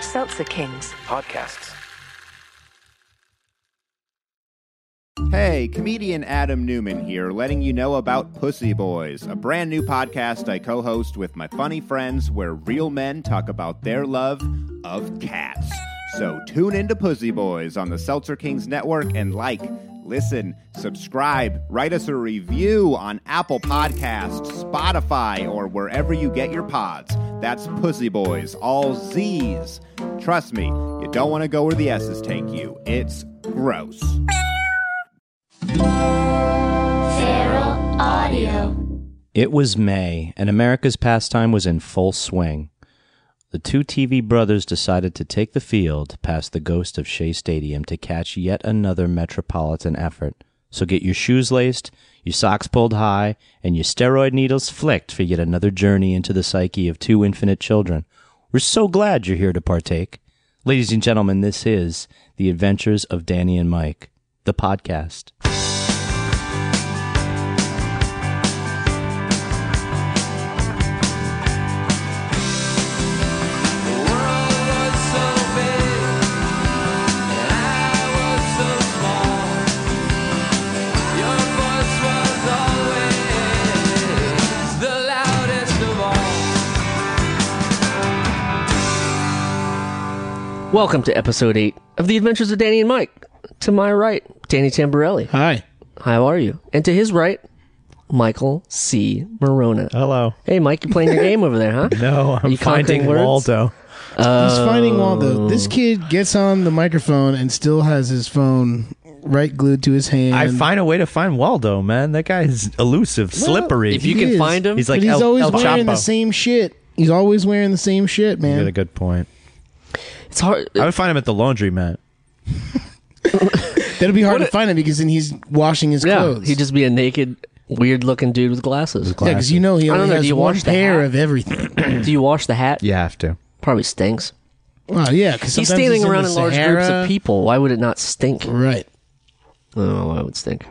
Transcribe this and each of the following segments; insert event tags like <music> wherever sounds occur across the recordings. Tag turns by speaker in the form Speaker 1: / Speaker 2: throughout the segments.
Speaker 1: Seltzer Kings.
Speaker 2: podcasts.
Speaker 3: Hey, comedian Adam Newman here, letting you know about Pussy Boys, a brand new podcast I co host with my funny friends where real men talk about their love of cats. So tune into Pussy Boys on the Seltzer Kings Network and like, listen, subscribe, write us a review on Apple Podcasts, Spotify, or wherever you get your pods. That's Pussy Boys, all Z's. Trust me, you don't want to go where the S's take you. It's gross.
Speaker 4: Feral Audio.
Speaker 5: It was May, and America's pastime was in full swing. The two TV brothers decided to take the field past the ghost of Shea Stadium to catch yet another metropolitan effort. So get your shoes laced, your socks pulled high, and your steroid needles flicked for yet another journey into the psyche of two infinite children. We're so glad you're here to partake. Ladies and gentlemen, this is The Adventures of Danny and Mike, the podcast.
Speaker 6: Welcome to episode 8 of The Adventures of Danny and Mike. To my right, Danny Tamborelli.
Speaker 7: Hi.
Speaker 6: How are you? And to his right, Michael C. Morona.
Speaker 7: Hello.
Speaker 6: Hey, Mike, you playing your game over there, huh?
Speaker 7: Oh. <laughs> No,
Speaker 6: Are
Speaker 7: I'm
Speaker 6: you conquering
Speaker 7: finding
Speaker 6: words?
Speaker 7: Waldo.
Speaker 8: He's finding Waldo. This
Speaker 6: Oh.
Speaker 8: kid gets on the microphone and still has his phone right glued to his hand.
Speaker 7: I find a way to find Waldo, man. That guy is elusive, slippery.
Speaker 6: If you can
Speaker 8: is.
Speaker 6: find him,
Speaker 7: He's like
Speaker 8: but he's
Speaker 7: El-
Speaker 8: always
Speaker 7: El
Speaker 8: wearing
Speaker 7: Chapo.
Speaker 8: the same shit. He's always wearing the same shit,
Speaker 7: you got
Speaker 8: man.
Speaker 7: a good point.
Speaker 6: it's hard.
Speaker 7: I would find him at the laundromat.
Speaker 8: That'll be hard to find him because then he's washing his
Speaker 6: yeah,
Speaker 8: clothes.
Speaker 6: he'd just be a naked, weird looking dude with glasses.
Speaker 8: yeah, because you know he
Speaker 6: I don't
Speaker 8: only
Speaker 6: know, do
Speaker 8: has
Speaker 6: you
Speaker 8: one
Speaker 6: wash the
Speaker 8: pair
Speaker 6: hat?
Speaker 8: of everything.
Speaker 6: Do you wash the hat?
Speaker 7: You have to.
Speaker 6: Probably stinks.
Speaker 8: Well, yeah, because
Speaker 6: He's standing around in,
Speaker 8: the
Speaker 6: large
Speaker 8: Sahara.
Speaker 6: groups of people. Why would it not stink?
Speaker 8: Right.
Speaker 6: Oh, I would stink.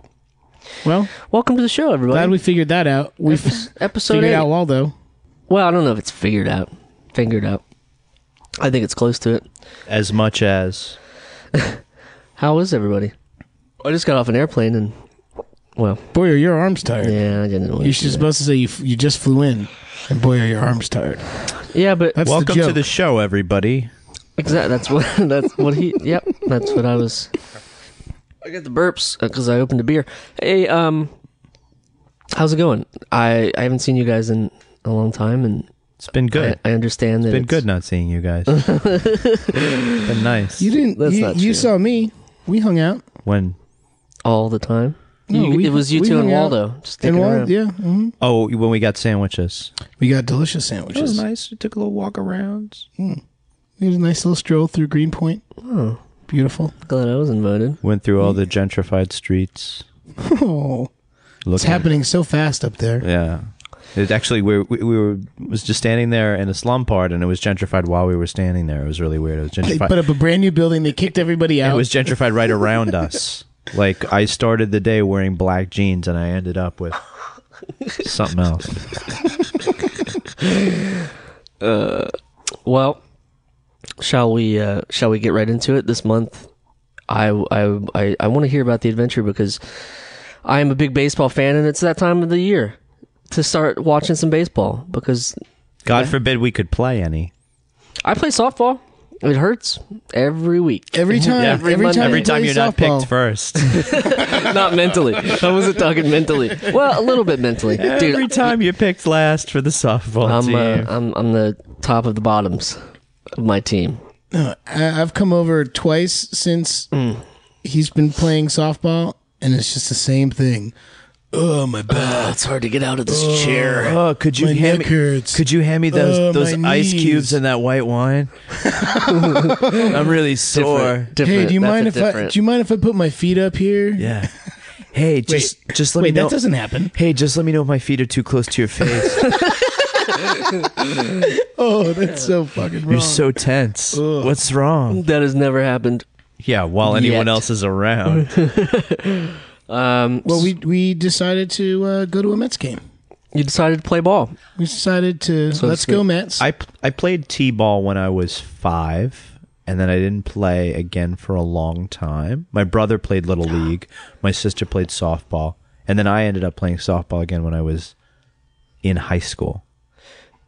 Speaker 8: Well,
Speaker 6: Welcome to the show, everybody.
Speaker 8: glad we figured that out. We f-
Speaker 6: episode
Speaker 8: figured
Speaker 6: 8.
Speaker 8: out Waldo.
Speaker 6: Well, I don't know if it's figured out. Figured out. I think it's close to it.
Speaker 7: As much as
Speaker 6: How is everybody? I just got off an airplane and, well,
Speaker 8: Boy, are your arms tired?
Speaker 6: yeah, I didn't. Really
Speaker 8: You're
Speaker 6: do
Speaker 8: just supposed to say you, f- you just flew in, and boy, are your arms tired.
Speaker 6: that. yeah,
Speaker 8: <laughs>
Speaker 6: but
Speaker 8: That's
Speaker 7: welcome
Speaker 8: the joke.
Speaker 7: to the show, everybody.
Speaker 6: exactly that's what <laughs> that's what he. Yep, that's what I was. I got the burps because I opened a beer. Hey, um, how's it going? I I haven't seen you guys in a long time, and
Speaker 7: It's been good.
Speaker 6: I, I understand that
Speaker 7: been
Speaker 6: it's-
Speaker 7: good not seeing you
Speaker 8: <laughs>
Speaker 7: guys. been nice.
Speaker 8: You didn't.
Speaker 6: That's
Speaker 8: you
Speaker 6: not true.
Speaker 8: you saw me. We hung out.
Speaker 7: when
Speaker 6: all the time.
Speaker 8: No,
Speaker 6: you,
Speaker 8: we-
Speaker 6: it was you
Speaker 8: we
Speaker 6: two and
Speaker 8: hung out.
Speaker 6: Waldo. Just
Speaker 8: And
Speaker 6: sticking
Speaker 8: Wal-
Speaker 6: around.
Speaker 8: yeah, mhm.
Speaker 7: oh when we got sandwiches.
Speaker 8: we got delicious sandwiches.
Speaker 7: nice. We took a little walk around.
Speaker 8: It was a nice little stroll through Greenpoint.
Speaker 6: Oh.
Speaker 8: Beautiful.
Speaker 6: Glad I was invited.
Speaker 7: Went through all the gentrified streets.
Speaker 8: Oh, it's
Speaker 7: Looking
Speaker 8: happening so fast up there.
Speaker 7: Yeah. It actually we we, we were was just standing there in a slum part and it was gentrified while we were standing there. It was really weird. It was
Speaker 8: They
Speaker 7: gentrified.
Speaker 8: put up a brand new building. They kicked everybody out.
Speaker 7: it was gentrified right around
Speaker 8: <laughs>
Speaker 7: us. Like I started the day wearing black jeans and I ended up with something else.
Speaker 6: Well, shall we uh, shall we get right into it this month? I I I, I want to hear about the adventure because I am a big baseball fan, and it's that time of the year to start watching some baseball because
Speaker 7: God forbid we could play any.
Speaker 6: I play softball. It hurts every week.
Speaker 8: <laughs> every time.
Speaker 6: every
Speaker 8: every,
Speaker 6: Monday.
Speaker 8: time.
Speaker 7: Every
Speaker 8: they
Speaker 7: time
Speaker 8: play
Speaker 7: you're not
Speaker 8: softball.
Speaker 7: picked <laughs> first.
Speaker 6: Not mentally. I wasn't talking mentally. <laughs> Well, a little bit mentally,
Speaker 7: Every
Speaker 6: dude.
Speaker 7: time you're picked last for the softball
Speaker 6: I'm
Speaker 7: team.
Speaker 6: uh, I'm I'm the top of the bottoms of my team.
Speaker 8: No, I, I've come over twice since he's been playing softball, and it's just the same thing. Oh my back.
Speaker 6: It's hard to get out of this chair.
Speaker 7: Oh, could you
Speaker 8: My
Speaker 7: hand me?
Speaker 8: neck hurts.
Speaker 7: Could you hand me those
Speaker 8: Oh,
Speaker 7: those
Speaker 8: my
Speaker 7: ice
Speaker 8: knees.
Speaker 7: cubes and that white
Speaker 8: <laughs>
Speaker 7: wine? I'm really sore.
Speaker 6: Different, different.
Speaker 8: Hey, do you
Speaker 6: That's a
Speaker 8: mind if I?
Speaker 6: different.
Speaker 8: Do you mind if I put my feet up here?
Speaker 7: Yeah. Hey, just just let
Speaker 8: Wait,
Speaker 7: me know.
Speaker 8: that doesn't happen.
Speaker 7: Hey, just let me know if my feet are too close to your
Speaker 8: <laughs>
Speaker 7: face.
Speaker 8: Oh, that's so fucking wrong.
Speaker 7: You're so tense. What's wrong?
Speaker 6: that has never happened.
Speaker 7: Yeah, while anyone
Speaker 6: Yet.
Speaker 7: else is around.
Speaker 8: well, we we decided to uh, go to a Mets game.
Speaker 6: You decided to play ball.
Speaker 8: We decided to
Speaker 6: So
Speaker 8: let's
Speaker 6: sweet.
Speaker 8: go Mets.
Speaker 7: I I played t-ball when I was five, and then I didn't play again for a long time. My brother played
Speaker 6: <gasps>
Speaker 7: little league, my sister played softball, and then I ended up playing softball again when I was in high school.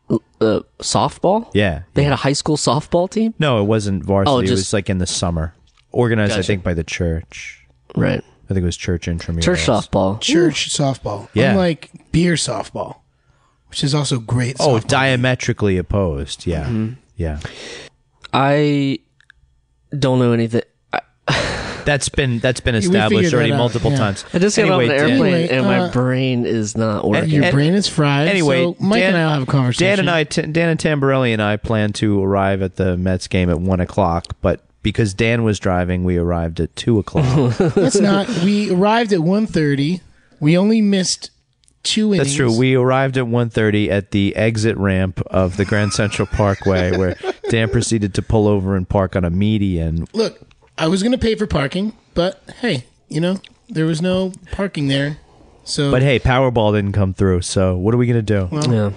Speaker 6: Uh, softball?
Speaker 7: Yeah,
Speaker 6: They had a high school softball team?
Speaker 7: no, it wasn't varsity.
Speaker 6: Oh,
Speaker 7: it
Speaker 6: just-
Speaker 7: was like in the summer, organized I
Speaker 6: Gotcha.
Speaker 7: think by the church.
Speaker 6: Right.
Speaker 7: I think it was church intramural.
Speaker 6: Church softball.
Speaker 8: Church softball.
Speaker 7: Yeah.
Speaker 8: Unlike beer softball, which is also great.
Speaker 7: Oh,
Speaker 8: softball.
Speaker 7: diametrically opposed. Yeah,
Speaker 6: Mm-hmm.
Speaker 7: yeah.
Speaker 6: I don't know anything. I,
Speaker 7: That's been that's been
Speaker 8: figured
Speaker 7: established
Speaker 8: that
Speaker 7: already
Speaker 8: out,
Speaker 7: multiple
Speaker 8: yeah.
Speaker 7: times.
Speaker 6: I just got
Speaker 7: Anyway,
Speaker 6: on an
Speaker 7: Dan-
Speaker 6: airplane
Speaker 8: Anyway,
Speaker 6: and my
Speaker 8: uh,
Speaker 6: brain is not working.
Speaker 8: Your
Speaker 7: and-
Speaker 8: brain is fried.
Speaker 7: Anyway,
Speaker 8: so Mike
Speaker 7: Dan-
Speaker 8: and I will have a conversation.
Speaker 7: Dan and I, T- Dan and Tamborelli and I planned to arrive at the Mets game at one o'clock, but because Dan was driving, we arrived at two
Speaker 8: <laughs>
Speaker 7: o'clock.
Speaker 8: <laughs>
Speaker 7: <laughs>
Speaker 8: Let's not. We arrived at 1.30. We only missed two innings.
Speaker 7: That's true. We arrived at 1.30 at the exit ramp of the Grand Central
Speaker 8: <laughs>
Speaker 7: Parkway, where Dan proceeded to pull over and park on a median.
Speaker 8: Look, I was going to pay for parking, but hey, you know, there was no parking there. So
Speaker 7: But hey, Powerball didn't come through, so what are we gonna do?
Speaker 6: yeah.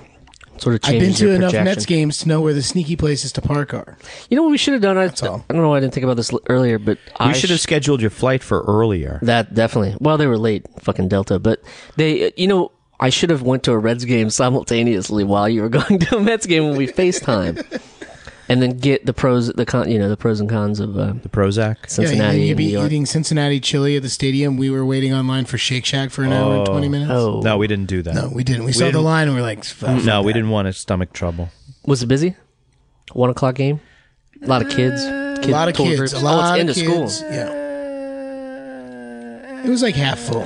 Speaker 6: Sort of
Speaker 8: I've been
Speaker 6: changes
Speaker 8: to
Speaker 6: your
Speaker 8: enough
Speaker 6: projection.
Speaker 8: Mets games to know where the sneaky places to park are.
Speaker 6: You know what we should have done? I,
Speaker 8: all.
Speaker 6: I don't know why I didn't think about this l- earlier, but I
Speaker 7: we should have scheduled your flight for earlier.
Speaker 6: That definitely. Well, they were late, fucking Delta, but they, you know, I should have went to a Reds game <laughs> simultaneously while you were going to a Mets game when we
Speaker 8: <laughs>
Speaker 6: FaceTime, and then get the pros, the con, you know, the pros and cons of uh,
Speaker 7: The Prozac.
Speaker 8: Yeah,
Speaker 6: Cincinnati and
Speaker 8: you'd
Speaker 6: New
Speaker 8: be
Speaker 6: York.
Speaker 8: eating Cincinnati chili at the stadium. We were waiting online for Shake Shack for an hour and 20 minutes.
Speaker 6: Oh,
Speaker 7: No, we didn't do that.
Speaker 8: No, we didn't. We, saw the
Speaker 7: didn't- Mm,
Speaker 8: line and we are like, fuck.
Speaker 7: No, we didn't want a stomach trouble.
Speaker 6: was it busy? One o'clock game. A lot of kids.
Speaker 8: a Uh, lot of
Speaker 6: tour
Speaker 8: kids.
Speaker 6: groups.
Speaker 8: A lot
Speaker 6: oh, it's
Speaker 8: of
Speaker 6: into
Speaker 8: kids.
Speaker 6: school.
Speaker 8: Yeah. It was like half full.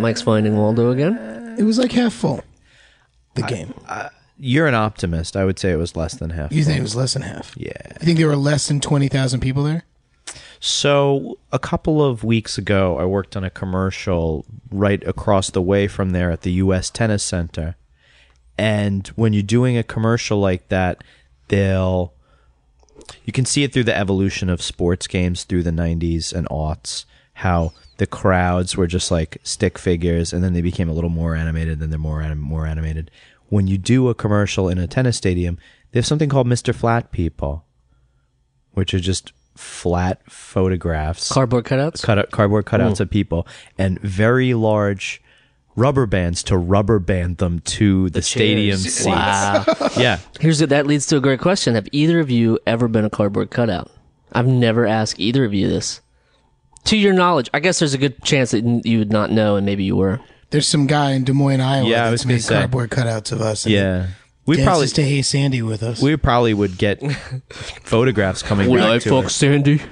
Speaker 6: Mike's finding Waldo again.
Speaker 8: It was like half full. The game.
Speaker 7: You're an optimist. I would say it was less than half.
Speaker 8: you think it was less than half?
Speaker 7: yeah.
Speaker 8: You think there were less than 20,000 people there?
Speaker 7: So, a couple of weeks ago, I worked on a commercial right across the way from there at the U.S. Tennis Center. And when you're doing a commercial like that, they'll. You can see it through the evolution of sports games through the 90s and aughts, how the crowds were just like stick figures, and then they became a little more animated, then they're more, anim- more animated. When you do a commercial in a tennis stadium, they have something called Mr. Flat People which are just flat photographs,
Speaker 6: Cardboard cutouts.
Speaker 7: cut cardboard
Speaker 6: Mm.
Speaker 7: cutouts of people, and very large rubber bands to rubber band them to the, stadium seats.
Speaker 6: Wow.
Speaker 7: Yeah,
Speaker 6: Here's the, that leads to a great question. Have either of you ever been a cardboard cutout? I've never asked either of you this. To your knowledge, I guess there's a good chance that n- you would not know, and maybe you were.
Speaker 8: There's some guy in Des Moines, Iowa
Speaker 7: Yeah, I was
Speaker 8: that's
Speaker 7: gonna
Speaker 8: made
Speaker 7: say.
Speaker 8: cardboard cutouts of us. and
Speaker 7: yeah. We
Speaker 8: Dances
Speaker 7: probably
Speaker 8: to Hey Sandy with us.
Speaker 7: we probably would
Speaker 6: <laughs>
Speaker 7: get photographs coming back to us.
Speaker 6: Sandy?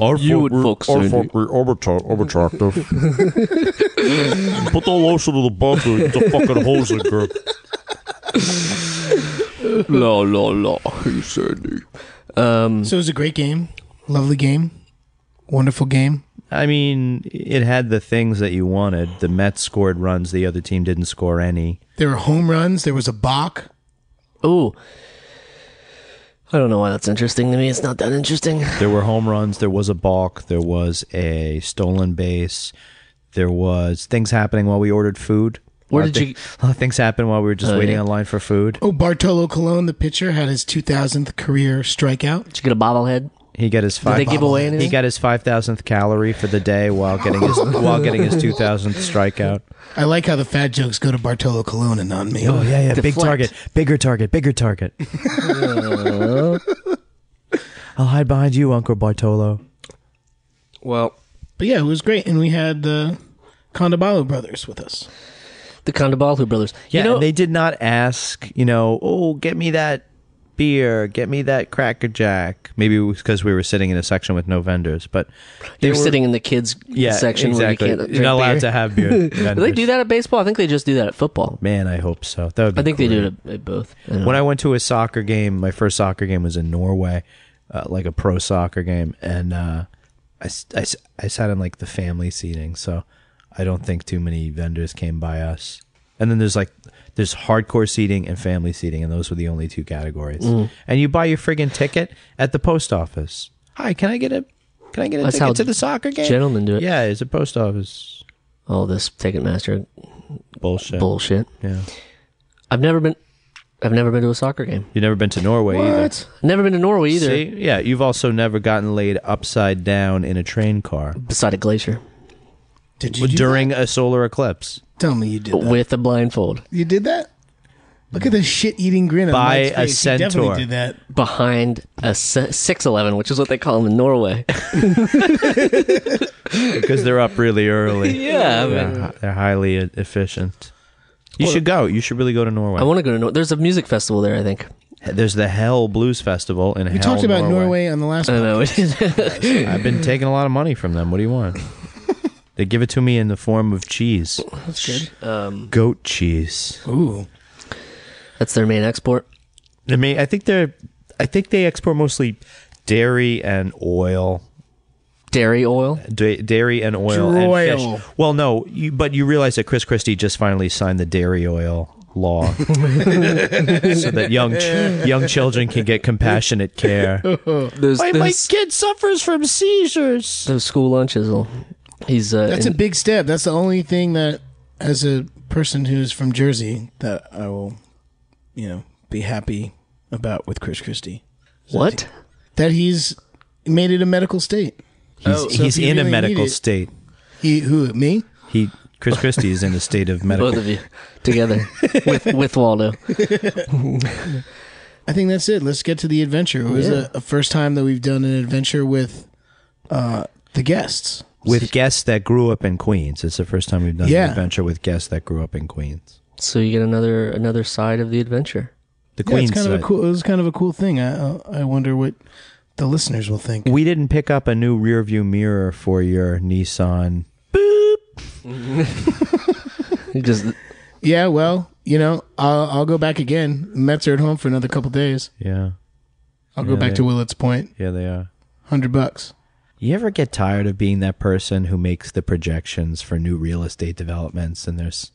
Speaker 1: Our
Speaker 6: You would
Speaker 1: we're-
Speaker 6: fuck
Speaker 1: Our
Speaker 6: Sandy.
Speaker 1: fuck, we're overtra- overattractive. Put the lotion to the bumper. It's a fucking hose, girl.
Speaker 6: La la la. Hey, Sandy.
Speaker 8: so it was a great game. Lovely game. Wonderful game.
Speaker 7: I mean, it had the things that you wanted. The Mets scored runs. The other team didn't score any.
Speaker 8: There were home runs. There was a balk.
Speaker 6: Oh. I don't know why that's interesting to me. It's not that interesting.
Speaker 7: There were home runs. There was a balk. There was a stolen base. There was things happening while we ordered food.
Speaker 6: Where
Speaker 7: A lot of
Speaker 6: did
Speaker 7: thi- A <laughs> lot of things happened while we were just
Speaker 6: Oh,
Speaker 7: waiting
Speaker 6: yeah.
Speaker 7: online for food.
Speaker 8: Oh, Bartolo Colon, the pitcher, had his 2,000th career strikeout.
Speaker 6: Did you get a bobblehead?
Speaker 7: He got his
Speaker 6: Did
Speaker 7: five.
Speaker 6: they give away anything?
Speaker 7: he got his five thousandth calorie for the day while getting
Speaker 6: <laughs>
Speaker 7: his while getting his two thousandth strikeout.
Speaker 8: I like how the fat jokes go to Bartolo Colon and not me.
Speaker 7: Oh yeah, yeah, big
Speaker 6: Deflect.
Speaker 7: target, bigger target, bigger
Speaker 6: <laughs>
Speaker 7: target. I'll hide behind you, Uncle Bartolo.
Speaker 6: Well,
Speaker 8: But yeah, it was great. And we had the Condabalo brothers with us.
Speaker 6: the Condobalhu brothers.
Speaker 7: Yeah,
Speaker 6: you know,
Speaker 7: and they did not ask. You know, oh, get me that beer, get me that Cracker Jack. Maybe it was because we were sitting in a section with no vendors, but
Speaker 6: they
Speaker 7: they
Speaker 6: were sitting in the kids
Speaker 7: yeah,
Speaker 6: section
Speaker 7: exactly.
Speaker 6: where you can't
Speaker 7: You're
Speaker 6: drink
Speaker 7: not allowed
Speaker 6: beer.
Speaker 7: to have beer.
Speaker 6: Do <laughs> they do that at baseball? I think they just do that at football.
Speaker 7: Man, I hope so. That would be
Speaker 6: I think they
Speaker 7: great.
Speaker 6: do it at, at both. I don't know.
Speaker 7: When I went to a soccer game, my first soccer game was in Norway, uh, like a pro soccer game, and uh, I, s- I s- I sat in like the family seating, so I don't think too many vendors came by us. And then there's like there's hardcore seating and family seating, and those were the only two categories.
Speaker 6: Mm.
Speaker 7: And you buy your friggin' ticket at the post office. Hi, can I get a can I get a
Speaker 6: That's how
Speaker 7: ticket to the soccer game?
Speaker 6: gentlemen do it.
Speaker 7: Yeah, it's a post office
Speaker 6: all this Ticketmaster
Speaker 7: bullshit.
Speaker 6: bullshit.
Speaker 7: yeah.
Speaker 6: I've never been. I've never been to a soccer game.
Speaker 7: You've never been to Norway either.
Speaker 6: Never been to Norway either.
Speaker 7: See? Yeah, you've also never gotten laid upside down in a train car
Speaker 6: Beside a glacier
Speaker 8: Did you do
Speaker 7: during a solar eclipse
Speaker 8: that? Tell me you did that.
Speaker 6: with a blindfold
Speaker 8: You did that? Look at the shit-eating grin on
Speaker 7: By
Speaker 8: Mike's
Speaker 7: a
Speaker 8: face. He definitely
Speaker 7: centaur.
Speaker 8: did that.
Speaker 6: behind a six eleven, which is what they call them in Norway.
Speaker 7: because they're up really early.
Speaker 6: <laughs> yeah, I, mean,
Speaker 7: They're, hi- they're highly e- efficient. You should go. You should really go to Norway.
Speaker 6: I want to go to Norway. There's a music festival there. I think.
Speaker 7: There's the Hell Blues Festival in
Speaker 8: We talked about Norway on the last
Speaker 7: Uh,
Speaker 6: I
Speaker 8: one.
Speaker 6: don't know. It-
Speaker 7: I've been taking a lot of money from them. What do you
Speaker 8: <laughs>
Speaker 7: want? they give it to me in the form of cheese,
Speaker 8: Oh, That's good.
Speaker 7: goat cheese.
Speaker 8: Ooh.
Speaker 6: Um, That's their main export.
Speaker 7: I mean, I think they're, I think they export mostly dairy and oil,
Speaker 6: Dairy oil.
Speaker 7: da- dairy and oil
Speaker 8: Droil.
Speaker 7: and fish. Well, no, you, but you realize that Chris Christie just finally signed the dairy oil <laughs> law, so that young ch- young children can get compassionate care.
Speaker 6: Those, those,
Speaker 7: kid suffers from seizures.
Speaker 6: those school lunches. Will, he's uh,
Speaker 8: That's a
Speaker 6: in-
Speaker 8: big step. That's the only thing that, as a person who's from Jersey, that I will, you know, be happy about with Chris Christie.
Speaker 6: what?
Speaker 8: That he's made it a medical state.
Speaker 7: He's,
Speaker 8: Oh, so
Speaker 7: he's
Speaker 8: if you
Speaker 7: in
Speaker 8: really
Speaker 7: a
Speaker 8: need
Speaker 7: medical
Speaker 8: it-
Speaker 7: state.
Speaker 8: He who me?
Speaker 7: He Chris Christie is in a state
Speaker 8: <laughs>
Speaker 7: of medical.
Speaker 6: Both of you together with with Waldo.
Speaker 8: I think that's it. Let's get to the adventure. It was a, a first time that we've done an adventure with uh, the guests.
Speaker 7: with guests that grew up in Queens. It's the first time we've done
Speaker 8: Yeah.
Speaker 7: an adventure with guests that grew up in Queens.
Speaker 6: So you get another another side of the adventure.
Speaker 7: The
Speaker 8: Yeah,
Speaker 7: Queens.
Speaker 8: it's kind of a
Speaker 7: side.
Speaker 8: cool. It was kind of a cool thing. I uh, I- I wonder what the listeners will think.
Speaker 7: We didn't pick up a new rear view mirror for your Nissan.
Speaker 6: You just
Speaker 8: Yeah, well, you know, I'll, I'll go back again. Mets are at home for another couple days.
Speaker 7: Yeah,
Speaker 8: I'll go
Speaker 7: Yeah,
Speaker 8: back
Speaker 7: they-
Speaker 8: to Willett's Point.
Speaker 7: yeah, they are.
Speaker 8: Hundred bucks.
Speaker 7: You ever get tired of being that person who makes the projections for new real estate developments and there's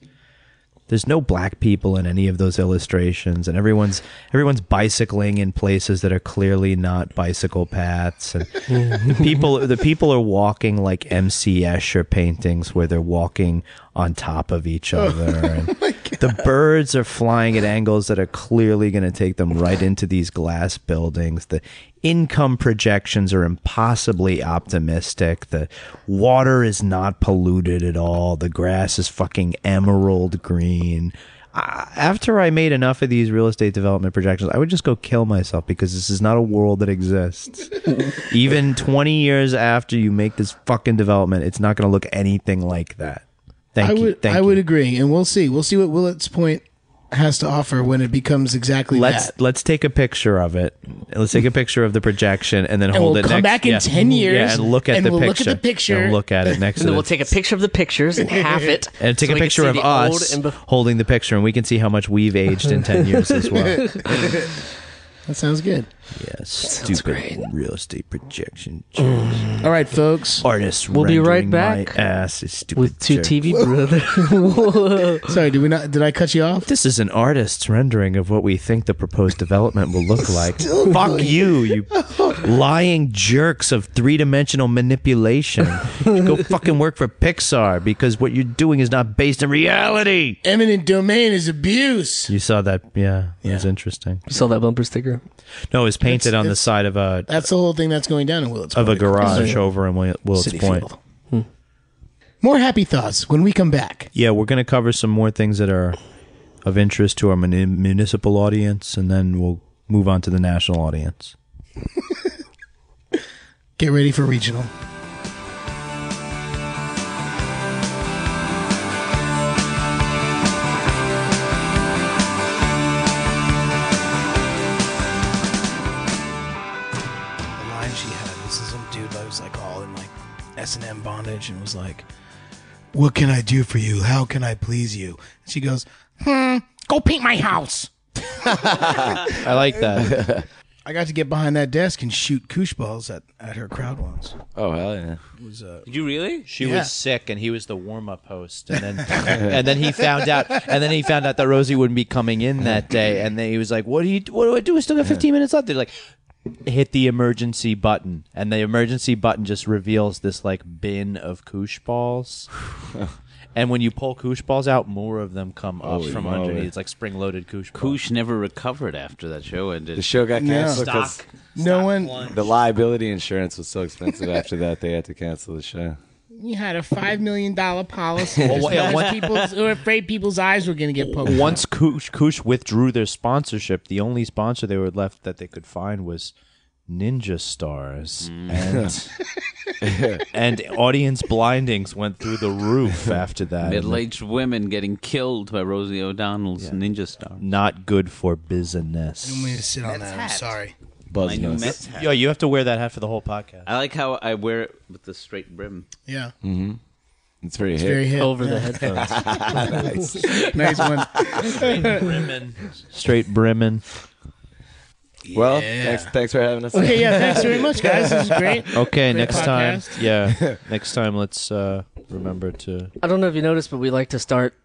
Speaker 7: there's no black people in any of those illustrations and everyone's everyone's bicycling in places that are clearly not bicycle paths and the people the people are walking like MC Escher paintings where they're walking on top of each other and the birds are flying at angles that are clearly going to take them right into these glass buildings. The income projections are impossibly optimistic. The water is not polluted at all. The grass is fucking emerald green. I- After I made enough of these real estate development projections, I would just go kill myself because this is not a world that exists. Even 20 years after you make this fucking development, it's not going to look anything like that. Thank
Speaker 8: I
Speaker 7: you.
Speaker 8: would
Speaker 7: Thank
Speaker 8: I
Speaker 7: you.
Speaker 8: would agree, and we'll see. We'll see what Willett's Point has to offer when it becomes exactly
Speaker 7: let's
Speaker 8: that.
Speaker 7: let's take a picture of it. Let's take a picture of the projection and then
Speaker 8: And
Speaker 7: hold
Speaker 8: we'll
Speaker 7: it
Speaker 8: come
Speaker 7: next-
Speaker 8: back in
Speaker 7: yeah.
Speaker 8: 10 years,
Speaker 7: Yeah, and look at
Speaker 8: and
Speaker 7: the
Speaker 8: we'll look at
Speaker 7: picture.
Speaker 8: the picture.
Speaker 7: And look
Speaker 6: <laughs>
Speaker 7: at it next to
Speaker 6: And then
Speaker 7: the-
Speaker 6: we'll take a picture of the pictures and half it.
Speaker 7: and take
Speaker 6: so
Speaker 7: a
Speaker 6: we can see
Speaker 7: picture of
Speaker 6: the old
Speaker 7: us
Speaker 6: and bef-
Speaker 7: holding the picture, and we can see how much we've aged in ten years as
Speaker 6: <laughs>
Speaker 7: well.
Speaker 8: That sounds good.
Speaker 7: Yeah, stupid
Speaker 6: great. Mm.
Speaker 7: real estate projection
Speaker 8: All right, folks.
Speaker 7: artists.
Speaker 6: We'll be right
Speaker 7: rendering my
Speaker 6: back
Speaker 7: ass is stupid
Speaker 6: <laughs> with two
Speaker 7: jerk.
Speaker 6: TV brothers.
Speaker 8: Sorry, did we not? Did I cut you off?
Speaker 7: This is an artist's rendering of what we think the proposed development will look like. Fuck you, you lying jerks of three dimensional manipulation. You
Speaker 8: <laughs>
Speaker 7: go fucking work for Pixar because what you're doing is not based in reality.
Speaker 8: Eminent domain is abuse.
Speaker 7: You saw that, yeah. It was interesting.
Speaker 6: you saw that bumper sticker?
Speaker 7: No, it was painted
Speaker 8: It's-
Speaker 7: on the
Speaker 8: it's-
Speaker 7: side of a
Speaker 8: That's the whole thing that's going down in Willett's
Speaker 7: of a
Speaker 8: Point.
Speaker 7: garage over in Will- Willits
Speaker 8: City
Speaker 7: Point.
Speaker 8: Field. Hmm. More happy thoughts when we come back.
Speaker 7: Yeah, we're going to cover some more things that are of interest to our muni- municipal audience, and then we'll move on to the national audience.
Speaker 8: Get ready for regional. The line she had, this is some dude that was like all in like S and M bondage and was like, "What can I do for you? How can I please you?" And she goes, "Hmm, go paint my house."
Speaker 7: I like that.
Speaker 8: I got to get behind that desk and shoot koosh balls at, at her crowd once.
Speaker 2: Oh hell yeah!
Speaker 5: You really?
Speaker 7: She
Speaker 8: Yeah.
Speaker 7: was sick, and he was the warm-up host, and
Speaker 2: <laughs>
Speaker 7: then and then he found out, and then he found out that Rosie wouldn't be coming in
Speaker 2: <laughs>
Speaker 7: that day, and then he was like, "What do you? What do I do? We still got 15 minutes left." They're like, "Hit the emergency button,"
Speaker 2: <laughs>
Speaker 7: and the emergency button just reveals this like bin of koosh balls, And when you pull koosh balls out, more of them come up
Speaker 2: Holy
Speaker 7: from
Speaker 2: moly.
Speaker 7: underneath. It's like spring loaded koosh. balls.
Speaker 9: Koosh never recovered after that show ended.
Speaker 2: The show got
Speaker 8: No.
Speaker 2: canceled
Speaker 8: Stock.
Speaker 2: because
Speaker 8: No one.
Speaker 2: the liability insurance was so expensive after that they had to cancel the show.
Speaker 8: You had a five million dollar policy.
Speaker 7: Well,
Speaker 8: Just
Speaker 7: yeah,
Speaker 8: because
Speaker 7: what-
Speaker 8: people's- who were afraid people's eyes were going to get poked.
Speaker 7: Once Koosh, Koosh withdrew their sponsorship, the only sponsor they were left that they could find was Ninja Stars,
Speaker 9: Mm. <laughs>
Speaker 7: and <laughs> and audience blindings went through the roof after that.
Speaker 9: Middle-aged women getting killed by Rosie O'Donnell's ninja star.
Speaker 7: Not good for business.
Speaker 8: I'm going to sit on that. I'm sorry.
Speaker 9: My
Speaker 2: Buzz
Speaker 9: new
Speaker 2: nuts.
Speaker 9: Mets hat.
Speaker 7: Yo, you have to wear that hat for the whole podcast.
Speaker 9: I like how I wear it with the straight brim.
Speaker 8: Yeah,
Speaker 2: It's very hip.
Speaker 8: very hip.
Speaker 6: over the headphones.
Speaker 9: <laughs>
Speaker 8: nice one.
Speaker 7: Straight brimming.
Speaker 2: Well, thanks, thanks for having us.
Speaker 8: Okay, yeah. Thanks very much, guys. This is great.
Speaker 7: Okay,
Speaker 8: Great
Speaker 7: next time.
Speaker 8: podcast. <laughs>
Speaker 7: Yeah, next time let's uh, remember to.
Speaker 6: I don't know if you noticed, but we like to start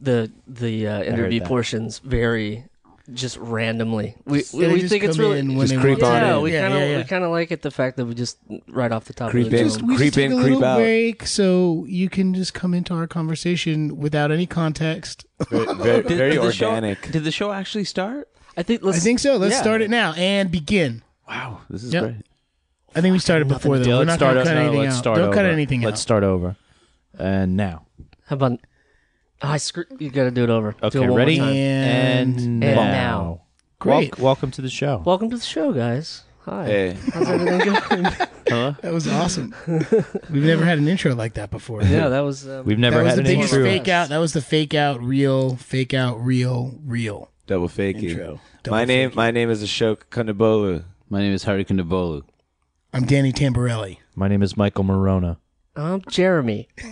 Speaker 6: the the uh, interview
Speaker 7: that.
Speaker 6: portions very just randomly. We we,
Speaker 8: They
Speaker 6: we
Speaker 8: just
Speaker 6: think it's
Speaker 8: come
Speaker 6: really
Speaker 8: in when
Speaker 2: Just
Speaker 8: they
Speaker 2: creep on
Speaker 8: want to.
Speaker 6: yeah,
Speaker 2: in.
Speaker 6: we
Speaker 8: Yeah,
Speaker 6: kind of
Speaker 8: yeah, yeah.
Speaker 6: we kind of like it the fact that we just right off the top
Speaker 2: Creep
Speaker 6: of the
Speaker 2: in.
Speaker 6: dome.
Speaker 8: We
Speaker 2: Creep
Speaker 8: just
Speaker 2: in,
Speaker 8: take a
Speaker 2: creep
Speaker 8: little
Speaker 2: out.
Speaker 8: break so you can just come into our conversation without any context.
Speaker 2: Very, very,
Speaker 9: Did-
Speaker 2: very
Speaker 9: did the show-
Speaker 2: organic.
Speaker 9: did the show actually start?
Speaker 6: I think let's
Speaker 8: I think so. Let's
Speaker 6: yeah.
Speaker 8: start it now and begin.
Speaker 9: Wow, this is
Speaker 8: Yep.
Speaker 9: great.
Speaker 8: I think we started before that.
Speaker 7: Yeah,
Speaker 8: We're
Speaker 7: let's
Speaker 8: not
Speaker 7: start.
Speaker 8: going
Speaker 7: o-
Speaker 8: to cut
Speaker 7: no,
Speaker 8: anything
Speaker 7: let's
Speaker 8: out.
Speaker 7: start
Speaker 8: Don't cut
Speaker 7: over.
Speaker 8: anything
Speaker 7: Let's
Speaker 8: out.
Speaker 7: start over. And now.
Speaker 6: How about oh, I screw, you got to do it over. Do it
Speaker 7: Okay,
Speaker 6: one more
Speaker 7: ready?
Speaker 6: time.
Speaker 8: And-
Speaker 6: and now.
Speaker 8: Great.
Speaker 7: Wel- welcome to the show.
Speaker 6: Welcome to the show, guys. Hi.
Speaker 2: Hey,
Speaker 6: How's everything going? <laughs>
Speaker 8: That was awesome. We've never had an intro like that before.
Speaker 6: yeah, that was. Um,
Speaker 7: We've
Speaker 8: that
Speaker 7: never
Speaker 8: was
Speaker 7: had
Speaker 8: the
Speaker 7: an
Speaker 8: biggest
Speaker 7: intro.
Speaker 8: fake out. That was the fake out, real, fake out, real, real.
Speaker 2: double faking.
Speaker 8: Intro. Double
Speaker 2: my name,
Speaker 8: faking.
Speaker 2: my name is Ashok Kundabolu.
Speaker 9: My name is Hari Kondabolu.
Speaker 8: I'm Danny Tamborelli.
Speaker 7: My name is Michael Morona.
Speaker 6: um, Jeremy.
Speaker 9: <laughs>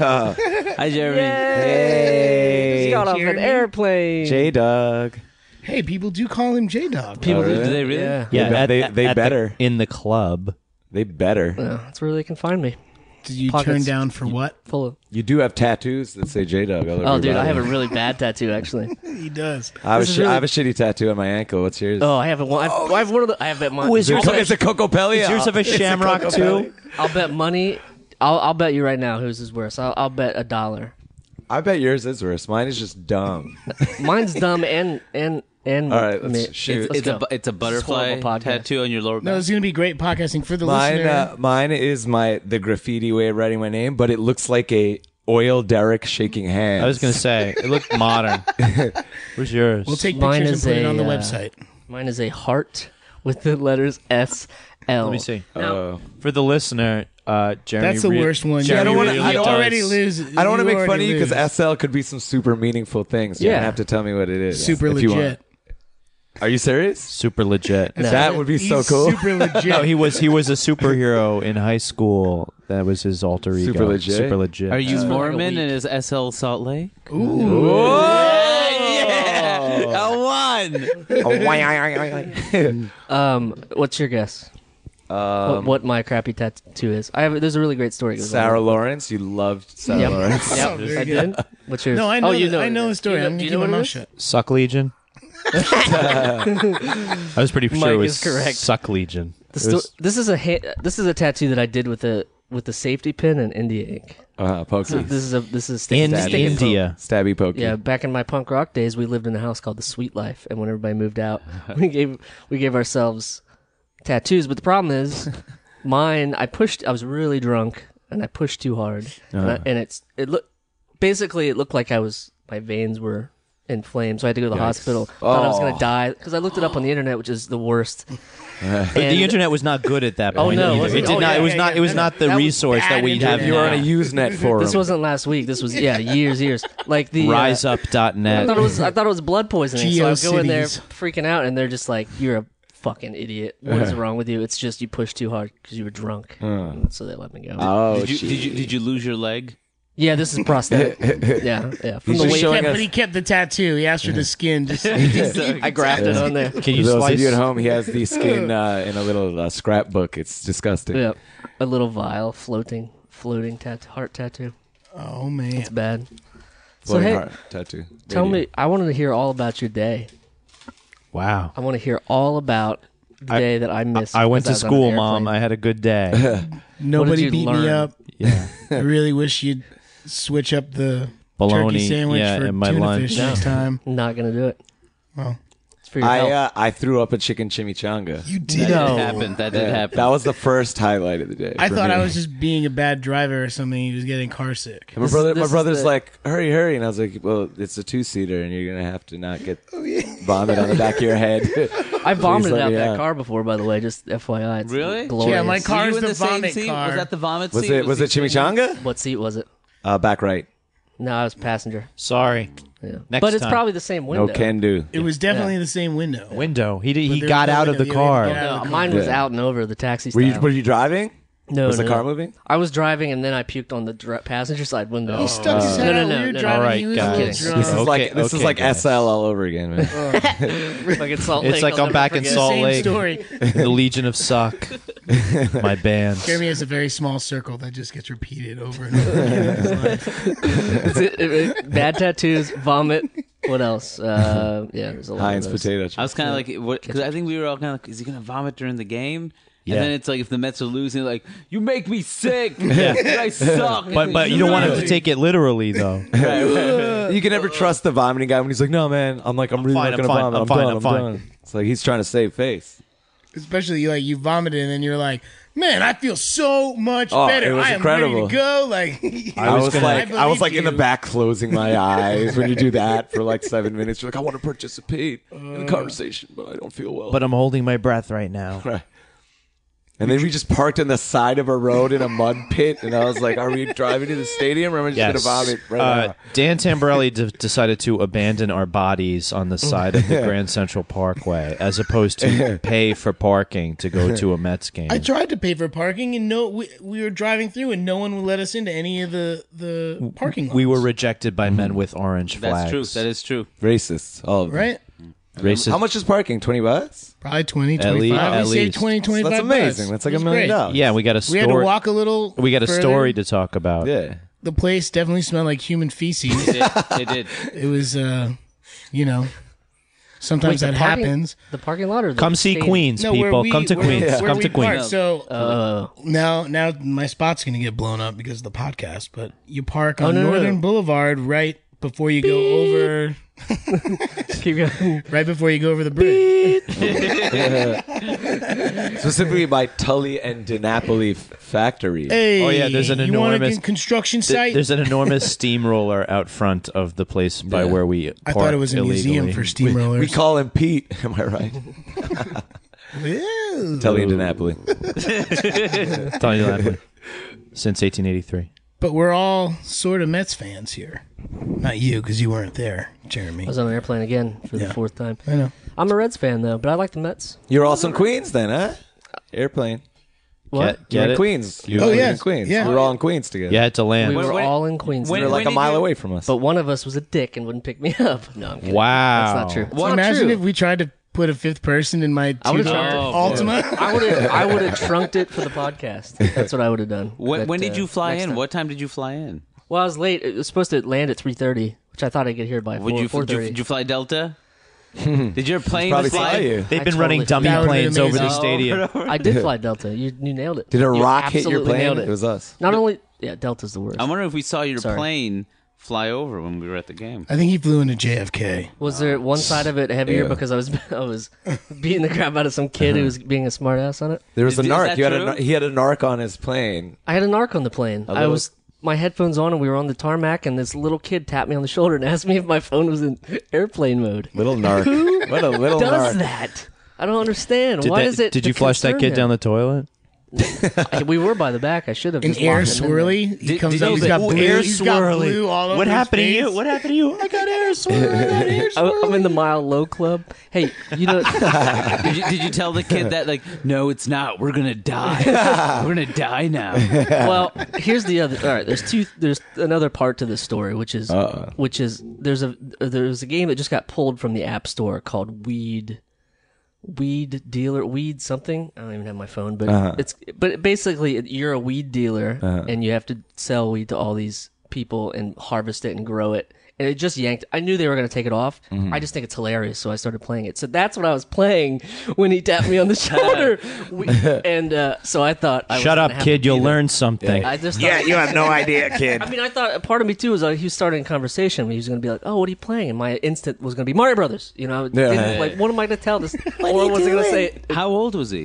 Speaker 9: Hi, Jeremy.
Speaker 6: He got off an
Speaker 8: Jeremy.
Speaker 6: airplane.
Speaker 2: J Dog.
Speaker 8: Hey, people do call him J Dog.
Speaker 9: People,
Speaker 2: Oh, really?
Speaker 9: do they really?
Speaker 6: Yeah.
Speaker 2: Yeah, They- they- they
Speaker 7: the-
Speaker 2: better.
Speaker 7: in the club.
Speaker 2: They better.
Speaker 6: Yeah, that's where they can find me.
Speaker 8: Did you
Speaker 6: Pockets.
Speaker 8: turn down for what?
Speaker 6: Full of.
Speaker 2: You do have tattoos that say J Dog.
Speaker 6: Oh, dude, I have a really bad
Speaker 9: <laughs>
Speaker 6: tattoo actually.
Speaker 8: He does.
Speaker 2: I have, a
Speaker 6: this is
Speaker 2: shi- I
Speaker 6: really-
Speaker 2: have a shitty tattoo on my ankle. What's yours?
Speaker 6: Oh, I have a one. I've, I have one of the. I have that. Mon-
Speaker 2: Is yours- it's a Coco Pelli. <laughs>
Speaker 7: Is yours of a shamrock too?
Speaker 6: I'll bet money. I'll, I'll bet you right now whose is worse. I'll, I'll bet a dollar.
Speaker 2: I bet yours is worse. Mine is just dumb.
Speaker 6: Mine's dumb and and and.
Speaker 2: All right, let's
Speaker 6: ma-
Speaker 2: shoot.
Speaker 6: Let's
Speaker 9: It's a,
Speaker 6: go.
Speaker 9: bu- it's a butterfly
Speaker 6: horrible podcast.
Speaker 9: tattoo on your lower back.
Speaker 8: No, it's going to be great podcasting for the
Speaker 2: mine,
Speaker 8: listener.
Speaker 2: uh, mine is my the graffiti way of writing my name, but it looks like a oil derrick shaking hands.
Speaker 7: I was gonna say it looked modern. Where's yours?
Speaker 8: we'll take
Speaker 6: mine
Speaker 8: pictures and
Speaker 6: is
Speaker 8: put it
Speaker 6: a,
Speaker 8: on the
Speaker 6: uh,
Speaker 8: website.
Speaker 6: Mine is a heart with the letters S L.
Speaker 7: Let me see.
Speaker 9: Uh,
Speaker 2: Oh.
Speaker 7: For the listener, uh, Jeremy.
Speaker 8: That's the
Speaker 7: re-
Speaker 8: worst one.
Speaker 7: Jeremy
Speaker 2: I don't wanna-
Speaker 7: really
Speaker 2: I don't-
Speaker 7: does-
Speaker 8: already lose.
Speaker 2: I don't want to make
Speaker 8: already
Speaker 2: fun of you
Speaker 8: lose.
Speaker 2: because SL could be some super meaningful things. You're
Speaker 6: Yeah.
Speaker 2: gonna have to tell me what it is.
Speaker 8: super
Speaker 2: if you want.
Speaker 8: legit.
Speaker 2: Are you serious?
Speaker 7: Super legit.
Speaker 2: That would be so
Speaker 8: He's
Speaker 2: cool. <laughs>
Speaker 8: Super legit.
Speaker 7: No, he was he was a superhero in high school. That was his alter ego.
Speaker 2: Super legit?
Speaker 7: Super legit.
Speaker 9: Are you
Speaker 6: Uh,
Speaker 9: Mormon
Speaker 6: like a
Speaker 9: and is SL Salt Lake?
Speaker 6: Um, what's your guess?
Speaker 7: Um,
Speaker 6: what, what my crappy tattoo is? I have. There's a really great story. that goes
Speaker 2: Sarah
Speaker 6: on.
Speaker 2: Lawrence, you loved Sarah
Speaker 6: Yep.
Speaker 2: Lawrence.
Speaker 6: <laughs> Yep.
Speaker 8: <laughs> Oh, very
Speaker 6: I
Speaker 8: good.
Speaker 6: did. What's yours?
Speaker 8: No, I know.
Speaker 6: Oh, you
Speaker 8: the-
Speaker 6: know.
Speaker 8: I
Speaker 6: it
Speaker 8: know the
Speaker 6: is.
Speaker 8: story.
Speaker 6: You know-
Speaker 8: I'm
Speaker 6: do you
Speaker 8: going to
Speaker 6: know
Speaker 8: keep my
Speaker 6: what it
Speaker 8: mouth
Speaker 6: is?
Speaker 8: shut.
Speaker 7: Suck
Speaker 6: <laughs>
Speaker 7: Legion? I was pretty sure
Speaker 6: Mike
Speaker 7: it was
Speaker 6: is correct.
Speaker 7: Suck Legion.
Speaker 6: The
Speaker 7: It
Speaker 6: sto-
Speaker 7: was-
Speaker 6: this is a ha- this is a tattoo that I did with a with a safety pin and India ink.
Speaker 2: Uh, pokey.
Speaker 6: This is a this is stick-
Speaker 7: in
Speaker 6: stick and poke.
Speaker 7: India.
Speaker 2: Stabby pokey.
Speaker 6: Yeah, back in my punk rock days, we lived in a house called the Sweet Life, and when everybody moved out, <laughs> we gave we gave ourselves tattoos. But the problem
Speaker 7: <laughs>
Speaker 6: is, mine I pushed. I was really drunk, and I pushed too hard, and,
Speaker 7: Uh-huh.
Speaker 6: I, and it's it looked basically it looked like I was my veins were inflamed, so I had to go to the hospital. Thought I was gonna die because I looked it up on the internet, which is the worst. And-
Speaker 7: Oh. <laughs> the internet was not good at that
Speaker 6: Oh,
Speaker 7: point.
Speaker 6: no,
Speaker 7: either.
Speaker 6: wasn't
Speaker 7: it
Speaker 6: it?
Speaker 7: did
Speaker 6: Oh,
Speaker 7: not.
Speaker 6: yeah,
Speaker 7: it was
Speaker 6: yeah,
Speaker 7: not.
Speaker 6: yeah.
Speaker 7: It was
Speaker 6: That-
Speaker 7: not the
Speaker 6: that was
Speaker 7: resource that
Speaker 8: bad
Speaker 7: we
Speaker 8: internet.
Speaker 7: have
Speaker 2: If you were on a
Speaker 7: now.
Speaker 2: Usenet forum,
Speaker 6: This wasn't last week. This was yeah, years, years. Like the uh, I thought it
Speaker 7: RiseUp.net.
Speaker 6: was I thought it was blood poisoning. So I go in there
Speaker 8: GeoCities.
Speaker 6: freaking out, and they're just like, "You're a fucking idiot. What is wrong with you? It's just you pushed too hard because you were drunk." And so they let me go.
Speaker 2: oh,
Speaker 9: Did you, did you did you lose your leg?
Speaker 6: yeah, this is prosthetic. yeah, yeah. From
Speaker 2: He's
Speaker 6: the
Speaker 2: just
Speaker 6: way
Speaker 2: showing-
Speaker 8: Kept-
Speaker 2: us-
Speaker 8: but he kept the tattoo. He asked for the
Speaker 6: <laughs>
Speaker 8: skin. Just, <laughs>
Speaker 6: I grabbed it on there.
Speaker 7: Can
Speaker 2: For
Speaker 7: you
Speaker 2: those of
Speaker 7: slice?
Speaker 2: you at home, he has the skin uh, in a little uh, scrapbook. It's disgusting.
Speaker 6: Yeah, a little vial floating, floating tat- heart tattoo.
Speaker 8: oh man,
Speaker 6: It's bad. So
Speaker 2: Floating
Speaker 6: hey,
Speaker 2: heart tattoo.
Speaker 6: tell
Speaker 2: Radio.
Speaker 6: me, I wanted to hear all about your day.
Speaker 7: Wow.
Speaker 6: I want to hear all about the
Speaker 7: I-
Speaker 6: day that I missed.
Speaker 7: I went to
Speaker 6: because was on an
Speaker 7: school, mom.
Speaker 6: <laughs> airplane.
Speaker 7: I had a good day.
Speaker 8: nobody
Speaker 6: you
Speaker 8: beat me
Speaker 6: learn?
Speaker 8: <laughs> up.
Speaker 7: yeah.
Speaker 8: I really wish you'd switch up the turkey
Speaker 5: Bologna,
Speaker 8: sandwich
Speaker 5: yeah,
Speaker 8: for
Speaker 5: and my
Speaker 8: tuna
Speaker 5: lunch.
Speaker 8: fish
Speaker 5: No.
Speaker 8: next time.
Speaker 6: Not gonna do it.
Speaker 8: Well,
Speaker 6: It's for your
Speaker 2: I
Speaker 6: health.
Speaker 2: uh, I threw up a chicken chimichanga.
Speaker 8: you did.
Speaker 9: That happened. That did happen.
Speaker 2: That was the first highlight of the day.
Speaker 8: I
Speaker 2: for
Speaker 8: thought
Speaker 2: me.
Speaker 8: I was just being a bad driver or something. He was getting car sick.
Speaker 2: And my
Speaker 6: This-
Speaker 2: brother,
Speaker 6: this
Speaker 2: my
Speaker 6: is
Speaker 2: brother's
Speaker 6: the-
Speaker 2: like, hurry, hurry, and I was like, well, it's a two seater, and you're gonna have to not get
Speaker 7: Oh,
Speaker 2: vomit on the back of your
Speaker 7: <laughs>
Speaker 2: head.
Speaker 6: I vomited
Speaker 2: let
Speaker 6: out
Speaker 2: me
Speaker 6: that
Speaker 2: out.
Speaker 6: car before, by the way. Just FYI, it's
Speaker 9: Really?
Speaker 6: Glorious.
Speaker 8: Yeah, my
Speaker 9: Were
Speaker 8: car
Speaker 9: you
Speaker 8: is
Speaker 9: in
Speaker 8: the,
Speaker 9: same
Speaker 8: vomit
Speaker 9: seat?
Speaker 8: car.
Speaker 9: Was that the
Speaker 2: <laughs>
Speaker 9: vomit
Speaker 2: was
Speaker 9: seat?
Speaker 2: it was it
Speaker 9: he saying-
Speaker 2: chimichanga?
Speaker 6: What seat was it?
Speaker 2: Uh, back right.
Speaker 6: No, I was passenger.
Speaker 7: Sorry.
Speaker 6: Yeah.
Speaker 7: Next
Speaker 6: but it's
Speaker 7: time.
Speaker 6: probably the same window.
Speaker 2: No can do.
Speaker 8: it was definitely the same window.
Speaker 7: Window. He did,
Speaker 8: But
Speaker 7: he
Speaker 8: there
Speaker 7: got
Speaker 8: was no
Speaker 7: out of
Speaker 8: window.
Speaker 7: the
Speaker 8: You didn't
Speaker 7: car.
Speaker 8: get out of the car.
Speaker 6: Mine was
Speaker 2: Yeah.
Speaker 6: out and over the taxi
Speaker 2: Were
Speaker 6: style.
Speaker 2: you were you driving?
Speaker 6: no,
Speaker 2: was
Speaker 6: no,
Speaker 2: the
Speaker 6: no.
Speaker 2: car moving?
Speaker 6: I was driving and then I puked on the dr- passenger side window.
Speaker 8: He stuck
Speaker 5: Uh,
Speaker 8: his head
Speaker 6: no,
Speaker 8: out.
Speaker 6: no,
Speaker 8: we were
Speaker 6: no, no.
Speaker 8: driving.
Speaker 7: All right,
Speaker 8: he was
Speaker 7: guys.
Speaker 8: really
Speaker 6: This is
Speaker 8: drunk.
Speaker 2: This is like this is
Speaker 7: okay,
Speaker 2: like
Speaker 7: guys.
Speaker 2: SL all over again,
Speaker 6: Oh,
Speaker 2: man.
Speaker 6: like at Salt
Speaker 7: It's
Speaker 6: Lake,
Speaker 7: like
Speaker 6: I'll
Speaker 7: I'm
Speaker 6: never
Speaker 2: <laughs>
Speaker 7: back in
Speaker 6: forget.
Speaker 7: Salt
Speaker 8: Same
Speaker 7: Lake.
Speaker 8: story.
Speaker 7: the Legion of
Speaker 6: <laughs>
Speaker 7: Suck. My band.
Speaker 8: Jeremy has a very small circle that just gets repeated over <laughs> and over again in his life.
Speaker 6: It's it, it, it- bad tattoos, vomit. What else?
Speaker 2: <laughs>
Speaker 6: Uh, yeah, there's a lot.
Speaker 2: Heinz
Speaker 6: of those.
Speaker 2: potato
Speaker 9: I
Speaker 2: chips.
Speaker 9: was kind of like, what? Because I think we were all kind of like, is he gonna vomit during the game?
Speaker 7: Yeah.
Speaker 9: And then it's like if the Mets are losing, like you make me
Speaker 2: <laughs>
Speaker 9: sick. I suck.
Speaker 7: But but you don't want <laughs> him to take it literally though. <laughs>
Speaker 2: You can never trust the vomiting guy when he's like, "No, man, I'm like, I'm, really
Speaker 7: fine,
Speaker 2: not
Speaker 7: I'm
Speaker 2: gonna
Speaker 7: fine,
Speaker 2: vomit.
Speaker 7: I'm
Speaker 2: I'm, done.
Speaker 7: fine, I'm
Speaker 2: I'm
Speaker 7: fine."
Speaker 2: done." It's like he's trying to save face.
Speaker 8: Especially you, like you vomited and then you're like, man, I feel so much
Speaker 2: Oh,
Speaker 8: better.
Speaker 2: it was
Speaker 8: I am ready
Speaker 2: incredible.
Speaker 8: to go. <laughs> Like
Speaker 2: I was, like, I, was
Speaker 8: believed
Speaker 2: like in the
Speaker 8: you.
Speaker 2: back, closing <laughs> my eyes when you do that for like seven minutes. You're like, I want to participate in the conversation, Uh. but I don't feel well.
Speaker 7: But I'm holding my breath right now.
Speaker 2: and then we just parked on the side of a road in a mud pit, and I was like, Are <laughs> we driving to the stadium, or am I just gonna vomit right
Speaker 7: Uh,
Speaker 2: now?
Speaker 7: Dan Tamborelli d- decided to abandon our bodies on the side
Speaker 8: <laughs>
Speaker 7: of the Grand Central Parkway as opposed to pay for parking to go to a Mets game.
Speaker 8: <laughs> I tried to pay for parking and no, we, we were driving through and no one would let us into any of the the parking. Lots, Mm-hmm.
Speaker 7: we were rejected by men with orange
Speaker 9: That's
Speaker 7: flags.
Speaker 9: true. That is true.
Speaker 2: Racist, all of them.
Speaker 8: right.
Speaker 7: racist.
Speaker 2: How much is parking? Twenty bucks.
Speaker 8: Probably 20,
Speaker 7: At
Speaker 8: 25.
Speaker 7: least- at
Speaker 8: we saved
Speaker 7: least.
Speaker 8: 20, 25
Speaker 2: That's amazing.
Speaker 8: bucks.
Speaker 2: That's like
Speaker 8: It
Speaker 2: a
Speaker 8: was
Speaker 2: million
Speaker 8: great.
Speaker 2: dollars.
Speaker 7: Yeah, we got a
Speaker 8: We
Speaker 7: story.
Speaker 8: had to walk a little.
Speaker 7: we got a
Speaker 8: further.
Speaker 7: story to talk about.
Speaker 2: Yeah.
Speaker 8: The place definitely smelled like human feces.
Speaker 9: It, it did.
Speaker 8: <laughs> it was, uh, you know, sometimes
Speaker 6: Wait, the
Speaker 8: that
Speaker 6: parking-
Speaker 8: happens.
Speaker 6: The parking lot or the
Speaker 7: Come see
Speaker 6: stadium?
Speaker 7: Queens, people. Come to
Speaker 8: where-
Speaker 7: Queens.
Speaker 8: where
Speaker 7: Come
Speaker 8: we
Speaker 7: to Queens.
Speaker 8: parked, So
Speaker 6: Uh,
Speaker 8: now, now my spot's gonna get blown up because of the podcast. But you park
Speaker 6: Oh,
Speaker 8: on
Speaker 6: no, no, no.
Speaker 8: Northern Boulevard right before you go over,
Speaker 6: keep going. <laughs>
Speaker 8: right before you go over the bridge.
Speaker 2: Specifically by Tully and DiNapoli F- Factory.
Speaker 8: Hey,
Speaker 7: Oh, yeah, there's an
Speaker 8: you want
Speaker 7: enormous-
Speaker 8: a construction
Speaker 7: Th-
Speaker 8: site.
Speaker 7: There's an
Speaker 8: <laughs>
Speaker 7: enormous steamroller out front of the place by where we.
Speaker 8: I thought it was a museum
Speaker 7: <laughs>
Speaker 8: for steamrollers.
Speaker 2: We call him Pete. <laughs> Am I right?
Speaker 8: Ew.
Speaker 2: Tully and DiNapoli.
Speaker 7: steam. Since 1883.
Speaker 8: But we're all sort of Mets fans here. Not you, because you weren't there, Jeremy.
Speaker 6: I was on an airplane again for the fourth time.
Speaker 8: I know.
Speaker 6: I'm a Reds fan though, but I like the Mets.
Speaker 2: You're all some Queens then, huh? Airplane.
Speaker 6: What?
Speaker 7: Get,
Speaker 2: You're
Speaker 7: get
Speaker 2: in
Speaker 7: it?
Speaker 2: Queens. You
Speaker 8: Oh,
Speaker 2: were
Speaker 8: yeah.
Speaker 2: in Queens.
Speaker 8: Yeah.
Speaker 2: We were all in Queens together.
Speaker 7: Yeah, it's a land.
Speaker 6: We were
Speaker 9: Wait, wait.
Speaker 6: all in Queens,
Speaker 9: When-
Speaker 2: You're like
Speaker 9: when
Speaker 2: a
Speaker 9: did
Speaker 2: mile
Speaker 9: you-
Speaker 2: away from us.
Speaker 6: but one of us was a dick and wouldn't pick me <laughs> up. No, I'm kidding.
Speaker 7: Wow.
Speaker 6: That's not true. It's
Speaker 9: Well,
Speaker 6: not
Speaker 8: Imagine
Speaker 6: true.
Speaker 8: if we tried to put a fifth person in my two
Speaker 6: would've
Speaker 8: door
Speaker 6: tried to-
Speaker 7: Oh,
Speaker 8: Altima.
Speaker 6: I would have I would have trunked it for the podcast. That's what I would have done.
Speaker 9: When,
Speaker 6: But,
Speaker 9: when did
Speaker 6: uh,
Speaker 9: you fly
Speaker 6: next
Speaker 9: in?
Speaker 6: time.
Speaker 9: What time did you fly in?
Speaker 6: Well, I was late. It was supposed to land at 3:30, which I thought I'd get here by
Speaker 9: Would
Speaker 6: 4,
Speaker 9: you, did you
Speaker 6: 4:30.
Speaker 9: did you fly Delta? did your plane
Speaker 2: Probably
Speaker 9: fly?
Speaker 2: saw you.
Speaker 7: They've
Speaker 6: I
Speaker 7: been
Speaker 6: totally Oh.
Speaker 7: running dummy
Speaker 8: forgot.
Speaker 7: planes over the
Speaker 8: That
Speaker 9: would've been amazing.
Speaker 7: stadium.
Speaker 6: I did fly Delta. You, you nailed it.
Speaker 2: Did a
Speaker 6: You
Speaker 2: rock hit your
Speaker 6: absolutely
Speaker 2: plane?
Speaker 6: Nailed it.
Speaker 2: was us.
Speaker 6: Not only yeah, Delta's the worst.
Speaker 9: I'm wondering if we saw your
Speaker 6: Sorry.
Speaker 9: plane fly over when we were at the game.
Speaker 8: <laughs> I think he flew into JFK.
Speaker 6: Was there one side of it heavier
Speaker 2: Yeah. Uh-huh.
Speaker 6: because I was <laughs> I was beating the crap out of some kid who was being a smartass on it?
Speaker 2: There was a
Speaker 9: Is- is
Speaker 2: narc.
Speaker 9: that
Speaker 2: You had a,
Speaker 9: true?
Speaker 2: nar- he had a narc on his plane.
Speaker 6: I had a narc on the plane. I
Speaker 2: little-
Speaker 6: was my headphones on and we were on the tarmac and this little kid tapped me on the shoulder and <laughs> asked me if my phone was in <laughs> airplane mode.
Speaker 2: Little narc. what a little
Speaker 6: Does
Speaker 2: narc.
Speaker 6: that? I don't understand.
Speaker 7: Did
Speaker 6: Why
Speaker 7: that-
Speaker 6: is it?
Speaker 7: Did you flush that kid down the toilet? <laughs>
Speaker 6: The- we were by the back. I should have.
Speaker 8: An
Speaker 6: just
Speaker 8: air
Speaker 6: locked him in there.
Speaker 8: swirly. He comes
Speaker 7: Did
Speaker 8: up.
Speaker 7: you-
Speaker 8: He's got
Speaker 7: Ooh,
Speaker 8: blue.
Speaker 7: air
Speaker 8: He's got
Speaker 7: swirly.
Speaker 8: blue all over
Speaker 7: What
Speaker 8: his
Speaker 7: happened
Speaker 8: face.
Speaker 7: to you? What happened to you? I got
Speaker 8: <laughs>
Speaker 7: air swirly. I got air
Speaker 6: I- I'm in the mile low club. Hey,
Speaker 7: <laughs>
Speaker 6: you know,
Speaker 9: did, you, did you tell the kid that like, no, it's not. We're gonna
Speaker 8: <laughs>
Speaker 9: die. we're gonna die now.
Speaker 7: <laughs>
Speaker 6: well, here's the other. All right, there's two. There's another part to this story, which is
Speaker 7: Uh-uh.
Speaker 6: which is there's a there's a game that just got pulled from the app store called Weed, Weed Dealer, Weed something. I don't even have my phone, but
Speaker 7: Uh-huh.
Speaker 6: it's but basically it- you're a weed dealer and you have to sell weed to all these people and harvest it and grow it and it just yanked. I knew they were going to take it off.
Speaker 7: Mm-hmm.
Speaker 6: I just think it's hilarious, so I started playing it. So that's what I was playing when he tapped me on
Speaker 7: <laughs>
Speaker 6: the <laughs> shoulder, we, and uh, so I thought, I
Speaker 7: Shut
Speaker 6: wasn't
Speaker 7: up,
Speaker 6: happy
Speaker 7: kid.
Speaker 6: to
Speaker 7: You'll
Speaker 6: be there.
Speaker 7: learn something.
Speaker 6: I just
Speaker 2: Yeah,
Speaker 6: thought-
Speaker 2: you have no idea, kid.
Speaker 6: I mean, I thought part of me too was like he was starting a conversation. He was going to be like, "Oh, what are you playing?" And my instant was going to be Mario Brothers. You know, I didn't- like what am I going to
Speaker 9: <laughs>
Speaker 6: tell this? what was I going to say?
Speaker 9: How old was he?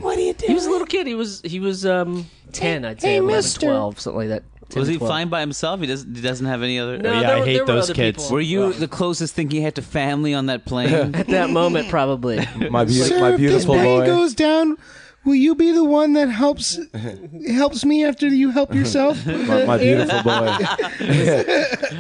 Speaker 6: He was a little kid. He was he was um ten, I'd say, 11, 12, something like that. 10
Speaker 9: Was
Speaker 6: to
Speaker 9: he
Speaker 6: 12.
Speaker 9: flying by himself? He doesn't. He doesn't have any other.
Speaker 6: No,
Speaker 7: Yeah,
Speaker 6: there
Speaker 7: I
Speaker 6: were-
Speaker 7: hate
Speaker 6: there were
Speaker 7: those
Speaker 6: other
Speaker 7: kids.
Speaker 6: people.
Speaker 9: Were you the closest thing he had to family on that plane?
Speaker 8: <laughs>
Speaker 6: at
Speaker 9: <laughs>
Speaker 6: that moment? Probably.
Speaker 2: <laughs> My, beau-
Speaker 8: Sir,
Speaker 2: my
Speaker 8: if this
Speaker 2: beautiful
Speaker 8: plane
Speaker 2: boy.
Speaker 8: goes down, will you be the one
Speaker 2: <laughs>
Speaker 8: that helps helps me after you help yourself?
Speaker 2: my, my beautiful <laughs> boy.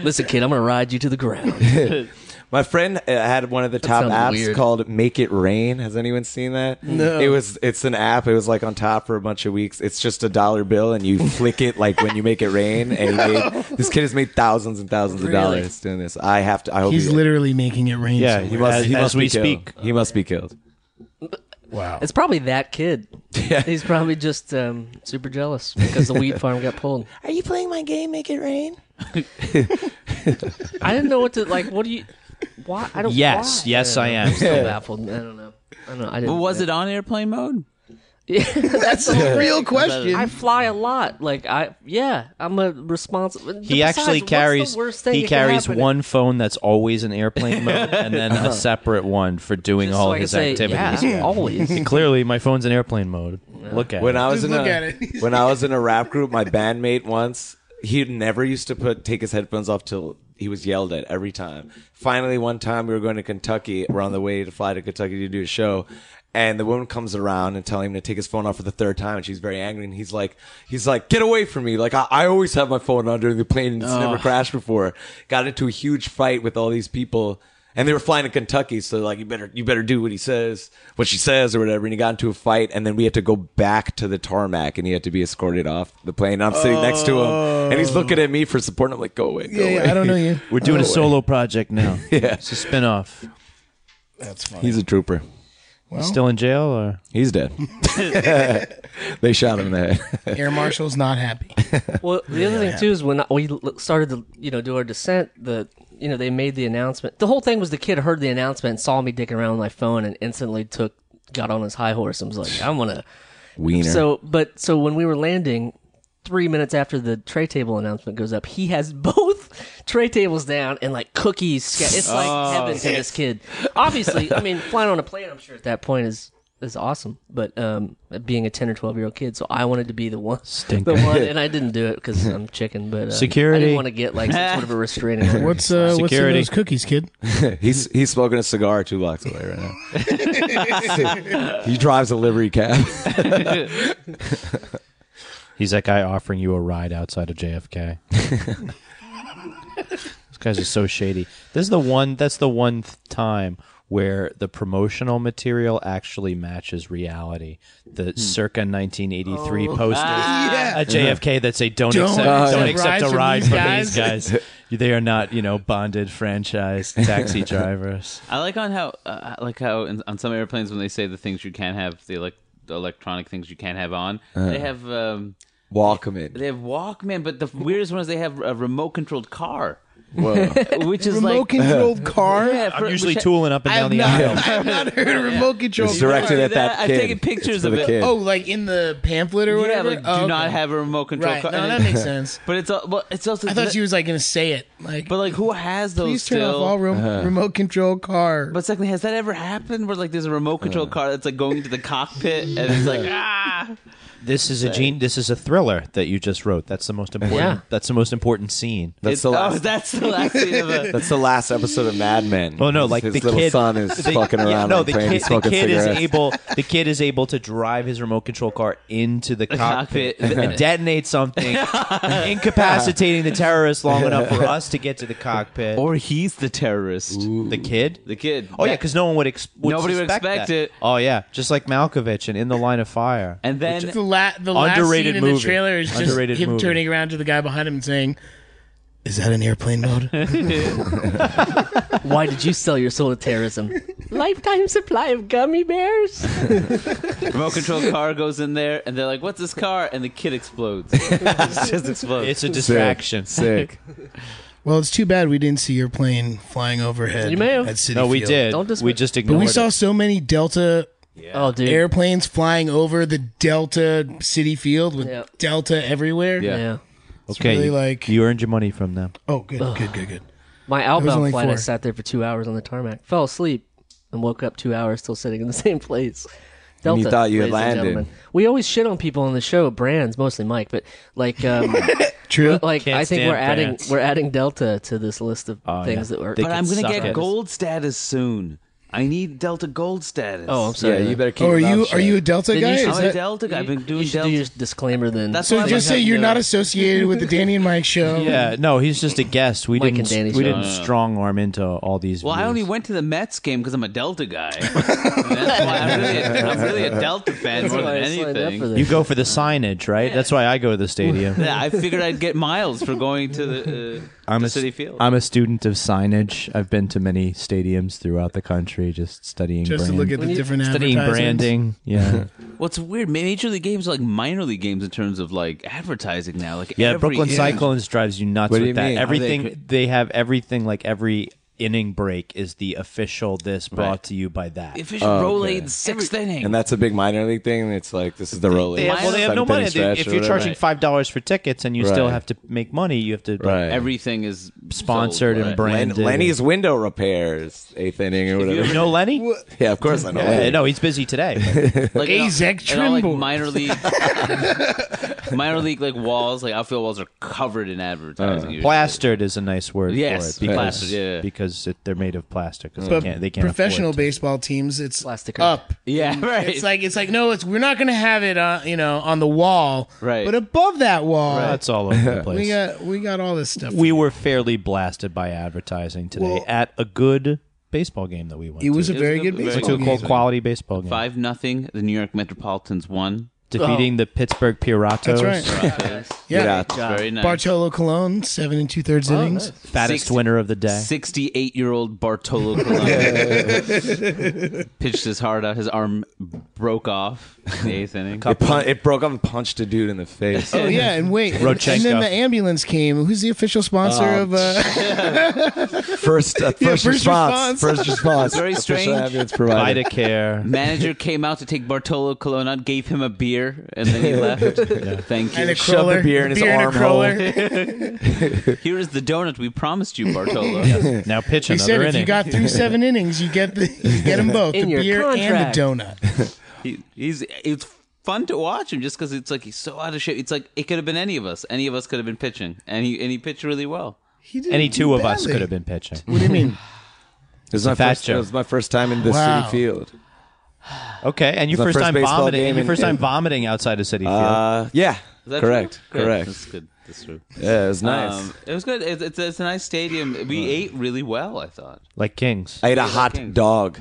Speaker 6: Listen, kid, I'm going to ride you to the ground.
Speaker 2: My friend uh, had one of the top
Speaker 6: sounds
Speaker 2: apps
Speaker 6: weird.
Speaker 2: called Make It Rain. Has anyone seen that? No. It was it's an app. It was like on top for a bunch of weeks. It's just a dollar bill and <laughs> you flick it like when you make it rain. And he made, this kid has made thousands and thousands of dollars doing this. I have to. I hope
Speaker 8: <laughs> He's
Speaker 2: he,
Speaker 8: literally making it rain.
Speaker 7: Yeah,
Speaker 8: somewhere.
Speaker 2: He must. he
Speaker 7: As-
Speaker 2: must
Speaker 7: as we
Speaker 2: be killed.
Speaker 7: speak.
Speaker 2: He must be killed.
Speaker 6: it's probably
Speaker 7: <laughs>
Speaker 6: that kid.
Speaker 2: <laughs>
Speaker 6: He's probably just um, super jealous because the weed farm got pulled.
Speaker 2: Are you playing my game? Make it rain.
Speaker 6: I didn't know what to like. What do you? Why? I don't.
Speaker 7: Yes,
Speaker 6: why?
Speaker 7: yes, I
Speaker 6: don't know.
Speaker 7: am.
Speaker 6: <laughs> I'm still baffled. I don't know. I don't know. I
Speaker 9: But
Speaker 6: didn't.
Speaker 9: was it on airplane mode?
Speaker 6: That's the real
Speaker 8: question.
Speaker 6: <laughs> I fly a lot. Like I, yeah, I'm a responsible.
Speaker 7: He actually carries he carries one phone that's always in
Speaker 6: <laughs>
Speaker 7: airplane mode and then
Speaker 6: Uh-huh.
Speaker 7: a separate one for doing all his activities.
Speaker 6: Yeah, <laughs> always.
Speaker 7: Clearly, my phone's in airplane mode. Look at
Speaker 2: When
Speaker 7: it.
Speaker 2: I was
Speaker 8: Just
Speaker 2: in
Speaker 8: look
Speaker 2: a,
Speaker 8: at it. <laughs>
Speaker 2: when I was in a rap group, my bandmate once he never used to put take his headphones off till he was yelled at every time. Finally, one time we were going to Kentucky. We're on the way to fly to Kentucky to do a show. And the woman comes around and telling him to take his phone off for the third time, and she's very angry. And he's like, "He's like, get away from me! Like I, I always have my phone on during the plane, and it's never crashed before." Got into a huge fight with all these people, and they were flying to Kentucky, so like you better you better do what he says, what she says, or whatever. And he got into a fight, and then we had to go back to the tarmac, and he had to be escorted off the plane. And I'm sitting next to him, and he's looking at me for support. and I'm like, go away, go
Speaker 8: Yeah, yeah,
Speaker 2: away. <laughs>
Speaker 8: I don't know you.
Speaker 7: We're
Speaker 9: Oh,
Speaker 7: doing a solo project now.
Speaker 9: <laughs>
Speaker 2: Yeah.
Speaker 7: It's a spin off.
Speaker 8: That's funny.
Speaker 2: He's a trooper.
Speaker 7: Still in jail or
Speaker 2: He's
Speaker 7: <laughs>
Speaker 2: dead. they shot him in the head. <laughs>
Speaker 8: Air Marshal's not happy.
Speaker 6: Well, the other thing too is when we l- started to you know do our descent, the you know they made the announcement. The whole thing was the kid heard the announcement and saw me dicking around with my phone and instantly took got on his high horse and was like, I'm gonna.
Speaker 2: Wiener.
Speaker 6: So, but so when we were landing, three minutes after the tray table announcement goes up, he has <laughs> both tray tables down and like cookies. sca- It's like
Speaker 7: Oh.
Speaker 6: heaven to this kid. Obviously, I mean, flying on a plane, I'm sure at that point is is awesome. But um, being a ten or twelve year old kid, so I wanted to be the one,
Speaker 7: Stinker.
Speaker 6: the
Speaker 7: <laughs>
Speaker 6: one, and I didn't do it because I'm chicken. But uh, I
Speaker 7: Security.
Speaker 6: didn't want to get like some sort of a restraining order.
Speaker 8: What's uh, what's in
Speaker 7: Security.
Speaker 8: those cookies, kid?
Speaker 2: he's he's smoking a cigar two blocks away right
Speaker 7: <laughs>
Speaker 2: now. he drives a livery cab.
Speaker 7: he's that guy offering you a ride outside of
Speaker 9: <laughs>
Speaker 7: JFK. Those guys are so shady. This is the one that's the one th- time where the promotional material actually matches reality.
Speaker 9: Hmm.
Speaker 7: The circa 1983
Speaker 9: Oh,
Speaker 7: posters
Speaker 8: Yeah.
Speaker 7: at
Speaker 9: <laughs>
Speaker 7: JFK that say don't,
Speaker 8: Don't
Speaker 7: accept
Speaker 8: accept
Speaker 7: don't
Speaker 8: a
Speaker 7: accept a
Speaker 8: ride
Speaker 7: ride
Speaker 8: from
Speaker 7: from
Speaker 8: these
Speaker 7: these guys. they are not, you know, bonded
Speaker 9: <laughs>
Speaker 7: franchise taxi drivers.
Speaker 9: I like on how uh, I like how in, on some airplanes when they say the things you can't have, the elec the electronic things you can't have on, they have um,
Speaker 2: Uh. Walkman.
Speaker 9: they have Walkman, but the weirdest one is they have a remote controlled car,
Speaker 2: Whoa.
Speaker 9: <laughs> which is
Speaker 8: Remote
Speaker 9: like.
Speaker 8: controlled car.
Speaker 9: <laughs> Yeah, for-
Speaker 7: I'm usually
Speaker 9: which I-
Speaker 7: tooling up and down
Speaker 8: I've
Speaker 7: the
Speaker 8: <laughs> not,
Speaker 7: aisle.
Speaker 8: I've not heard a remote control.
Speaker 2: It's directed
Speaker 9: Yeah,
Speaker 2: at that
Speaker 9: I've
Speaker 2: kid.
Speaker 9: taken pictures
Speaker 2: It's for
Speaker 9: of
Speaker 2: the
Speaker 9: it.
Speaker 2: kid.
Speaker 8: Oh, like in the pamphlet or
Speaker 9: Yeah,
Speaker 8: whatever.
Speaker 9: like do
Speaker 8: Oh,
Speaker 9: not
Speaker 8: okay.
Speaker 9: have a remote control
Speaker 8: Right.
Speaker 9: car.
Speaker 8: No,
Speaker 9: and <laughs>
Speaker 8: that
Speaker 9: it-
Speaker 8: makes sense.
Speaker 9: But it's al- well, it's also.
Speaker 8: I thought she was like gonna say it. Like,
Speaker 9: But like, who has those?
Speaker 8: please turn
Speaker 9: still?
Speaker 8: off all rem- remote control car.
Speaker 9: But secondly, has that ever happened where like there's a remote control
Speaker 2: Uh.
Speaker 9: car that's like going into the cockpit and
Speaker 2: <laughs>
Speaker 9: it's like ah?
Speaker 7: This is a gene. This is a thriller that you just wrote. That's the most important.
Speaker 6: Yeah.
Speaker 7: That's the most important scene.
Speaker 2: That's
Speaker 9: It's-
Speaker 2: the
Speaker 9: oh,
Speaker 2: last.
Speaker 9: <laughs> that's the last scene of a.
Speaker 2: That's the last episode of Mad Men.
Speaker 7: Oh no! Like
Speaker 2: his
Speaker 7: the
Speaker 2: little
Speaker 7: kid,
Speaker 2: son
Speaker 7: <laughs>
Speaker 2: is
Speaker 7: the-
Speaker 2: fucking
Speaker 7: yeah,
Speaker 2: around.
Speaker 7: no,
Speaker 2: on the
Speaker 7: the
Speaker 2: plane,
Speaker 7: kid,
Speaker 2: he's
Speaker 7: the
Speaker 2: smoking
Speaker 7: kid is
Speaker 2: cigarettes.
Speaker 7: able. The kid is able to drive his remote control car into the cockpit,
Speaker 9: cockpit.
Speaker 7: and detonate something, incapacitating the terrorist long enough for us to get to the cockpit.
Speaker 9: Or he's the terrorist.
Speaker 7: the kid.
Speaker 9: The kid.
Speaker 7: Oh yeah, because no one would, ex- would
Speaker 9: Nobody would
Speaker 7: suspect
Speaker 9: expect
Speaker 7: that.
Speaker 9: it.
Speaker 7: Oh yeah, just like Malkovich and In the Line of Fire.
Speaker 9: And then
Speaker 8: the la- the last
Speaker 7: Underrated
Speaker 8: scene in the
Speaker 7: movie.
Speaker 8: trailer is just
Speaker 7: Underrated
Speaker 8: him
Speaker 7: movie.
Speaker 8: turning around to the guy behind him and saying, "Is that an airplane mode?"
Speaker 6: Why did you sell your soul to terrorism? <laughs> Lifetime supply of gummy bears.
Speaker 9: remote control car goes in there and they're like, What's this car? And the kid explodes. it just explodes.
Speaker 7: It's a distraction.
Speaker 2: Sick.
Speaker 8: Well, it's too bad we didn't see your plane flying overhead.
Speaker 6: You may have.
Speaker 8: At City
Speaker 10: No, we
Speaker 8: Field.
Speaker 10: did.
Speaker 6: Don't dismiss-
Speaker 10: we just
Speaker 8: But
Speaker 10: ignored
Speaker 8: we saw
Speaker 10: it.
Speaker 8: so many Delta
Speaker 6: Oh, dude.
Speaker 8: airplanes flying over the Delta City Field with
Speaker 6: Yep.
Speaker 8: Delta everywhere.
Speaker 9: Yeah.
Speaker 6: yeah.
Speaker 7: Okay,
Speaker 8: really
Speaker 7: you-
Speaker 8: like-
Speaker 7: you earned your money from them.
Speaker 8: Oh, good, good, good, good.
Speaker 6: My
Speaker 8: only
Speaker 6: outbound flight, I
Speaker 8: four.
Speaker 6: sat there for two hours on the tarmac, fell asleep, and woke up two hours still sitting in the <laughs> same place. Delta,
Speaker 2: you thought you had
Speaker 6: ladies and
Speaker 2: landed.
Speaker 6: gentlemen. We always shit on people on the show, brands mostly Mike, but like,
Speaker 2: <laughs>
Speaker 6: um,
Speaker 8: True.
Speaker 6: like
Speaker 10: Can't
Speaker 6: I think we're
Speaker 10: stand
Speaker 6: adding
Speaker 10: brands.
Speaker 6: we're adding Delta to this list of
Speaker 7: Oh,
Speaker 6: things
Speaker 7: yeah.
Speaker 6: that were.
Speaker 7: They
Speaker 9: But I'm gonna
Speaker 7: suck
Speaker 9: get
Speaker 7: it.
Speaker 9: gold status soon. I need Delta gold status.
Speaker 6: oh, I'm
Speaker 2: Yeah,
Speaker 6: sorry.
Speaker 2: you better keep.
Speaker 8: Oh, are
Speaker 2: your mouth
Speaker 8: you
Speaker 2: shut.
Speaker 8: are you a Delta
Speaker 6: Then you
Speaker 8: guy?
Speaker 6: should-
Speaker 8: Is
Speaker 9: I'm a
Speaker 8: that-
Speaker 9: Delta guy. I've been
Speaker 6: you
Speaker 9: doing
Speaker 6: should
Speaker 9: Delta.
Speaker 6: do your disclaimer then.
Speaker 9: That's why
Speaker 8: so
Speaker 9: I
Speaker 8: just
Speaker 9: like
Speaker 8: say
Speaker 9: having
Speaker 8: you're
Speaker 9: the-
Speaker 8: not associated with the Danny and Mike show.
Speaker 7: <laughs> Yeah, no, he's just a guest. We
Speaker 6: Mike
Speaker 7: didn't.
Speaker 6: and Danny
Speaker 7: we
Speaker 6: show.
Speaker 7: didn't strong arm into all these.
Speaker 9: Well, I
Speaker 7: views.
Speaker 9: only went to the Mets game because I'm a Delta guy. And that's why I'm really, a, I'm really a Delta fan
Speaker 6: That's
Speaker 9: more
Speaker 6: why
Speaker 9: than
Speaker 6: I signed up for
Speaker 9: anything.
Speaker 6: this. <laughs>
Speaker 7: You go for the signage, right? That's why I go
Speaker 9: <laughs>
Speaker 7: to the stadium.
Speaker 9: Yeah, I figured I'd get miles for going to the, uh,
Speaker 7: I'm
Speaker 9: to
Speaker 7: a
Speaker 9: City Field.
Speaker 7: am a student of signage. I've been to many stadiums throughout the country, just studying.
Speaker 8: Just to
Speaker 7: brand-
Speaker 8: look at the different
Speaker 7: studying
Speaker 8: advertisements.
Speaker 7: branding.
Speaker 8: <laughs>
Speaker 7: Yeah,
Speaker 9: What's weird? ma- Major league games are like minor league games in terms of like advertising now. Like
Speaker 7: yeah.
Speaker 9: every,
Speaker 7: Brooklyn Cyclones drives you nuts
Speaker 2: What do
Speaker 7: with
Speaker 2: you
Speaker 7: that.
Speaker 2: mean? Are
Speaker 7: Everything
Speaker 2: they-
Speaker 7: they, have everything like every inning break is the official. This brought to you by that.
Speaker 9: Efficient Rolade sixth inning.
Speaker 2: And that's a big minor league thing. and It's like this is the role.
Speaker 9: have-
Speaker 7: well, they have no money. They- if you're charging five dollars for tickets and you still
Speaker 2: Right.
Speaker 7: have to make money, you have to like,
Speaker 2: Right.
Speaker 9: everything is
Speaker 7: sponsored
Speaker 9: sold,
Speaker 7: and
Speaker 9: right?
Speaker 2: Len-
Speaker 7: branded.
Speaker 2: Lenny's window repairs, eighth inning or whatever.
Speaker 7: You know Lenny?
Speaker 2: <laughs> yeah, of course I know.
Speaker 7: <laughs> Yeah,
Speaker 2: Lenny.
Speaker 7: no, he's
Speaker 9: <laughs>
Speaker 7: busy today.
Speaker 9: Like,
Speaker 8: Hey,
Speaker 9: and all-
Speaker 8: Zach
Speaker 9: and all, like,
Speaker 8: Trimble.
Speaker 9: minor league, <laughs> minor league like walls, like outfield walls are covered in advertising.
Speaker 7: Uh,
Speaker 9: usually.
Speaker 7: plastered is a nice word
Speaker 9: Yes,
Speaker 7: for it because
Speaker 9: plastered, yeah, yeah.
Speaker 7: because it, they're made of plastic. 'cause
Speaker 8: But
Speaker 7: they can't, they can't
Speaker 8: professional
Speaker 7: afford
Speaker 8: baseball teams, it's
Speaker 6: Plastic
Speaker 8: up.
Speaker 9: Yeah, right.
Speaker 8: <laughs> It's like it's like no, it's we're not gonna have it on you know on the wall,
Speaker 9: Right.
Speaker 8: But above that wall,
Speaker 7: to. That's
Speaker 9: <laughs>
Speaker 7: all over the
Speaker 8: we
Speaker 7: place.
Speaker 8: got we got all this stuff.
Speaker 7: We were fairly blasted by advertising today
Speaker 8: Well-
Speaker 7: at a good baseball game that we went
Speaker 8: it was
Speaker 7: to.
Speaker 8: a very
Speaker 9: good-
Speaker 8: good
Speaker 9: very
Speaker 7: Went
Speaker 8: baseball
Speaker 7: to a
Speaker 8: game.
Speaker 7: qual- quality baseball game,
Speaker 9: five Oh. nothing. The New York Metropolitans won.
Speaker 7: defeating the Pittsburgh Piratos,
Speaker 8: That's right. <laughs> yeah.
Speaker 9: Very nice.
Speaker 8: Bartolo Colon, seven and two thirds innings.
Speaker 7: fattest
Speaker 9: Six-
Speaker 7: winner of the day.
Speaker 9: 68 year old Bartolo
Speaker 7: <laughs>
Speaker 9: Colon <laughs> pitched his heart out. His arm broke off in the eighth inning.
Speaker 2: It, pun- it broke up and punched a dude in the
Speaker 7: <laughs>
Speaker 2: face.
Speaker 8: Oh yeah, and wait, and then
Speaker 7: Rodchenko.
Speaker 8: the ambulance came. Who's the official sponsor of? Uh,
Speaker 2: First, uh, first,
Speaker 8: Yeah,
Speaker 7: <laughs>
Speaker 8: first response.
Speaker 2: response. First response.
Speaker 9: Very
Speaker 2: Official
Speaker 9: strange.
Speaker 2: ambulance provider.
Speaker 9: <laughs>
Speaker 7: Vitacare.
Speaker 2: <laughs>
Speaker 9: Manager came out to take Bartolo Colon out, gave him a beer, and then he left.
Speaker 2: <laughs>
Speaker 9: Thank you.
Speaker 8: and a
Speaker 2: Shoved the
Speaker 8: crawler.
Speaker 2: beer in his
Speaker 8: and a
Speaker 2: arm
Speaker 8: crawler.
Speaker 9: <laughs> Here is the donut we promised
Speaker 2: <laughs>
Speaker 9: you, Bartolo.
Speaker 7: Now pitch
Speaker 8: We
Speaker 7: another
Speaker 8: said if
Speaker 7: inning.
Speaker 8: you got
Speaker 7: <laughs>
Speaker 8: through seven innings, you get the you get them both,
Speaker 6: In
Speaker 8: the
Speaker 6: your
Speaker 8: beer
Speaker 6: contract.
Speaker 8: and the donut.
Speaker 9: He, he's it's fun to watch him just because it's like he's so out of shape. It's like it could have been any of us. Any of us could have been pitching, and he and he pitched really well.
Speaker 8: He didn't
Speaker 7: Any
Speaker 8: do
Speaker 7: two of us
Speaker 8: badly.
Speaker 7: could have been pitching.
Speaker 8: What do you mean?
Speaker 2: It was, my
Speaker 7: fat
Speaker 2: first, it
Speaker 7: joke.
Speaker 2: was my first time in the
Speaker 8: Wow.
Speaker 2: city field.
Speaker 7: Okay, and your
Speaker 2: was my
Speaker 7: first,
Speaker 2: first
Speaker 7: time
Speaker 2: baseball
Speaker 7: vomiting.
Speaker 2: game
Speaker 7: And your
Speaker 2: in-
Speaker 7: first time
Speaker 2: in-
Speaker 7: vomiting outside of City Field.
Speaker 2: Uh, yeah,
Speaker 9: Is that
Speaker 2: correct,
Speaker 9: true? Good.
Speaker 2: correct.
Speaker 9: That's good. That's true.
Speaker 2: Yeah, it was nice.
Speaker 9: Um, it was good. It's, it's, it's a nice stadium. We ate really well. I thought.
Speaker 7: like Kings.
Speaker 2: I ate a hot dog.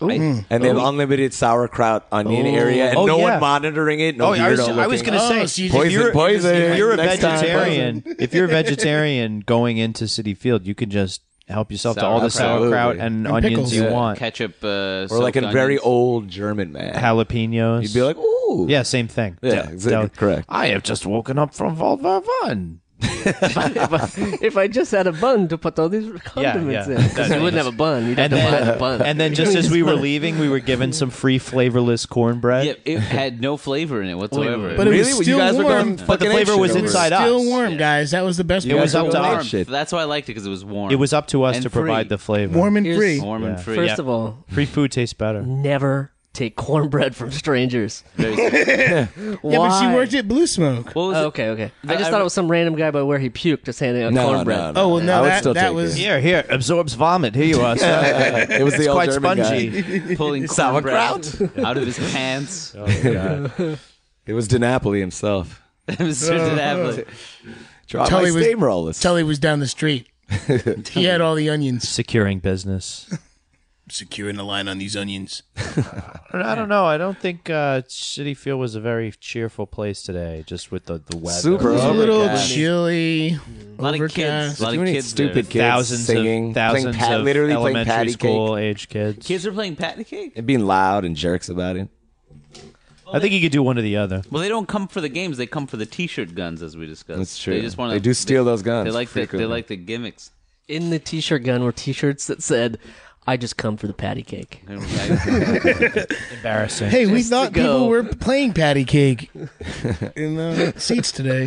Speaker 9: I-
Speaker 2: And they have unlimited sauerkraut onion area, and
Speaker 7: Oh,
Speaker 2: no
Speaker 7: yeah.
Speaker 2: one monitoring it. No
Speaker 7: Oh, I was, I was gonna
Speaker 2: to
Speaker 7: say,
Speaker 8: Oh, so you
Speaker 7: if
Speaker 8: just-
Speaker 2: Poison,
Speaker 7: you're-
Speaker 2: poison.
Speaker 7: If you're a
Speaker 2: Next time.
Speaker 7: vegetarian,
Speaker 2: <laughs>
Speaker 7: if you're a vegetarian going into City Field, you can just help yourself to all the
Speaker 9: Sauerkraut.
Speaker 7: sauerkraut and,
Speaker 8: And
Speaker 7: onions
Speaker 8: pickles.
Speaker 7: you
Speaker 8: Yeah.
Speaker 7: want,
Speaker 9: ketchup. Uh,
Speaker 2: Mm. or like
Speaker 9: soaked
Speaker 2: a very
Speaker 9: onions.
Speaker 2: old German man.
Speaker 7: jalapenos.
Speaker 2: You'd be like, ooh,
Speaker 7: yeah, same thing.
Speaker 2: Yeah,
Speaker 7: Del-
Speaker 2: exactly,
Speaker 7: del-
Speaker 2: correct.
Speaker 7: I have just woken up from Volvervan.
Speaker 6: if I just had a bun to put all these condiments
Speaker 7: yeah.
Speaker 6: in, because you wouldn't have a bun. You'd have
Speaker 7: And
Speaker 6: to buy
Speaker 7: then,
Speaker 6: a bun.
Speaker 7: and then just as we were leaving, we were given some free flavorless cornbread.
Speaker 9: Yeah, it had no flavor in it whatsoever.
Speaker 8: But it
Speaker 2: really?
Speaker 8: was
Speaker 2: Well, you
Speaker 8: still
Speaker 2: guys were
Speaker 8: warm.
Speaker 2: going
Speaker 8: But the
Speaker 2: fucking
Speaker 7: flavor
Speaker 2: apeshit
Speaker 7: was
Speaker 2: over it.
Speaker 7: inside out.
Speaker 8: Still
Speaker 7: us.
Speaker 8: warm, guys. That was the best.
Speaker 7: It
Speaker 8: part.
Speaker 7: was up to
Speaker 9: warm.
Speaker 7: us.
Speaker 2: shit.
Speaker 9: That's why I liked it because it was warm.
Speaker 7: It was up to us
Speaker 9: And
Speaker 7: to
Speaker 9: free.
Speaker 7: provide the flavor.
Speaker 8: warm and
Speaker 6: Here's-
Speaker 8: free.
Speaker 9: warm and
Speaker 7: Yeah.
Speaker 9: free.
Speaker 6: First
Speaker 7: yeah.
Speaker 6: of all,
Speaker 7: Free food tastes better.
Speaker 6: never take cornbread from strangers. Why?
Speaker 8: Yeah, but she worked at Blue Smoke.
Speaker 9: What was
Speaker 6: Oh,
Speaker 9: it?
Speaker 6: <laughs> okay, okay.
Speaker 9: The-
Speaker 6: I just
Speaker 9: I
Speaker 6: thought
Speaker 9: re-
Speaker 6: it was some random guy by where he puked just handing out
Speaker 2: No,
Speaker 6: cornbread.
Speaker 2: no, no.
Speaker 8: Oh well,
Speaker 2: I
Speaker 8: no,
Speaker 2: would
Speaker 8: that
Speaker 2: still
Speaker 8: that
Speaker 2: take
Speaker 7: <laughs>
Speaker 8: was
Speaker 7: Here, here, absorbs vomit. Here you are.
Speaker 2: it. It
Speaker 8: <laughs>
Speaker 2: was <laughs> the
Speaker 7: It's
Speaker 2: old
Speaker 7: quite
Speaker 2: German
Speaker 7: spongy.
Speaker 2: <laughs>
Speaker 7: <laughs>
Speaker 2: guy.
Speaker 9: <laughs> pulling cornbread out of his
Speaker 2: <laughs>
Speaker 9: pants. <laughs>
Speaker 2: It was DiNapoli himself.
Speaker 9: Mr. Dinapoli.
Speaker 2: Drop
Speaker 8: Tully
Speaker 2: my
Speaker 8: was-
Speaker 2: steamroll this.
Speaker 8: Tully was down
Speaker 6: <laughs>
Speaker 8: the street. he had all the onions.
Speaker 7: Securing business.
Speaker 8: Securing the line on these onions.
Speaker 7: <laughs> I don't know. I don't think uh, City Field was a very cheerful place today, just with the, the weather.
Speaker 2: Super.
Speaker 8: A
Speaker 2: overcast.
Speaker 8: little chilly.
Speaker 9: A lot of kids.
Speaker 8: Overcast.
Speaker 9: A lot
Speaker 2: Too
Speaker 9: of
Speaker 2: many
Speaker 9: kids. there.
Speaker 2: stupid kids
Speaker 7: Thousands
Speaker 2: singing,
Speaker 7: of
Speaker 2: playing
Speaker 7: thousands
Speaker 2: pat-
Speaker 7: of
Speaker 2: literally playing
Speaker 7: elementary
Speaker 2: patty
Speaker 7: school age kids.
Speaker 9: Kids are playing patty cake.
Speaker 2: and being loud and jerks about it.
Speaker 7: I think you could do one or the other.
Speaker 9: Well, they don't come for the games; they come for the T-shirt guns, as we discussed.
Speaker 2: That's true.
Speaker 9: They just want
Speaker 2: They do steal those guns
Speaker 9: They like the, they
Speaker 2: frequently.
Speaker 9: like the gimmicks.
Speaker 6: In the t-shirt gun were t-shirts that said, "I just come for the patty cake."
Speaker 7: Embarrassing.
Speaker 8: Hey, we
Speaker 6: Just to
Speaker 8: thought
Speaker 6: go.
Speaker 8: people were playing
Speaker 6: <laughs>
Speaker 8: patty cake in the seats today.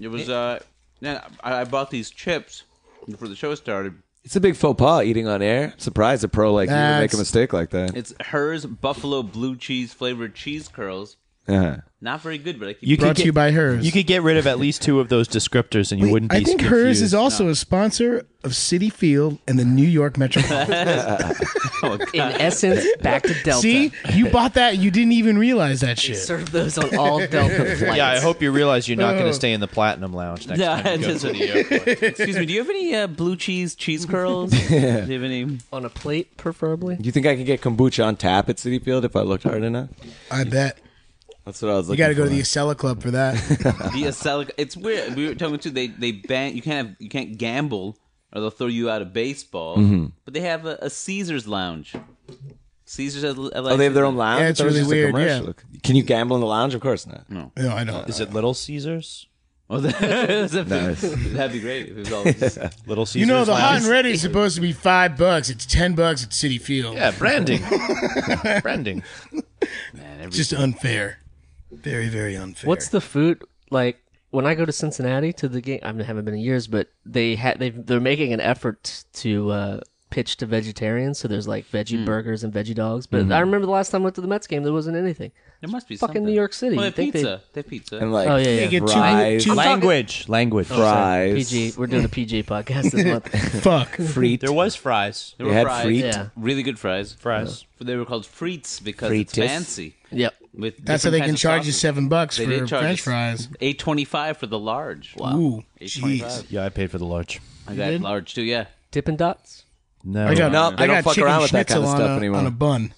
Speaker 9: It was uh, yeah, I, I bought these chips before the show started.
Speaker 2: It's a big faux pas eating on air. I'm surprised a pro like you would make a
Speaker 8: That's-
Speaker 2: mistake like that.
Speaker 9: It's hers buffalo blue cheese flavored cheese curls.
Speaker 2: Yeah.
Speaker 9: Not very good, but I keep.
Speaker 7: You
Speaker 8: Brought to you by hers.
Speaker 7: You could get rid of at least two of those descriptors, and you wouldn't be.
Speaker 8: I think hers is also a sponsor of City Field and the New York
Speaker 6: <laughs>
Speaker 8: Metro.
Speaker 6: In essence, back to Delta.
Speaker 8: See, you bought that. You didn't even realize that
Speaker 6: They
Speaker 8: shit.
Speaker 6: serve those on all Delta flights.
Speaker 7: Yeah, I hope you realize you're not
Speaker 2: Oh.
Speaker 7: going to stay in the Platinum Lounge <laughs> next
Speaker 9: Yeah,
Speaker 7: time you go
Speaker 9: it's
Speaker 7: to
Speaker 9: just-
Speaker 7: the airport.
Speaker 9: Excuse me. Do you have any uh, blue cheese <laughs> cheese curls? Do you have any?
Speaker 6: on a plate, preferably.
Speaker 2: You think I can get kombucha on tap at City Field if I looked hard enough?
Speaker 8: I bet
Speaker 2: That's what I was
Speaker 8: you
Speaker 2: looking
Speaker 8: got to go to
Speaker 2: for.
Speaker 8: the Acela Club for that. <laughs>
Speaker 9: The Acelic, it's weird. We were talking too. They they ban you can't have you can't gamble or they'll throw you out of baseball.
Speaker 2: Mm-hmm.
Speaker 9: But they have a, a Caesar's lounge. Caesar's. has a-
Speaker 2: Oh, they have their own lounge?
Speaker 8: Yeah, it's
Speaker 2: That was
Speaker 8: really
Speaker 2: just a
Speaker 8: weird, yeah.
Speaker 2: commercial. Can you gamble in the lounge? Of course not.
Speaker 8: no, I know.
Speaker 7: Is it Little Caesars?
Speaker 9: <laughs> Oh, that- That'd be great. If it was
Speaker 2: <laughs>
Speaker 9: all just,
Speaker 7: Little Caesars.
Speaker 8: You know, the hot
Speaker 7: Lounge?
Speaker 8: and ready is supposed to be five bucks. It's ten bucks at City Field.
Speaker 7: Yeah, <laughs> branding. branding.
Speaker 8: It's just unfair. Very, very unfair.
Speaker 6: What's the food like? When I go to Cincinnati to the game, I mean, I haven't been in years, but they ha- they they're making an effort to uh, pitch to vegetarians. So there's like veggie burgers and veggie dogs. But I remember the last time I went to the Mets game, there wasn't anything.
Speaker 9: there must be
Speaker 6: Fucking
Speaker 9: something.
Speaker 6: New York City.
Speaker 9: Well, they have
Speaker 6: Think they-
Speaker 9: pizza. They, have pizza.
Speaker 2: And like,
Speaker 6: Oh, yeah, yeah.
Speaker 8: They get two-
Speaker 2: fries,
Speaker 8: two-
Speaker 7: Language. Language.
Speaker 2: Oh, fries.
Speaker 6: PG, we're doing a PG podcast this month. <laughs>
Speaker 8: <laughs> fuck?
Speaker 7: There was fries.
Speaker 9: There
Speaker 2: They
Speaker 9: were
Speaker 2: had
Speaker 9: fries.
Speaker 2: free.
Speaker 6: yeah,
Speaker 9: Really good fries.
Speaker 7: Fries.
Speaker 9: They were called frites because it's
Speaker 2: Frites.
Speaker 9: fancy.
Speaker 6: yep.
Speaker 9: With
Speaker 8: That's how they can charge you seven bucks
Speaker 9: They
Speaker 8: for
Speaker 9: did charge
Speaker 8: French
Speaker 9: us-
Speaker 8: fries.
Speaker 9: Eight twenty-five for the large. Wow.
Speaker 8: Ooh,
Speaker 9: Eight
Speaker 8: jeez.
Speaker 9: twenty-five.
Speaker 7: Yeah, I paid for the large.
Speaker 9: I got large too. Yeah.
Speaker 6: Dippin' Dots.
Speaker 7: No.
Speaker 8: I got
Speaker 2: No, they
Speaker 8: I
Speaker 2: don't
Speaker 8: got
Speaker 2: fuck
Speaker 8: chicken
Speaker 2: around with that kind
Speaker 8: schnitzel
Speaker 2: of stuff
Speaker 8: on a,
Speaker 2: anymore.
Speaker 8: on a bun,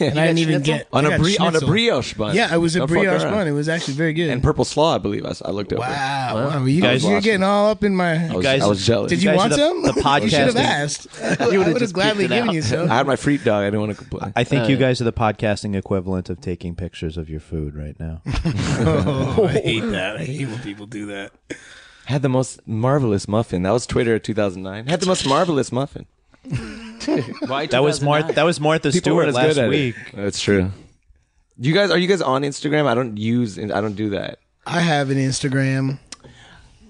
Speaker 8: and I didn't even
Speaker 6: schnitzel?
Speaker 8: get
Speaker 2: On
Speaker 8: I
Speaker 2: a,
Speaker 8: got
Speaker 2: bri- on a
Speaker 8: schnitzel.
Speaker 2: brioche bun.
Speaker 8: Yeah, it was a
Speaker 2: Don't fuck
Speaker 8: brioche
Speaker 2: around.
Speaker 8: bun. It was actually very good.
Speaker 2: And purple slaw, I believe. I, I looked over.
Speaker 8: wow, wow, you guys,
Speaker 2: was
Speaker 8: you're
Speaker 2: watching.
Speaker 8: getting all up in my.
Speaker 2: I was,
Speaker 7: guys-
Speaker 2: I was jealous.
Speaker 8: Did you
Speaker 7: guys
Speaker 8: want
Speaker 7: are the- <laughs>
Speaker 8: some?
Speaker 7: the
Speaker 8: <laughs> you should have
Speaker 7: podcasting-
Speaker 8: asked. I would have
Speaker 6: just
Speaker 8: gladly
Speaker 6: picked it
Speaker 8: given
Speaker 6: out.
Speaker 8: you
Speaker 2: I
Speaker 8: some.
Speaker 2: had my freak dog. I didn't want to complain.
Speaker 7: I think you guys are the podcasting equivalent of taking pictures of your food right
Speaker 6: <laughs>
Speaker 7: now.
Speaker 8: Oh, I
Speaker 9: <laughs>
Speaker 8: hate that. I hate when people do that.
Speaker 2: had the most marvelous muffin. That was Twitter of 2009. Had the most marvelous muffin.
Speaker 9: Why
Speaker 7: That was Martha.
Speaker 9: 2009?
Speaker 7: That was Martha
Speaker 2: People weren't
Speaker 7: Stewart
Speaker 2: as good
Speaker 7: last
Speaker 2: at it.
Speaker 7: week.
Speaker 2: That's true. You guys, are you guys on Instagram? I don't use. <laughs> I don't do that.
Speaker 8: I have an Instagram.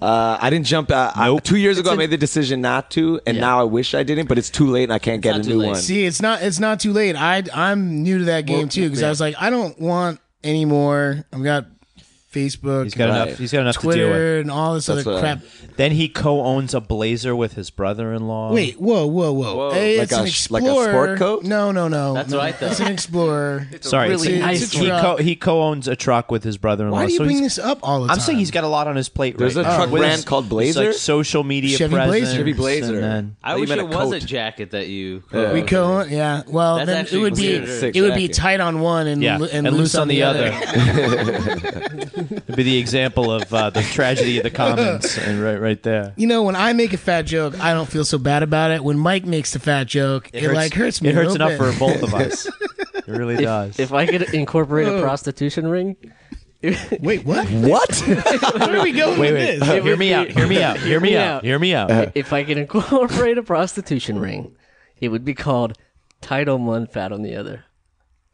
Speaker 2: Uh, I didn't jump. Uh, I- two years ago, I made the decision not to, and now I wish I didn't. But it's too late, and I can't get a
Speaker 9: not
Speaker 2: new
Speaker 9: too late.
Speaker 2: one.
Speaker 8: See, it's not it's not too late. I I'm new to that game too because I was like, I don't want any more. I've got Facebook,
Speaker 7: He's got
Speaker 2: Right.
Speaker 7: enough. He's got enough to deal with.
Speaker 8: Twitter, and all this
Speaker 2: That's
Speaker 8: other
Speaker 2: what
Speaker 8: crap.
Speaker 7: Then he co-owns a blazer with his brother-in-law.
Speaker 8: Wait, whoa, whoa, whoa! Hey,
Speaker 2: Like
Speaker 8: it's
Speaker 2: a
Speaker 8: an
Speaker 2: sh- like a sport
Speaker 8: explorer.
Speaker 2: coat?
Speaker 8: No, no, no.
Speaker 9: That's
Speaker 8: no.
Speaker 9: what I thought.
Speaker 8: It's an explorer.
Speaker 7: sorry,
Speaker 6: really
Speaker 7: it's-
Speaker 6: nice
Speaker 7: it's-
Speaker 6: one.
Speaker 7: he, co- he co-owns a truck with his brother-in-law.
Speaker 8: Why do you
Speaker 7: so
Speaker 8: bring
Speaker 7: he's-
Speaker 8: this up all the time?
Speaker 7: I'm saying he's got a lot on his plate.
Speaker 2: There's
Speaker 7: right
Speaker 2: a
Speaker 7: now.
Speaker 2: truck
Speaker 7: With
Speaker 2: brand
Speaker 7: his-
Speaker 2: called
Speaker 7: his,
Speaker 2: Blazer?
Speaker 7: like social media
Speaker 8: Chevy
Speaker 7: presence.
Speaker 8: Blazer. Chevy
Speaker 2: Blazer.
Speaker 7: and then-
Speaker 9: I
Speaker 2: They
Speaker 9: wish
Speaker 2: meant
Speaker 9: it
Speaker 2: a
Speaker 9: was a
Speaker 2: coat.
Speaker 9: jacket that you.
Speaker 8: we co Yeah. Well,
Speaker 9: That's
Speaker 8: then it
Speaker 9: actually
Speaker 8: would be
Speaker 9: considered- Sick
Speaker 8: it would be
Speaker 2: jacket.
Speaker 8: tight on one and
Speaker 7: yeah,
Speaker 8: loo-
Speaker 7: and, loose on, the other. <laughs> It'd be the example of uh, the tragedy of the commons, and right, right there.
Speaker 8: You know, when I make a fat joke, I don't feel so bad about it. When Mike makes the fat joke, it, like hurts me.
Speaker 7: It
Speaker 8: a
Speaker 7: hurts
Speaker 8: little
Speaker 7: enough for
Speaker 8: bit.
Speaker 7: both of us. It really does.
Speaker 6: If I could incorporate a prostitution ring,
Speaker 8: Wait, what?
Speaker 2: What?
Speaker 8: <laughs> Where are we going
Speaker 7: wait, Uh,
Speaker 8: with
Speaker 7: wait.
Speaker 8: this?
Speaker 7: hear me out. Hear me out. Hear me
Speaker 6: me
Speaker 7: out.
Speaker 6: out.
Speaker 7: Hear me out.
Speaker 6: if I could incorporate a prostitution ring, it would be called tight on one, fat on the other.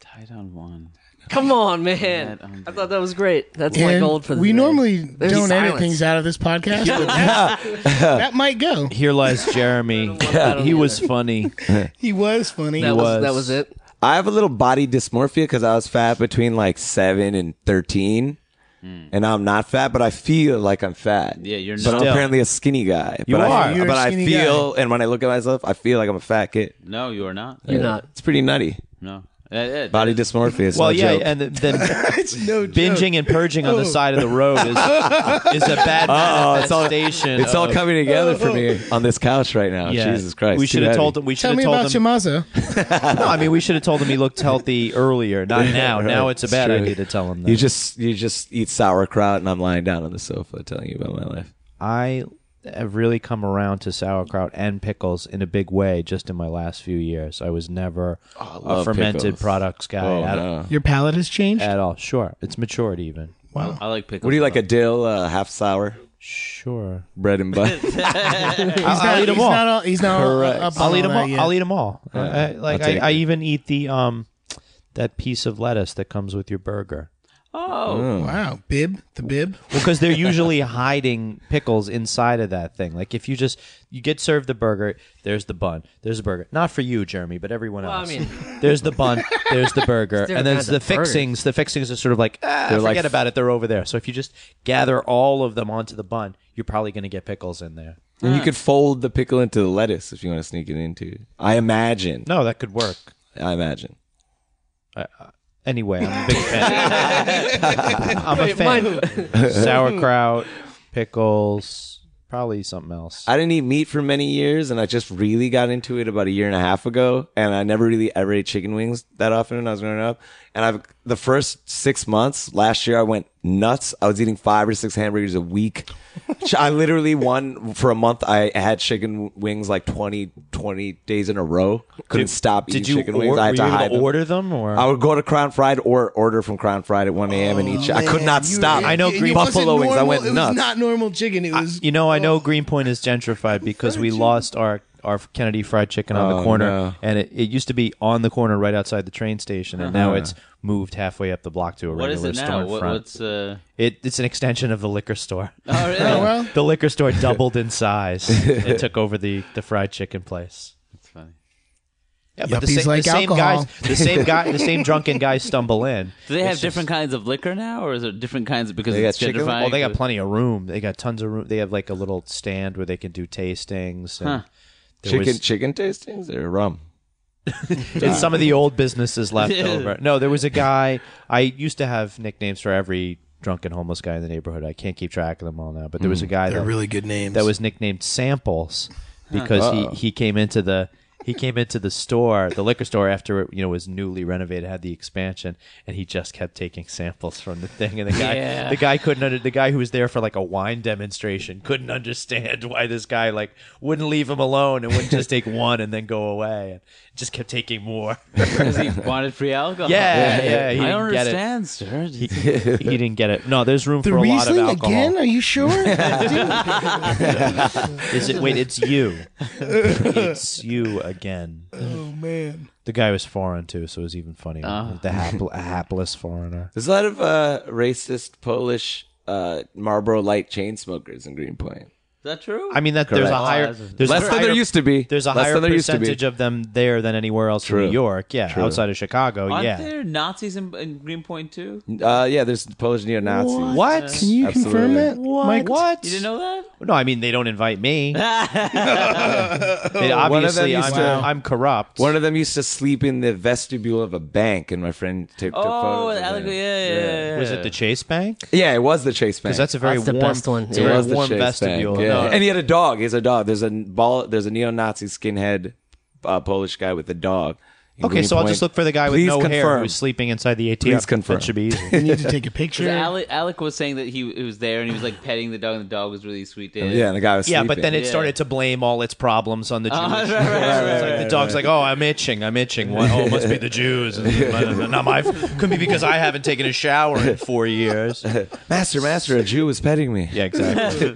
Speaker 9: Tied on one.
Speaker 6: Come on, man! I thought that was great. That's my
Speaker 8: And
Speaker 6: gold for the
Speaker 8: we
Speaker 6: day.
Speaker 8: normally
Speaker 6: There's
Speaker 8: don't edit
Speaker 6: silence.
Speaker 8: things out of this podcast, but that, that might go.
Speaker 7: Here lies Jeremy. he was funny.
Speaker 8: He was funny.
Speaker 6: That
Speaker 7: was.
Speaker 6: was that was it.
Speaker 2: I have a little body dysmorphia because I was fat between like seven and thirteen,
Speaker 7: Hmm.
Speaker 2: and I'm not fat, but I feel like I'm fat.
Speaker 9: Yeah, you're
Speaker 2: But
Speaker 9: not.
Speaker 2: I'm apparently a skinny guy.
Speaker 7: You
Speaker 2: but
Speaker 7: are.
Speaker 2: I,
Speaker 8: You're a
Speaker 2: but I
Speaker 8: skinny
Speaker 2: feel, and when I look at myself, I feel like I'm a fat kid.
Speaker 9: No, you are not.
Speaker 6: You're not.
Speaker 2: It's pretty nutty.
Speaker 9: No. Uh, Body
Speaker 2: dysmorphia is
Speaker 7: well,
Speaker 2: no
Speaker 7: yeah,
Speaker 2: joke.
Speaker 7: and th- then binging and purging on the
Speaker 2: Oh.
Speaker 7: side of the road is, is a bad
Speaker 2: Oh, it's all,
Speaker 7: manifestation.
Speaker 2: it's all
Speaker 7: of-
Speaker 2: coming together for
Speaker 7: <laughs>
Speaker 2: me on this couch right now.
Speaker 7: uh, Yeah.
Speaker 2: Jesus Christ.
Speaker 7: We
Speaker 2: too
Speaker 7: should have
Speaker 2: heavy.
Speaker 7: told him. We should
Speaker 8: Tell
Speaker 7: have
Speaker 8: me
Speaker 7: told
Speaker 8: about
Speaker 7: him.
Speaker 8: your mother.
Speaker 7: no, I mean we should have told him he looked healthy earlier, not now. Now it's a bad
Speaker 2: true.
Speaker 7: idea to tell him. That.
Speaker 2: You just you just eat sauerkraut and I'm lying down on the sofa telling you about my life.
Speaker 7: I have really come around to sauerkraut and pickles in a big way just in my last few years. I was never
Speaker 2: Oh,
Speaker 7: a
Speaker 9: love
Speaker 7: fermented
Speaker 9: pickles.
Speaker 7: products guy
Speaker 9: Oh,
Speaker 7: at,
Speaker 9: no.
Speaker 8: Your palate has changed.
Speaker 7: at all. Sure, it's matured even.
Speaker 9: I, I like pickles.
Speaker 2: What do you like? A dill, uh, half sour,
Speaker 7: Sure,
Speaker 2: bread and
Speaker 7: <laughs>
Speaker 2: butter.
Speaker 7: I'll,
Speaker 8: not-
Speaker 7: I'll eat them
Speaker 8: he's
Speaker 7: all.
Speaker 8: not all- he's not all Correct. up
Speaker 7: I'll
Speaker 8: on
Speaker 7: eat them
Speaker 8: that
Speaker 7: all.
Speaker 8: yet.
Speaker 7: I'll eat them all. I, I- like
Speaker 2: I'll
Speaker 7: I,
Speaker 2: take
Speaker 7: I
Speaker 2: it.
Speaker 7: even eat the um that piece of lettuce that comes with your burger.
Speaker 9: Oh,
Speaker 8: Wow, bib the bib.
Speaker 7: Well, because they're usually hiding pickles inside of that thing. Like if you just you get served the burger, there's the bun, there's the burger. Not for you, Jeremy, but everyone
Speaker 6: Well, I
Speaker 7: else.
Speaker 6: <laughs> mean-
Speaker 7: there's the bun, there's the burger,
Speaker 6: different
Speaker 7: and then
Speaker 6: kinds
Speaker 7: the
Speaker 6: of burgers.
Speaker 7: fixings. The fixings are sort of like ah,
Speaker 2: They're
Speaker 7: forget
Speaker 2: like-
Speaker 7: about it. They're over there. So if you just gather all of them onto the bun, you're probably going to get pickles in there.
Speaker 2: And you could fold the pickle into the lettuce if you want to sneak it into. I imagine.
Speaker 7: No, that could work.
Speaker 2: I imagine.
Speaker 7: Anyway, I'm a big fan.
Speaker 6: <laughs>
Speaker 7: I'm a fan. Sauerkraut, pickles, probably something else.
Speaker 2: I didn't eat meat for many years, and I just really got into it about a year and a half ago. And I never really ever ate chicken wings that often when I was growing up. And I've the first six months last year, I went nuts. I was eating five or six hamburgers a week. Ch- I literally one for a month. I had chicken wings like 20, 20 days in a row. Couldn't stop eating
Speaker 7: Did you,
Speaker 2: chicken wings.
Speaker 7: or-
Speaker 2: I had
Speaker 7: were
Speaker 2: to
Speaker 7: you able
Speaker 2: hide
Speaker 7: to
Speaker 2: them.
Speaker 7: order them, or
Speaker 2: I would go to Crown Fried or order from Crown Fried at 1 a.m. and eat. chi- I could not stop.
Speaker 8: You-
Speaker 7: I know
Speaker 8: it
Speaker 7: green
Speaker 8: wasn't
Speaker 2: buffalo wings. I
Speaker 8: normal-
Speaker 2: went
Speaker 8: it
Speaker 2: nuts.
Speaker 8: was not normal chicken. It was
Speaker 7: you know, I
Speaker 9: oh.
Speaker 7: know Greenpoint is gentrified because we lost our our Kennedy Fried Chicken on the
Speaker 8: Oh,
Speaker 7: corner,
Speaker 2: no.
Speaker 7: and it, it used to be on the corner right outside the train station, and
Speaker 8: Uh-huh.
Speaker 7: now it's moved halfway up the block to a
Speaker 9: what is
Speaker 7: regular
Speaker 9: it now?
Speaker 7: storefront.
Speaker 9: What, what's uh?
Speaker 7: It, it's an extension of the liquor store.
Speaker 9: <laughs> Oh, really? well.
Speaker 7: the liquor store doubled in
Speaker 8: <laughs>
Speaker 7: size. it took over the, the fried chicken place.
Speaker 9: That's funny.
Speaker 7: Yeah,
Speaker 8: Yuppies like alcohol.
Speaker 7: guys, the same guy, the
Speaker 8: <laughs>
Speaker 7: same drunken guys
Speaker 9: <laughs>
Speaker 7: stumble in.
Speaker 9: Do they
Speaker 7: It's
Speaker 9: have
Speaker 7: just-
Speaker 9: different kinds of liquor now, or is there different kinds because
Speaker 2: They got
Speaker 9: it's
Speaker 2: chicken-
Speaker 9: gentrifying?
Speaker 7: Well,
Speaker 9: <laughs>
Speaker 7: Oh, they got plenty of room. They got tons of room. They have like a little stand where they can do tastings. And
Speaker 9: Huh.
Speaker 7: there
Speaker 2: chicken
Speaker 7: was-
Speaker 2: chicken tastings or rum.
Speaker 7: <laughs> it's some of the old businesses left over. No, there was a guy. I used to have nicknames for every drunken homeless guy in the neighborhood. I can't keep track of them all now. But there was a guy
Speaker 8: they're
Speaker 7: that
Speaker 8: really good names.
Speaker 7: that was nicknamed Samples because he, he came into the he came into the store, the liquor store after it you know was newly renovated, had the expansion, and he just kept taking samples from the thing. And the guy
Speaker 9: Yeah.
Speaker 7: the guy couldn't under, the guy who was there for like a wine demonstration couldn't understand why this guy like wouldn't leave him alone and wouldn't just <laughs> take one and then go away and just kept taking more.
Speaker 9: because he wanted free alcohol. <laughs>
Speaker 7: Yeah, yeah, he
Speaker 9: I don't
Speaker 7: didn't get it.
Speaker 9: understand, sir.
Speaker 7: <laughs> He, he didn't get it. No, there's room
Speaker 8: the
Speaker 7: for a lot of
Speaker 8: Riesling
Speaker 7: alcohol.
Speaker 8: again. Are you sure?
Speaker 7: Is it? Wait, it's <laughs> you. it's you again.
Speaker 8: oh man,
Speaker 7: The guy was foreign too, so it was even funnier. The hap- a hapless foreigner.
Speaker 2: There's a lot of uh, racist Polish uh, Marlboro Light chain smokers in Greenpoint.
Speaker 9: Is that true?
Speaker 7: I mean that there's a
Speaker 2: Correct.
Speaker 7: higher there's
Speaker 2: Less
Speaker 7: a
Speaker 2: than
Speaker 7: higher,
Speaker 2: there used to be.
Speaker 7: There's a
Speaker 2: Less
Speaker 7: higher
Speaker 2: than there used to be.
Speaker 7: percentage of them there than anywhere else in
Speaker 2: True.
Speaker 7: New York. Yeah,
Speaker 2: True.
Speaker 7: outside of Chicago.
Speaker 9: aren't
Speaker 7: yeah.
Speaker 9: there Nazis in, in Greenpoint too? You
Speaker 2: Uh, yeah, there's Polish neo Nazis.
Speaker 7: What?
Speaker 8: can you confirm that, Mike?
Speaker 7: What?
Speaker 9: didn't know that?
Speaker 7: No, I mean they don't
Speaker 2: <laughs>
Speaker 7: invite me. They obviously,
Speaker 2: used
Speaker 7: I'm,
Speaker 2: to-
Speaker 7: I'm corrupt.
Speaker 2: One of them used to sleep in the vestibule of a bank, and my friend took, took
Speaker 9: Oh,
Speaker 2: photos. of
Speaker 9: Alec-
Speaker 2: him.
Speaker 9: yeah, yeah, yeah, yeah.
Speaker 7: was it the Chase Bank?
Speaker 2: Yeah, it was the Chase Bank.
Speaker 7: Because that's a very
Speaker 6: That's the
Speaker 7: warm,
Speaker 6: best one.
Speaker 7: It's
Speaker 6: It
Speaker 7: a very
Speaker 2: was the
Speaker 7: warm
Speaker 2: Chase
Speaker 7: vestibule.
Speaker 2: Bank, yeah.
Speaker 7: No,
Speaker 2: And he had a dog. He has a dog. There's a ball. There's a neo-Nazi skinhead uh, Polish guy with a dog. in
Speaker 7: Okay, so I'll
Speaker 2: Greenpoint.
Speaker 7: just look for the guy with
Speaker 2: Please
Speaker 7: no hair
Speaker 2: confirm.
Speaker 7: who's sleeping inside the ATM.
Speaker 2: Please confirm.
Speaker 7: That should be easy.
Speaker 2: <laughs>
Speaker 8: You need to take a picture.
Speaker 9: Because Alec, Alec was saying that he, he was there and he was like petting the dog, and the dog was really sweet to him.
Speaker 2: Yeah, and the guy was.
Speaker 7: Yeah,
Speaker 2: sleeping.
Speaker 7: but then it
Speaker 9: Yeah. Oh,
Speaker 7: started to blame all its problems
Speaker 9: <laughs>
Speaker 7: on the Jews.
Speaker 9: right, right,
Speaker 7: It's like the dog's like, "Oh, I'm itching. I'm itching. What? Oh, it must be the Jews. Not my. Could be because I haven't taken a shower in four years."
Speaker 2: master, master, a Jew was petting me.
Speaker 7: Yeah, exactly.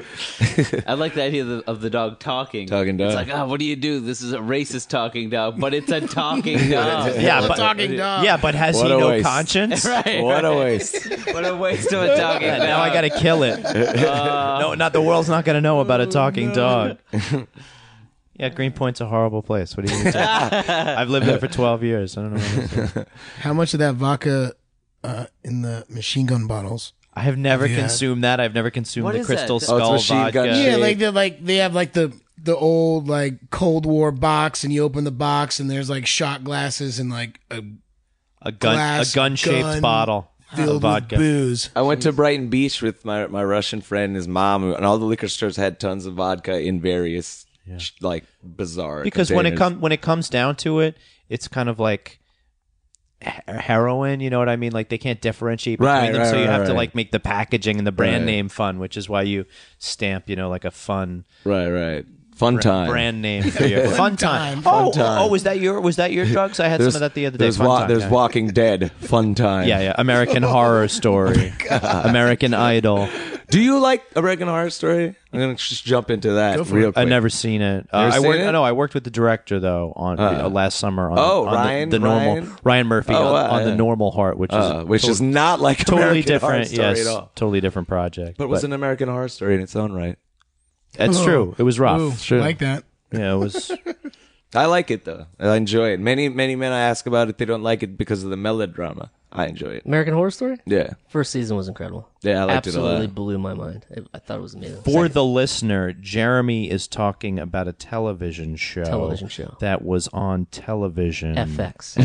Speaker 9: I like the idea of the, of the dog talking.
Speaker 2: Talking dog.
Speaker 9: It's like, ah, what do you do? This is a racist talking dog, but it's a talking dog.
Speaker 7: Yeah, but
Speaker 8: talking dog.
Speaker 7: <laughs> yeah, but has
Speaker 2: What
Speaker 7: he
Speaker 2: a
Speaker 7: no
Speaker 2: waste.
Speaker 7: conscience?
Speaker 9: <laughs>
Speaker 7: <laughs>
Speaker 9: Right,
Speaker 2: What a
Speaker 9: right.
Speaker 2: waste.
Speaker 9: What a waste of a talking
Speaker 7: Yeah,
Speaker 9: dog.
Speaker 7: now I gotta kill it.
Speaker 9: Uh.
Speaker 7: no, not the world's not gonna know about a talking
Speaker 9: Oh,
Speaker 7: dog. Yeah, Greenpoint's a horrible place. What do
Speaker 9: <laughs>
Speaker 7: you mean? I've lived there for twelve years. I don't know. What it is.
Speaker 8: How much of that vodka uh, in the machine gun bottles?
Speaker 7: I have never
Speaker 8: Yeah.
Speaker 7: consumed that. I've never consumed
Speaker 9: What
Speaker 7: the
Speaker 9: is that? Oh,
Speaker 7: Crystal
Speaker 9: it's
Speaker 7: Skull
Speaker 2: machine gun
Speaker 7: vodka.
Speaker 8: Yeah,
Speaker 2: Shit.
Speaker 8: like they like they have like the the old like Cold War box, and you open the box, and there's like shot glasses and like a
Speaker 7: A gun,
Speaker 8: glass
Speaker 7: a gun-shaped
Speaker 8: gun
Speaker 7: bottle
Speaker 8: filled
Speaker 7: of
Speaker 8: with
Speaker 7: vodka.
Speaker 8: booze.
Speaker 2: I went to Brighton Beach with my my Russian friend and his mom, and all the liquor stores had tons of vodka in various sh- like bizarre.
Speaker 7: because when it
Speaker 2: containers.
Speaker 7: comes when it comes down to it, it's kind of like he- heroin. You know what I mean? Like they can't differentiate between
Speaker 2: Right,
Speaker 7: them,
Speaker 2: right,
Speaker 7: so you
Speaker 2: right,
Speaker 7: have to
Speaker 2: right.
Speaker 7: like make the packaging and the brand
Speaker 2: Right.
Speaker 7: name fun, which is why you stamp, you know, like a fun
Speaker 2: right, right, fun time, <laughs>
Speaker 7: brand name for your fun time. oh,
Speaker 2: time.
Speaker 7: oh, was that your was that your drugs? I had some of that the other day.
Speaker 2: There's,
Speaker 7: fun
Speaker 2: wa-
Speaker 7: time,
Speaker 2: there's
Speaker 7: yeah.
Speaker 2: Walking Dead,
Speaker 7: <laughs>
Speaker 2: fun time.
Speaker 7: Yeah, yeah. American
Speaker 2: <laughs>
Speaker 7: Horror Story,
Speaker 2: Oh
Speaker 7: American Idol.
Speaker 2: Do you like American Horror Story? I'm gonna just jump into that real quick.
Speaker 7: I've never seen it. Uh,
Speaker 2: Never
Speaker 7: I
Speaker 2: seen
Speaker 7: worked.
Speaker 2: it? Uh-huh.
Speaker 7: No, I worked with the director though on uh, last summer on,
Speaker 2: Oh,
Speaker 7: on the-
Speaker 2: Ryan-
Speaker 7: the, normal
Speaker 2: Ryan?
Speaker 7: Ryan Murphy
Speaker 2: Oh,
Speaker 7: on,
Speaker 2: wow,
Speaker 7: on the
Speaker 2: yeah.
Speaker 7: normal heart, which
Speaker 2: Uh,
Speaker 7: is
Speaker 2: which
Speaker 7: tot-
Speaker 2: is not like
Speaker 7: totally
Speaker 2: American Horror
Speaker 7: different.
Speaker 2: Story at
Speaker 7: yes,
Speaker 2: all.
Speaker 7: totally different project.
Speaker 2: but it was an American Horror Story in its own right.
Speaker 7: That's true. It was rough.
Speaker 8: Oh. Ooh,
Speaker 2: Sure.
Speaker 8: Like that.
Speaker 7: <laughs> Yeah,
Speaker 2: <laughs>
Speaker 7: it was.
Speaker 2: I like it though. I enjoy it. Many many men I ask about it, they don't like it because of the melodrama. I enjoy it.
Speaker 6: American Horror Story?
Speaker 2: Yeah.
Speaker 6: First season was incredible.
Speaker 2: Yeah, I liked it a lot.
Speaker 6: Absolutely blew my mind. I, I thought it was amazing.
Speaker 7: For the listener, Jeremy is talking about a television show.
Speaker 6: Television show.
Speaker 7: that was on television.
Speaker 6: FX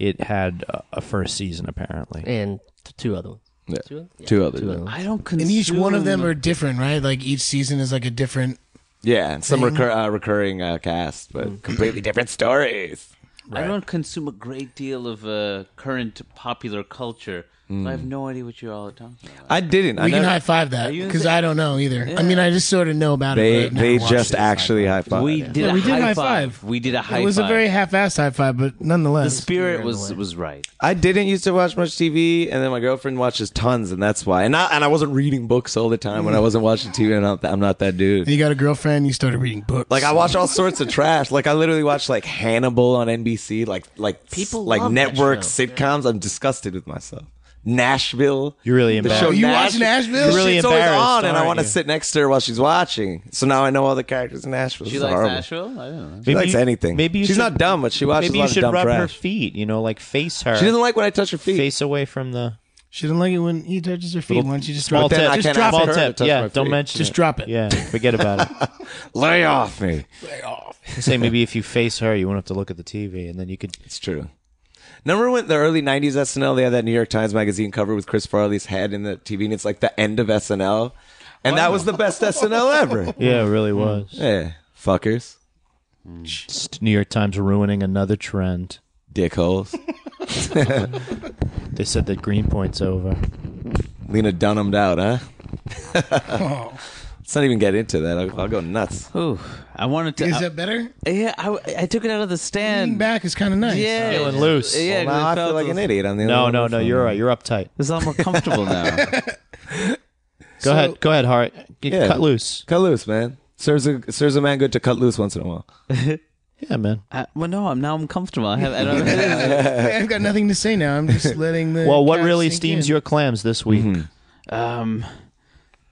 Speaker 7: It had a, a first season apparently.
Speaker 6: <laughs> and t- two other ones. Two, other- yeah,
Speaker 2: Two others.
Speaker 6: Two other ones.
Speaker 9: I don't consume.
Speaker 8: And each one of them are different, right? Like each season is like a different.
Speaker 2: Yeah, and some recur- uh, recurring uh, cast, but completely different stories.
Speaker 9: I don't consume a great deal of uh, current popular culture. So I have no idea what you're all talking about.
Speaker 2: <laughs> I didn't. I
Speaker 8: We can
Speaker 2: never-
Speaker 8: high five that
Speaker 9: you
Speaker 8: because
Speaker 9: insane?
Speaker 8: I don't know either. I mean, I just sort of know about
Speaker 2: they
Speaker 8: it. but I
Speaker 2: they
Speaker 8: never watched
Speaker 2: just
Speaker 8: it.
Speaker 2: actually high five.
Speaker 9: we did.
Speaker 8: Yeah,
Speaker 9: a
Speaker 8: we did
Speaker 9: high,
Speaker 8: high
Speaker 9: five.
Speaker 8: five.
Speaker 9: We did a high
Speaker 8: It was
Speaker 9: five.
Speaker 8: a very half-assed high five, but nonetheless,
Speaker 9: the spirit was was right.
Speaker 2: I didn't used to watch much TV, and then my girlfriend watches tons, and that's why. And I and I wasn't reading books all the time when I wasn't watching TV. And I'm not, I'm not that dude.
Speaker 8: You got a girlfriend. You started reading books.
Speaker 2: Like I watch all sorts of trash. Like I literally watch like Hannibal on NBC. Like like
Speaker 6: People
Speaker 2: like
Speaker 6: love that
Speaker 2: network
Speaker 6: show.
Speaker 2: sitcoms. I'm disgusted with myself. Nashville.
Speaker 7: You're really embarrassed.
Speaker 8: You watch Nashville?
Speaker 2: This
Speaker 7: You're really
Speaker 2: shit's always
Speaker 7: embarrassed,
Speaker 2: on, and I
Speaker 7: aren't
Speaker 2: want to
Speaker 7: you?
Speaker 2: sit next to her while she's watching. So now I know all the characters in Nashville.
Speaker 9: She
Speaker 2: This is
Speaker 9: likes
Speaker 2: horrible.
Speaker 9: Nashville. I don't know.
Speaker 2: She likes anything.
Speaker 7: Maybe you
Speaker 2: she's
Speaker 7: should-
Speaker 2: not dumb, but she watches
Speaker 7: Maybe
Speaker 2: a lot
Speaker 7: you should
Speaker 2: of dumb
Speaker 7: rub
Speaker 2: trash.
Speaker 7: her feet. You know, like face her.
Speaker 2: She doesn't like when I touch her feet.
Speaker 7: face away from the
Speaker 8: She doesn't like it when he touches her feet. Why don't you just
Speaker 7: small
Speaker 8: drop
Speaker 2: But then
Speaker 7: tip.
Speaker 2: I
Speaker 8: Just
Speaker 2: can't
Speaker 8: drop
Speaker 7: small
Speaker 2: ask her to
Speaker 7: tip.
Speaker 2: touch
Speaker 7: yeah,
Speaker 2: my
Speaker 7: don't
Speaker 2: feet.
Speaker 7: mention.
Speaker 8: Just
Speaker 7: it.
Speaker 8: drop it.
Speaker 7: Yeah, forget about it.
Speaker 2: Lay off me.
Speaker 7: Say maybe if you face her, you won't have to look at the TV, and then you could.
Speaker 2: It's true. Remember when the early '90s SNL they had that New York Times magazine cover with Chris Farley's head in the TV, and it's like the end of SNL, and that was the best SNL ever.
Speaker 8: Mm.
Speaker 7: Yeah, it really was.
Speaker 2: Yeah, fuckers,
Speaker 7: Just New York Times ruining another trend.
Speaker 2: dickholes.
Speaker 7: They said that Greenpoint's over.
Speaker 2: Lena Dunham'd out, huh? Let's not even get into that. I'll, I'll go nuts.
Speaker 9: Ooh, I wanted to.
Speaker 8: <laughs> Is
Speaker 9: I-
Speaker 8: that better?
Speaker 9: yeah, I, I took it out of the
Speaker 8: Leaning
Speaker 9: stand.
Speaker 8: back is kind of nice. Oh,
Speaker 9: Yeah,
Speaker 7: Feeling loose.
Speaker 2: Well,
Speaker 9: Yeah,
Speaker 2: now I
Speaker 9: it
Speaker 2: feel
Speaker 9: felt
Speaker 2: like an idiot. I'm the
Speaker 9: Oh,
Speaker 7: No,
Speaker 2: only
Speaker 7: no,
Speaker 2: one
Speaker 7: no.
Speaker 2: from-
Speaker 7: You're right. You're uptight.
Speaker 9: It's a lot more comfortable now.
Speaker 2: <laughs>
Speaker 7: Go ahead. Go ahead, Hart. Get
Speaker 2: Yeah.
Speaker 7: cut loose.
Speaker 2: cut loose, man. Serves a serves a man good to cut loose once in a while.
Speaker 7: Yeah, man.
Speaker 9: I, Uh, well, no, I'm now I'm comfortable. I have.
Speaker 2: <laughs>
Speaker 9: I don't.
Speaker 8: Hey, I've got nothing to say now. I'm just letting the.
Speaker 7: Well, what
Speaker 8: couch
Speaker 7: really
Speaker 8: sink
Speaker 7: steams
Speaker 8: in.
Speaker 7: your clams this week?
Speaker 9: Mm-hmm. um,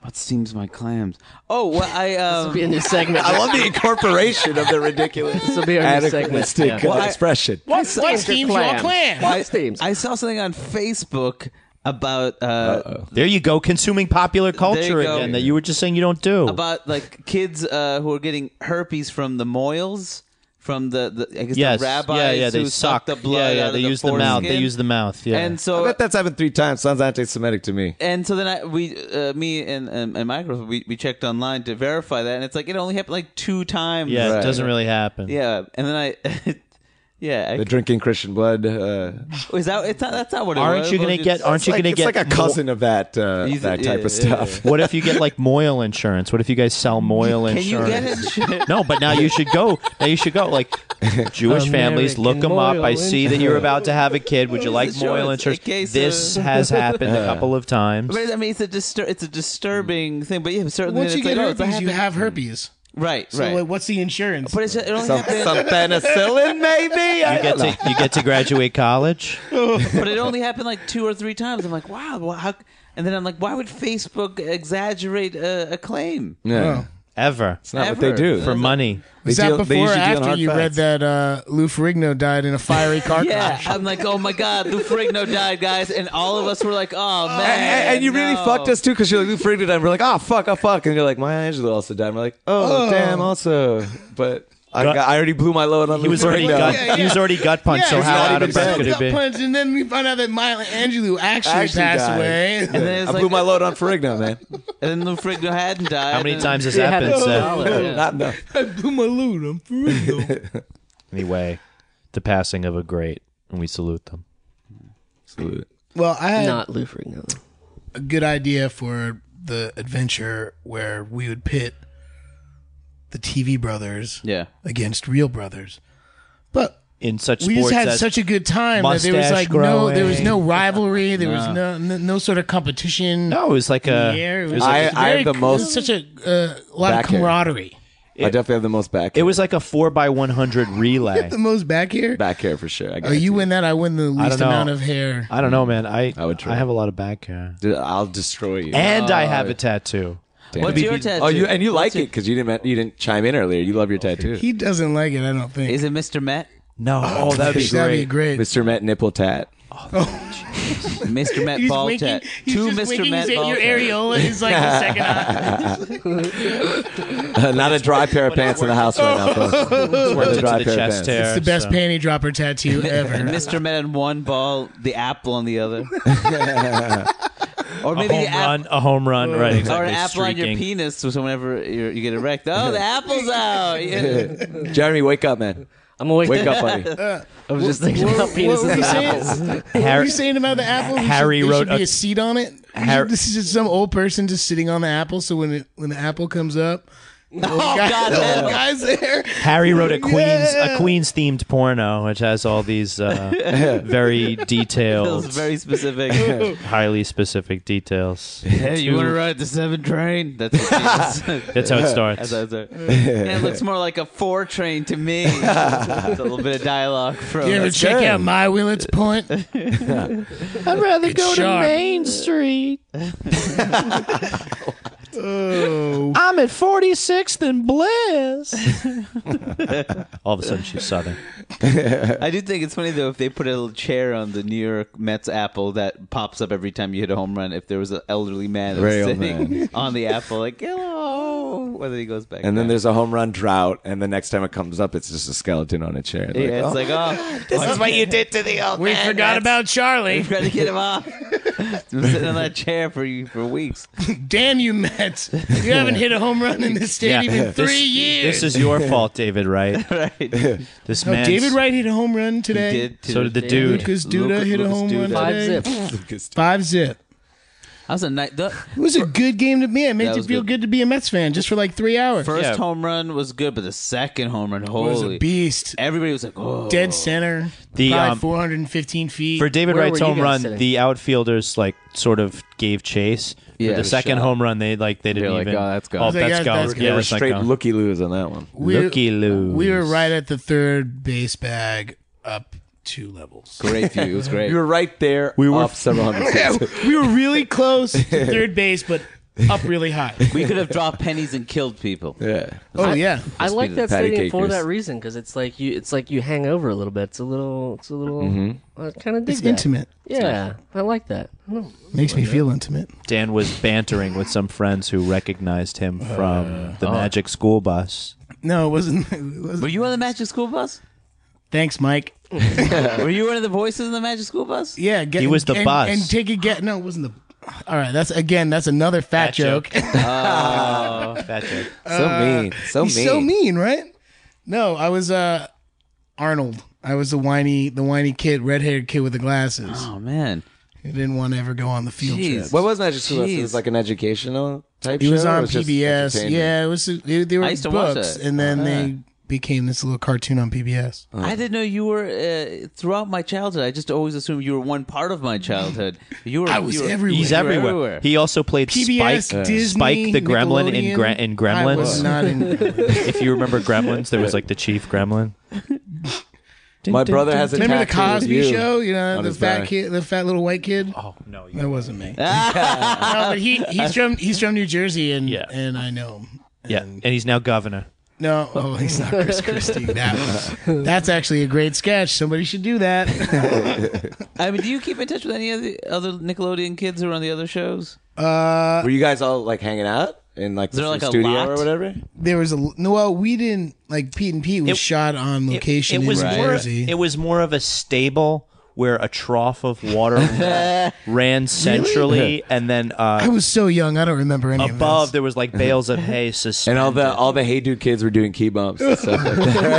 Speaker 9: what steams my clams? Oh, well,
Speaker 2: <laughs>
Speaker 9: I um.
Speaker 6: Be a new segment.
Speaker 2: I love the incorporation of the ridiculous
Speaker 6: This will be our new segment.
Speaker 2: <laughs> adequacy
Speaker 6: Yeah.
Speaker 2: of expression.
Speaker 9: What
Speaker 6: Steams your clam.
Speaker 9: I,
Speaker 6: What steams?
Speaker 9: I saw something on Facebook about uh,
Speaker 7: There you go. Consuming popular culture
Speaker 9: you go.
Speaker 7: again that you were just saying you don't do.
Speaker 9: about like kids uh, who are getting herpes from the moils. From the, the I guess
Speaker 7: yes.
Speaker 9: the rabbis
Speaker 7: yeah, yeah. They
Speaker 9: who suck
Speaker 7: suck.
Speaker 9: the blood
Speaker 7: yeah, yeah.
Speaker 9: out of
Speaker 7: they
Speaker 9: the
Speaker 7: use the mouth. They
Speaker 9: foreskin.
Speaker 7: use the mouth. Yeah.
Speaker 9: and
Speaker 2: I
Speaker 9: so
Speaker 2: bet that's happened three times. Sounds anti-Semitic to me.
Speaker 9: and so then I we uh, me and and, and my girlfriend, we we checked online to verify that, and it's like it only happened like two times.
Speaker 7: yeah,
Speaker 2: Right.
Speaker 7: it doesn't really happen.
Speaker 9: yeah, and then I. <laughs> Yeah, I
Speaker 2: The drinking Christian blood. Uh,
Speaker 9: Is that it's not, that's not what it
Speaker 7: Aren't
Speaker 9: was.
Speaker 7: you gonna
Speaker 9: It's-
Speaker 7: get- aren't
Speaker 2: it's
Speaker 7: you
Speaker 2: like,
Speaker 7: gonna
Speaker 2: it's
Speaker 7: get
Speaker 2: like a cousin of that uh,
Speaker 9: He's-
Speaker 2: that type
Speaker 9: yeah,
Speaker 2: of stuff.
Speaker 7: What if you get like Moyle insurance? What if you guys sell Moyle
Speaker 9: Can you get
Speaker 7: insurance?
Speaker 9: it?
Speaker 7: No, but now you should go. Now you should go. Like Jewish families, look them up. I see that you're about to have a kid. Would you like
Speaker 9: Insurance,
Speaker 7: Moyle
Speaker 9: in
Speaker 7: insurance?
Speaker 9: case,
Speaker 7: This
Speaker 9: uh,
Speaker 7: has happened a couple of times.
Speaker 9: But I mean, it's a distur- it's a disturbing thing. But yeah, certainly
Speaker 8: Once you
Speaker 9: it's
Speaker 8: get
Speaker 9: like, oh, it's a
Speaker 8: herpes, you
Speaker 9: habit.
Speaker 8: have herpes.
Speaker 9: right,
Speaker 8: So,
Speaker 9: right.
Speaker 8: like, what's the insurance?
Speaker 9: but it's just, it only
Speaker 2: Some,
Speaker 9: happened. <laughs>
Speaker 2: some <laughs> penicillin, maybe. I
Speaker 7: You get
Speaker 2: don't
Speaker 7: to you get to graduate college.
Speaker 9: but it only happened like two or three times. I'm like, wow, well, how? And then I'm like, why would Facebook exaggerate uh, a, a claim?
Speaker 2: know. Yeah.
Speaker 7: Ever
Speaker 2: It's not what they
Speaker 9: Ever.
Speaker 2: do.
Speaker 7: for money.
Speaker 8: Oh, Was
Speaker 2: They
Speaker 8: that
Speaker 2: deal- they
Speaker 8: before or
Speaker 2: usually deal in
Speaker 8: after
Speaker 2: hard
Speaker 8: you read
Speaker 2: facts.
Speaker 8: that uh, Lou Ferrigno died in a fiery car
Speaker 9: Yeah,
Speaker 8: crash?
Speaker 9: I'm like, oh my god, Lou Ferrigno died, guys, and all of us were like, oh man,
Speaker 2: And, and- and you really
Speaker 9: no.
Speaker 2: fucked us too because you're like, "Ah, we freaked it out. We're like, oh, fuck, oh, fuck. And you're like, Maya Angelou also died. And we're like, oh, damn, also. But I, got, I already blew my load on
Speaker 7: He
Speaker 2: the
Speaker 7: was already
Speaker 2: burn down.
Speaker 7: gut, he was already gut punched. so
Speaker 8: he's
Speaker 7: how
Speaker 8: already
Speaker 7: out of
Speaker 8: been
Speaker 7: bounds could it
Speaker 8: got
Speaker 7: be?
Speaker 8: punched, and then we found out that Maya Angelou actually,
Speaker 2: Actually
Speaker 8: passed
Speaker 2: died.
Speaker 8: away.
Speaker 2: And
Speaker 8: <laughs>
Speaker 2: then I blew my load on Ferrigno, man.
Speaker 9: And then the Frigno hadn't died.
Speaker 7: How many
Speaker 9: and-
Speaker 7: times has
Speaker 9: Yeah,
Speaker 7: that been
Speaker 9: no.
Speaker 7: said?
Speaker 9: <laughs> Yeah.
Speaker 2: <laughs> Not no.
Speaker 8: I blew my load on Ferrigno.
Speaker 7: Anyway, the passing of a great, and we salute them.
Speaker 2: Absolutely.
Speaker 8: well, I had
Speaker 6: Not Lou Ferrigno.
Speaker 8: a good idea for the adventure where we would pit the TV brothers
Speaker 9: Yeah.
Speaker 8: against real brothers, but
Speaker 7: In such
Speaker 8: we
Speaker 7: sports
Speaker 8: just had
Speaker 7: as
Speaker 8: such a good time that there was
Speaker 7: mustache
Speaker 8: like no, there was no rivalry, there was
Speaker 9: No.
Speaker 8: no, no no sort of competition.
Speaker 7: no, it was like a.
Speaker 8: Yeah,
Speaker 7: it
Speaker 8: it was
Speaker 7: was
Speaker 2: I,
Speaker 7: like,
Speaker 8: It's
Speaker 2: I
Speaker 8: very
Speaker 2: have the
Speaker 8: cool.
Speaker 2: most.
Speaker 8: such a uh, lot
Speaker 2: Back
Speaker 8: of
Speaker 2: hair.
Speaker 8: camaraderie.
Speaker 2: I definitely have the most back.
Speaker 7: it
Speaker 2: hair.
Speaker 7: was like a four by one hundred relay.
Speaker 8: The most back hair.
Speaker 2: back hair for sure. I
Speaker 8: Oh, you
Speaker 2: guarantee
Speaker 8: win that. I win the
Speaker 7: I don't
Speaker 8: least
Speaker 7: know.
Speaker 8: amount of hair.
Speaker 7: <laughs> I don't know, man. I
Speaker 2: I would try.
Speaker 7: I have a lot of back hair,
Speaker 2: Dude, I'll destroy you. Oh,
Speaker 7: and uh, I have a tattoo.
Speaker 2: Damn.
Speaker 9: What's your tattoo?
Speaker 2: Oh, you and you like it because you didn't you didn't chime in earlier. You love your tattoo,
Speaker 8: He doesn't like it. I don't think.
Speaker 9: Is it Mr. Met?
Speaker 7: No, oh, that'd be
Speaker 8: That'd be
Speaker 7: great.
Speaker 8: great.
Speaker 2: Mr. Met nipple
Speaker 9: <laughs>
Speaker 2: tat.
Speaker 9: Mr. Met
Speaker 8: He's
Speaker 9: ball
Speaker 8: winking.
Speaker 9: tat.
Speaker 8: He's
Speaker 9: Two
Speaker 8: just
Speaker 9: Mr.
Speaker 8: winking.
Speaker 9: Met
Speaker 8: He's-
Speaker 9: ball
Speaker 8: Your
Speaker 9: tat.
Speaker 8: areola is like the second eye.
Speaker 2: <laughs> Not a dry pair of pants in the house right now. folks. Just wear
Speaker 7: It's
Speaker 2: the
Speaker 7: to
Speaker 2: dry
Speaker 7: the
Speaker 2: pair of
Speaker 7: chest
Speaker 2: pants.
Speaker 7: hair.
Speaker 8: It's the best
Speaker 7: so-
Speaker 8: panty dropper tattoo
Speaker 9: And
Speaker 8: ever.
Speaker 9: Mr. Met on one ball, the apple on the other. or
Speaker 7: A
Speaker 9: maybe
Speaker 7: home
Speaker 9: the apple.
Speaker 7: run, a home run, right?
Speaker 9: Or
Speaker 7: Exactly.
Speaker 9: an apple on your
Speaker 7: streaking. <laughs>
Speaker 9: penis, so whenever you're, you get erect, oh, the apple's out.
Speaker 2: <laughs>
Speaker 9: Yeah.
Speaker 2: Jeremy, wake up, man.
Speaker 6: <laughs> I'm awake.
Speaker 2: Wake
Speaker 6: <laughs>
Speaker 2: up, buddy.
Speaker 6: I was just thinking about
Speaker 8: What
Speaker 6: penises
Speaker 8: were
Speaker 6: and
Speaker 8: you
Speaker 6: apples.
Speaker 8: saying? What were
Speaker 7: Harry-
Speaker 8: you saying about the apple? There
Speaker 7: Harry
Speaker 8: should, there
Speaker 7: wrote
Speaker 8: should be
Speaker 7: a-
Speaker 8: a, seat on it. We
Speaker 7: Har-
Speaker 8: should- this is just some old person just sitting on the apple. So when it, when the apple comes up, the old
Speaker 9: Oh,
Speaker 8: guy-
Speaker 9: God,
Speaker 8: the
Speaker 9: no.
Speaker 8: old guy's there.
Speaker 7: Harry <laughs> wrote a Queens
Speaker 8: Yeah.
Speaker 7: a Queens themed porno, which has all these uh, very
Speaker 9: Feels
Speaker 7: detailed,
Speaker 9: very specific.
Speaker 7: highly specific details.
Speaker 9: hey, you want to ride the seven train? That's what it is.
Speaker 7: That's how it starts.
Speaker 9: That's how it
Speaker 7: <laughs>
Speaker 9: starts.
Speaker 7: Mm.
Speaker 9: Man, it looks more like a four train to <laughs> me. It's a little bit of dialogue from.
Speaker 8: You ever check out my Willits Point?
Speaker 7: I'd rather
Speaker 8: go to sharp.
Speaker 7: Main Street.
Speaker 8: Oh,
Speaker 7: I'm at 46th and Bliss. all of a sudden, she's southern.
Speaker 9: I do think it's funny though if they put a little chair on the New York Mets apple that pops up every time you hit a home run. If there was an elderly man that was
Speaker 2: Very old
Speaker 9: sitting <laughs> on the apple, like hello, whether he goes back.
Speaker 2: And then
Speaker 9: down.
Speaker 2: there's a home run drought, and the next time it comes up, it's just a skeleton on a chair. Like,
Speaker 9: yeah,
Speaker 2: oh.
Speaker 9: it's like oh, this is what you did to the old.
Speaker 8: we
Speaker 9: man.
Speaker 8: forgot about
Speaker 9: <laughs>
Speaker 8: Charlie.
Speaker 9: That's- Trying to get him off. Been sitting on that chair for you for weeks. <laughs>
Speaker 8: Damn you, Mets! You haven't hit a home run in this stadium in three
Speaker 7: this,
Speaker 8: years.
Speaker 7: This is your fault, David Wright.
Speaker 8: <laughs>
Speaker 9: <laughs> Right.
Speaker 7: This
Speaker 8: no,
Speaker 7: man.
Speaker 8: David Wright hit a home run today.
Speaker 9: Did to
Speaker 7: So did the dude.
Speaker 8: Lucas Duda
Speaker 9: Luca-
Speaker 8: hit a
Speaker 9: Lucas
Speaker 8: home run
Speaker 9: Duda.
Speaker 6: Five
Speaker 8: today.
Speaker 6: zip.
Speaker 8: Five zip.
Speaker 9: That was a night. The
Speaker 8: It was a good game to me. It made
Speaker 9: That
Speaker 8: you
Speaker 9: was
Speaker 8: feel
Speaker 9: good.
Speaker 8: good. to be a Mets fan just for like three hours.
Speaker 9: first
Speaker 7: Yeah.
Speaker 9: home run was good, but the second home run,
Speaker 8: it was a
Speaker 9: holy.
Speaker 8: beast.
Speaker 9: Everybody was like, oh.
Speaker 8: Dead center.
Speaker 7: The,
Speaker 8: probably
Speaker 7: um,
Speaker 8: 415 feet.
Speaker 7: For David
Speaker 6: Where were
Speaker 7: Wright's
Speaker 6: you
Speaker 7: home
Speaker 6: guys
Speaker 7: run,
Speaker 6: sitting?
Speaker 7: the outfielders like sort of gave chase.
Speaker 9: Yeah,
Speaker 7: for the
Speaker 9: the
Speaker 7: second
Speaker 9: shot.
Speaker 7: home run, they like they didn't
Speaker 9: They're like,
Speaker 7: even.
Speaker 9: "Oh, that's gone."
Speaker 7: Oh,
Speaker 8: It's like,
Speaker 7: that's
Speaker 8: yeah,
Speaker 7: gone.
Speaker 8: that's
Speaker 7: Yeah,
Speaker 8: gone.
Speaker 2: yeah, we're
Speaker 7: it's not
Speaker 2: straight
Speaker 7: gone.
Speaker 2: looky loos on that one.
Speaker 8: We-
Speaker 7: Looky loo.
Speaker 8: we were right at the third base bag, up two
Speaker 2: oh,
Speaker 8: levels.
Speaker 9: Great view. It was
Speaker 2: <laughs>
Speaker 9: great.
Speaker 2: You were right there. We were up several <laughs> hundred feet.
Speaker 8: we were really close to third base, but up really high.
Speaker 9: we could have
Speaker 2: <laughs>
Speaker 9: dropped pennies and killed people.
Speaker 2: Yeah.
Speaker 8: Oh yeah,
Speaker 6: I like
Speaker 2: be the
Speaker 6: that
Speaker 2: patty
Speaker 6: stadium for
Speaker 2: cakers.
Speaker 6: that reason because it's like you, it's like you hang over a little bit. It's a little, it's a little, I kind of dig
Speaker 8: it's
Speaker 6: that.
Speaker 8: intimate.
Speaker 6: Yeah, I like that. I don't know.
Speaker 8: Makes me feel intimate.
Speaker 7: Dan was bantering with some friends who recognized him from the Magic School Bus.
Speaker 8: No, it wasn't. <laughs> It
Speaker 9: Were
Speaker 8: wasn't.
Speaker 9: you on the Magic School Bus?
Speaker 8: Thanks, Mike.
Speaker 9: Were you one of the voices in the Magic School Bus?
Speaker 8: Yeah, get,
Speaker 7: He was the
Speaker 8: and,
Speaker 7: boss.
Speaker 8: And take a get. No, it wasn't the. All right, that's again. That's another fat,
Speaker 7: Fat
Speaker 8: joke.
Speaker 7: joke. That joke.
Speaker 2: So mean. Uh, So mean.
Speaker 8: He's so mean, right? No, I was uh Arnold. I was the whiny, the whiny kid, red-haired kid with the glasses.
Speaker 9: Oh man,
Speaker 8: He didn't want to ever go on the field
Speaker 9: Jeez.
Speaker 8: trip.
Speaker 2: What was Magic School? Bus? It
Speaker 9: Jeez.
Speaker 2: was like an educational type
Speaker 8: He
Speaker 2: show?
Speaker 8: was
Speaker 2: or
Speaker 8: on
Speaker 2: just
Speaker 8: PBS.
Speaker 2: entertainment?
Speaker 8: Yeah, it was. They, they were
Speaker 9: I used to watch
Speaker 8: books,
Speaker 9: that.
Speaker 8: and then
Speaker 2: Ah.
Speaker 9: Oh, yeah.
Speaker 8: they became this little cartoon on PBS.
Speaker 2: Oh,
Speaker 9: I didn't know you were uh, throughout my childhood. I just always assumed you were one part of my childhood. You were.
Speaker 8: I was
Speaker 9: you were-
Speaker 8: everywhere.
Speaker 7: He's
Speaker 9: you were
Speaker 7: everywhere. He also played
Speaker 8: PBS,
Speaker 7: Spike,
Speaker 8: Disney,
Speaker 7: Uh, Spike the Gremlin in,
Speaker 8: Nickelodeon.
Speaker 7: Gra- in
Speaker 8: I was
Speaker 7: Gremlins.
Speaker 2: <laughs>
Speaker 8: not in.
Speaker 7: if you remember Gremlins, there was like the chief Gremlin.
Speaker 2: My brother has a
Speaker 8: Remember the
Speaker 2: tattoo of
Speaker 8: Cosby
Speaker 2: you
Speaker 8: Show? You know,
Speaker 2: on
Speaker 8: the
Speaker 2: his
Speaker 8: fat
Speaker 2: back.
Speaker 8: kid, the fat little white kid.
Speaker 7: Oh no, you
Speaker 8: That
Speaker 2: <laughs>
Speaker 8: wasn't me. <laughs> no, but he he's from he's from New Jersey, and
Speaker 7: Yeah.
Speaker 8: and I know him.
Speaker 7: yeah, and he's now governor.
Speaker 8: No, <laughs> oh, he's not Chris Christie. That was, that's actually a great sketch. Somebody should do that.
Speaker 9: I mean, do you keep in touch with any of the other Nickelodeon kids who are on the other shows?
Speaker 8: Uh,
Speaker 2: Were you guys all like hanging out? in like
Speaker 9: Is there,
Speaker 2: the
Speaker 9: like, a
Speaker 2: studio
Speaker 9: lot?
Speaker 2: or whatever?
Speaker 8: There was a no. Well, we didn't like Pete and Pete was shot on location
Speaker 7: it was
Speaker 8: in New
Speaker 7: more,
Speaker 8: Jersey.
Speaker 7: It was more of a stable where a trough of <laughs> water ran centrally, and then
Speaker 8: I
Speaker 7: uh,
Speaker 8: was so young. I don't remember any of
Speaker 7: above
Speaker 8: this.
Speaker 7: there was like bales of <laughs> hay
Speaker 2: And
Speaker 7: suspended.
Speaker 2: all the all the Hey Dude kids were doing key bumps and stuff like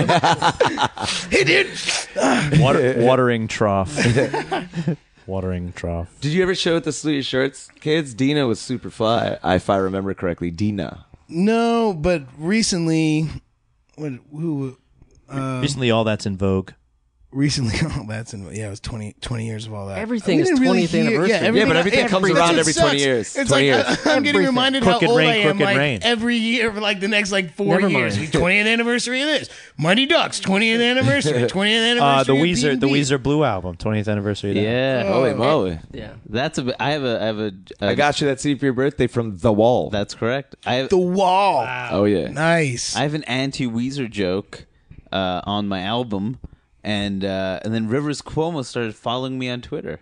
Speaker 2: that.
Speaker 7: <laughs> Water, watering <laughs> trough. watering trough.
Speaker 2: <laughs> Did you ever show it the sleeve shirts? Kids, Dina was super fly, if I remember correctly. Dina.
Speaker 8: No, but recently, what? Who?
Speaker 7: Recently, all that's in vogue.
Speaker 8: Recently, <laughs> all that's in. Yeah, it was 20, 20 years of all that.
Speaker 6: Everything
Speaker 8: We
Speaker 6: is
Speaker 8: didn't
Speaker 6: 20th anniversary. Yeah,
Speaker 2: Yeah, but everything comes
Speaker 8: it
Speaker 2: around
Speaker 8: just
Speaker 2: every 20
Speaker 8: sucks.
Speaker 2: years.
Speaker 8: It's
Speaker 2: 20
Speaker 8: like
Speaker 2: years.
Speaker 8: I, am getting reminded
Speaker 7: Crooked
Speaker 8: how old
Speaker 7: rain,
Speaker 8: I am
Speaker 7: crooked
Speaker 8: like
Speaker 7: rain.
Speaker 8: every year for like the next like four
Speaker 6: Never
Speaker 8: years. <laughs>
Speaker 6: mind.
Speaker 8: We 20th anniversary of this. Mighty Ducks 20th anniversary. 20th anniversary.
Speaker 7: Uh, the
Speaker 8: of
Speaker 7: Weezer, the
Speaker 8: B&B.
Speaker 7: Weezer Blue album, 20th anniversary. of that.
Speaker 9: Oh, Yeah,
Speaker 2: Holy moly.
Speaker 6: Yeah.
Speaker 9: that's a. I have a. I have a.
Speaker 2: I got you that CD for your birthday from The Wall.
Speaker 9: That's correct. I have.
Speaker 8: The Wall.
Speaker 2: oh, yeah.
Speaker 8: Nice.
Speaker 9: I have an anti Weezer joke uh, on my album, and uh, and then Rivers Cuomo started following me on Twitter.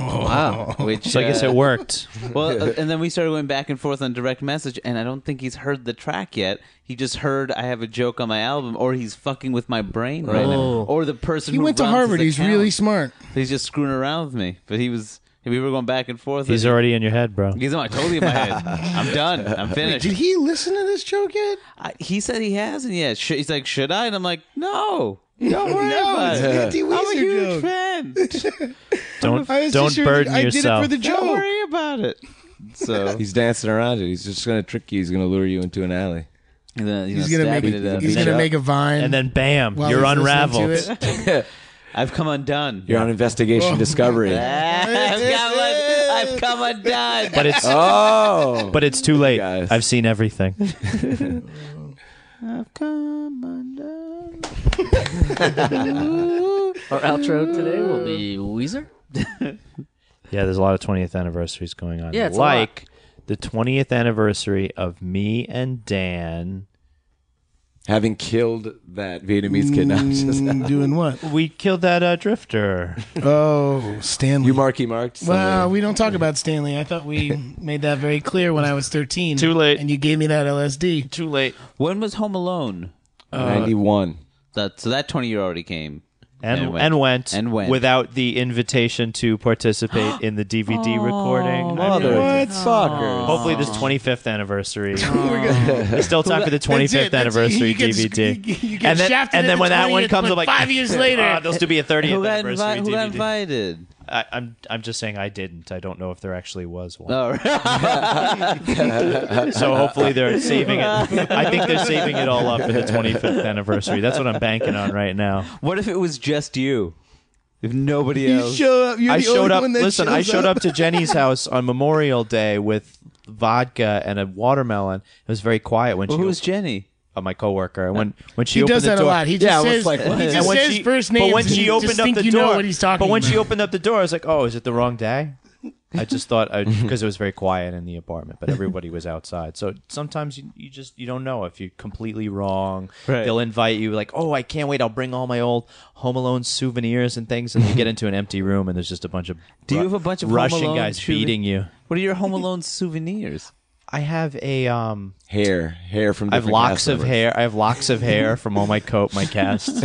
Speaker 8: Oh. <laughs>
Speaker 9: Wow, which
Speaker 7: So I guess
Speaker 9: uh,
Speaker 7: it <laughs> worked.
Speaker 9: Well, uh, and then we started going back and forth on direct message, and I don't think he's heard the track yet. He just heard I have a joke on my album, or he's fucking with my brain right
Speaker 7: Oh.
Speaker 9: now, or the person
Speaker 8: he
Speaker 9: who
Speaker 8: went to
Speaker 9: runs his
Speaker 8: Harvard. He's
Speaker 9: account.
Speaker 8: really smart.
Speaker 9: He's just screwing around with me, but he was. We were going back and forth.
Speaker 7: He's
Speaker 9: and
Speaker 7: already in your head, bro.
Speaker 9: <laughs> He's on. I told you in my head. I'm done. I'm finished.
Speaker 8: Did he listen to this joke yet?
Speaker 9: I, he said he hasn't yet. Sh- he's like, should I? And I'm like,
Speaker 8: <laughs>
Speaker 9: no. Don't worry
Speaker 8: No,
Speaker 9: about
Speaker 8: it's
Speaker 9: it.
Speaker 8: an anti-Weezer
Speaker 9: I'm a huge
Speaker 8: joke. <laughs>
Speaker 9: fan.
Speaker 7: Don't
Speaker 8: I was
Speaker 7: don't
Speaker 8: just sure-
Speaker 7: burden
Speaker 8: I
Speaker 7: yourself.
Speaker 8: did it for the
Speaker 9: Don't
Speaker 8: joke.
Speaker 9: worry about it.
Speaker 8: <laughs>
Speaker 9: So
Speaker 2: He's dancing around it. He's just going to trick you. He's going to lure you into an alley.
Speaker 9: he's gonna,
Speaker 8: He's gonna make
Speaker 9: it. up.
Speaker 8: he's gonna make a vine.
Speaker 7: and then bam,
Speaker 8: while
Speaker 7: you're
Speaker 8: he's listening
Speaker 7: unraveled.
Speaker 8: to it.
Speaker 9: I've come undone. <laughs>
Speaker 2: You're on
Speaker 8: Oh.
Speaker 2: investigation
Speaker 8: <laughs>
Speaker 2: discovery.
Speaker 9: I've, come un- <laughs> I've come undone.
Speaker 7: <laughs> But it's
Speaker 2: Oh.
Speaker 7: but it's too late.
Speaker 2: Guys.
Speaker 7: I've seen everything.
Speaker 9: I've come undone.
Speaker 6: Our outro today will be Weezer.
Speaker 7: Yeah, there's a lot of 20th anniversaries going on.
Speaker 6: Yeah, it's a lot.
Speaker 7: like the 20th anniversary of me and Dan.
Speaker 2: Having killed that Vietnamese kid. No, I'm just-
Speaker 8: Mm, doing <laughs> what?
Speaker 7: We killed that
Speaker 9: <laughs>
Speaker 7: uh, drifter.
Speaker 8: Oh,
Speaker 2: <laughs>
Speaker 8: Stanley.
Speaker 2: you Marky Marked.
Speaker 7: Oh,
Speaker 8: Wow,
Speaker 2: somewhere.
Speaker 8: we don't talk about Stanley. I
Speaker 7: <laughs>
Speaker 8: thought we made that very clear when I was 13.
Speaker 7: Too late.
Speaker 8: And you gave me that LSD.
Speaker 7: Too late.
Speaker 9: When was Home Alone?
Speaker 2: 91.
Speaker 9: That so that twenty year already came.
Speaker 7: And,
Speaker 9: And
Speaker 7: and,
Speaker 9: went.
Speaker 7: went.
Speaker 9: And went.
Speaker 7: without the invitation to
Speaker 8: <gasps>
Speaker 7: participate in the DVD
Speaker 8: Oh,
Speaker 7: recording. I mean,
Speaker 2: Motherfucker.
Speaker 7: Hopefully, this 25th
Speaker 8: <laughs>
Speaker 7: anniversary. There's still time for the 25th
Speaker 8: Oh That's it.
Speaker 7: anniversary
Speaker 8: <laughs> You get sc-
Speaker 7: DVD.
Speaker 8: you- you get
Speaker 7: and then,
Speaker 8: shafted
Speaker 7: and
Speaker 8: at
Speaker 7: then
Speaker 8: the
Speaker 7: when that one
Speaker 8: 20th,
Speaker 7: comes,
Speaker 8: but
Speaker 7: I'm like,
Speaker 8: five years
Speaker 7: <laughs>
Speaker 8: later.
Speaker 7: "Ah, there'll still be a 30th
Speaker 9: Who got,
Speaker 7: anniversary
Speaker 9: invi-
Speaker 7: DVD.
Speaker 9: who got invited?
Speaker 7: I, I'm I'm just saying I didn't. I don't know if there actually was one.
Speaker 9: Oh,
Speaker 7: So hopefully they're saving it. I think they're saving it all up for the 25th anniversary. That's what I'm banking on right now.
Speaker 9: what if it was just you? If nobody else.
Speaker 8: showed up. You're
Speaker 7: I
Speaker 8: the only
Speaker 7: showed up.
Speaker 8: one that
Speaker 7: Listen, I
Speaker 8: shows
Speaker 7: showed up to Jenny's house on Memorial Day with vodka and a watermelon. It was very quiet when
Speaker 9: Well,
Speaker 7: she
Speaker 9: who's Jenny?
Speaker 7: uh, my coworker. And when when she
Speaker 8: Uh, He
Speaker 7: opened
Speaker 8: does
Speaker 7: the
Speaker 8: that a
Speaker 7: door,
Speaker 8: lot. He just
Speaker 2: Yeah, I was
Speaker 8: says,
Speaker 2: like,
Speaker 8: he
Speaker 2: what?
Speaker 8: just
Speaker 7: and when
Speaker 8: says
Speaker 7: she,
Speaker 8: first names.
Speaker 7: But when
Speaker 8: and
Speaker 7: she
Speaker 8: you
Speaker 7: opened
Speaker 8: just
Speaker 7: up
Speaker 8: think
Speaker 7: the
Speaker 8: you
Speaker 7: door,
Speaker 8: know what he's talking
Speaker 7: but when she
Speaker 8: about.
Speaker 7: opened up the door, I was like, "Oh, is it the wrong day?" I just thought
Speaker 8: <laughs>
Speaker 7: because it was very quiet in the apartment, but everybody was outside. So sometimes you, you just you don't know if you're completely wrong.
Speaker 9: Right.
Speaker 7: They'll invite you like, "Oh, I can't wait! I'll bring all my old Home Alone souvenirs and things." And you get into an empty room, and there's just a bunch
Speaker 8: <laughs>
Speaker 7: of
Speaker 9: Do you
Speaker 7: Ru-
Speaker 9: have a bunch of Home
Speaker 7: Russian
Speaker 9: Alone
Speaker 7: guys
Speaker 9: souvenir-
Speaker 7: beating you?
Speaker 9: What are your Home Alone souvenirs?
Speaker 7: I have a um.
Speaker 2: Hair. Hair from
Speaker 7: I have
Speaker 2: different
Speaker 7: locks
Speaker 2: cast
Speaker 7: of
Speaker 2: members.
Speaker 7: hair. I have locks of hair from all my coat, my
Speaker 2: <laughs>
Speaker 7: cast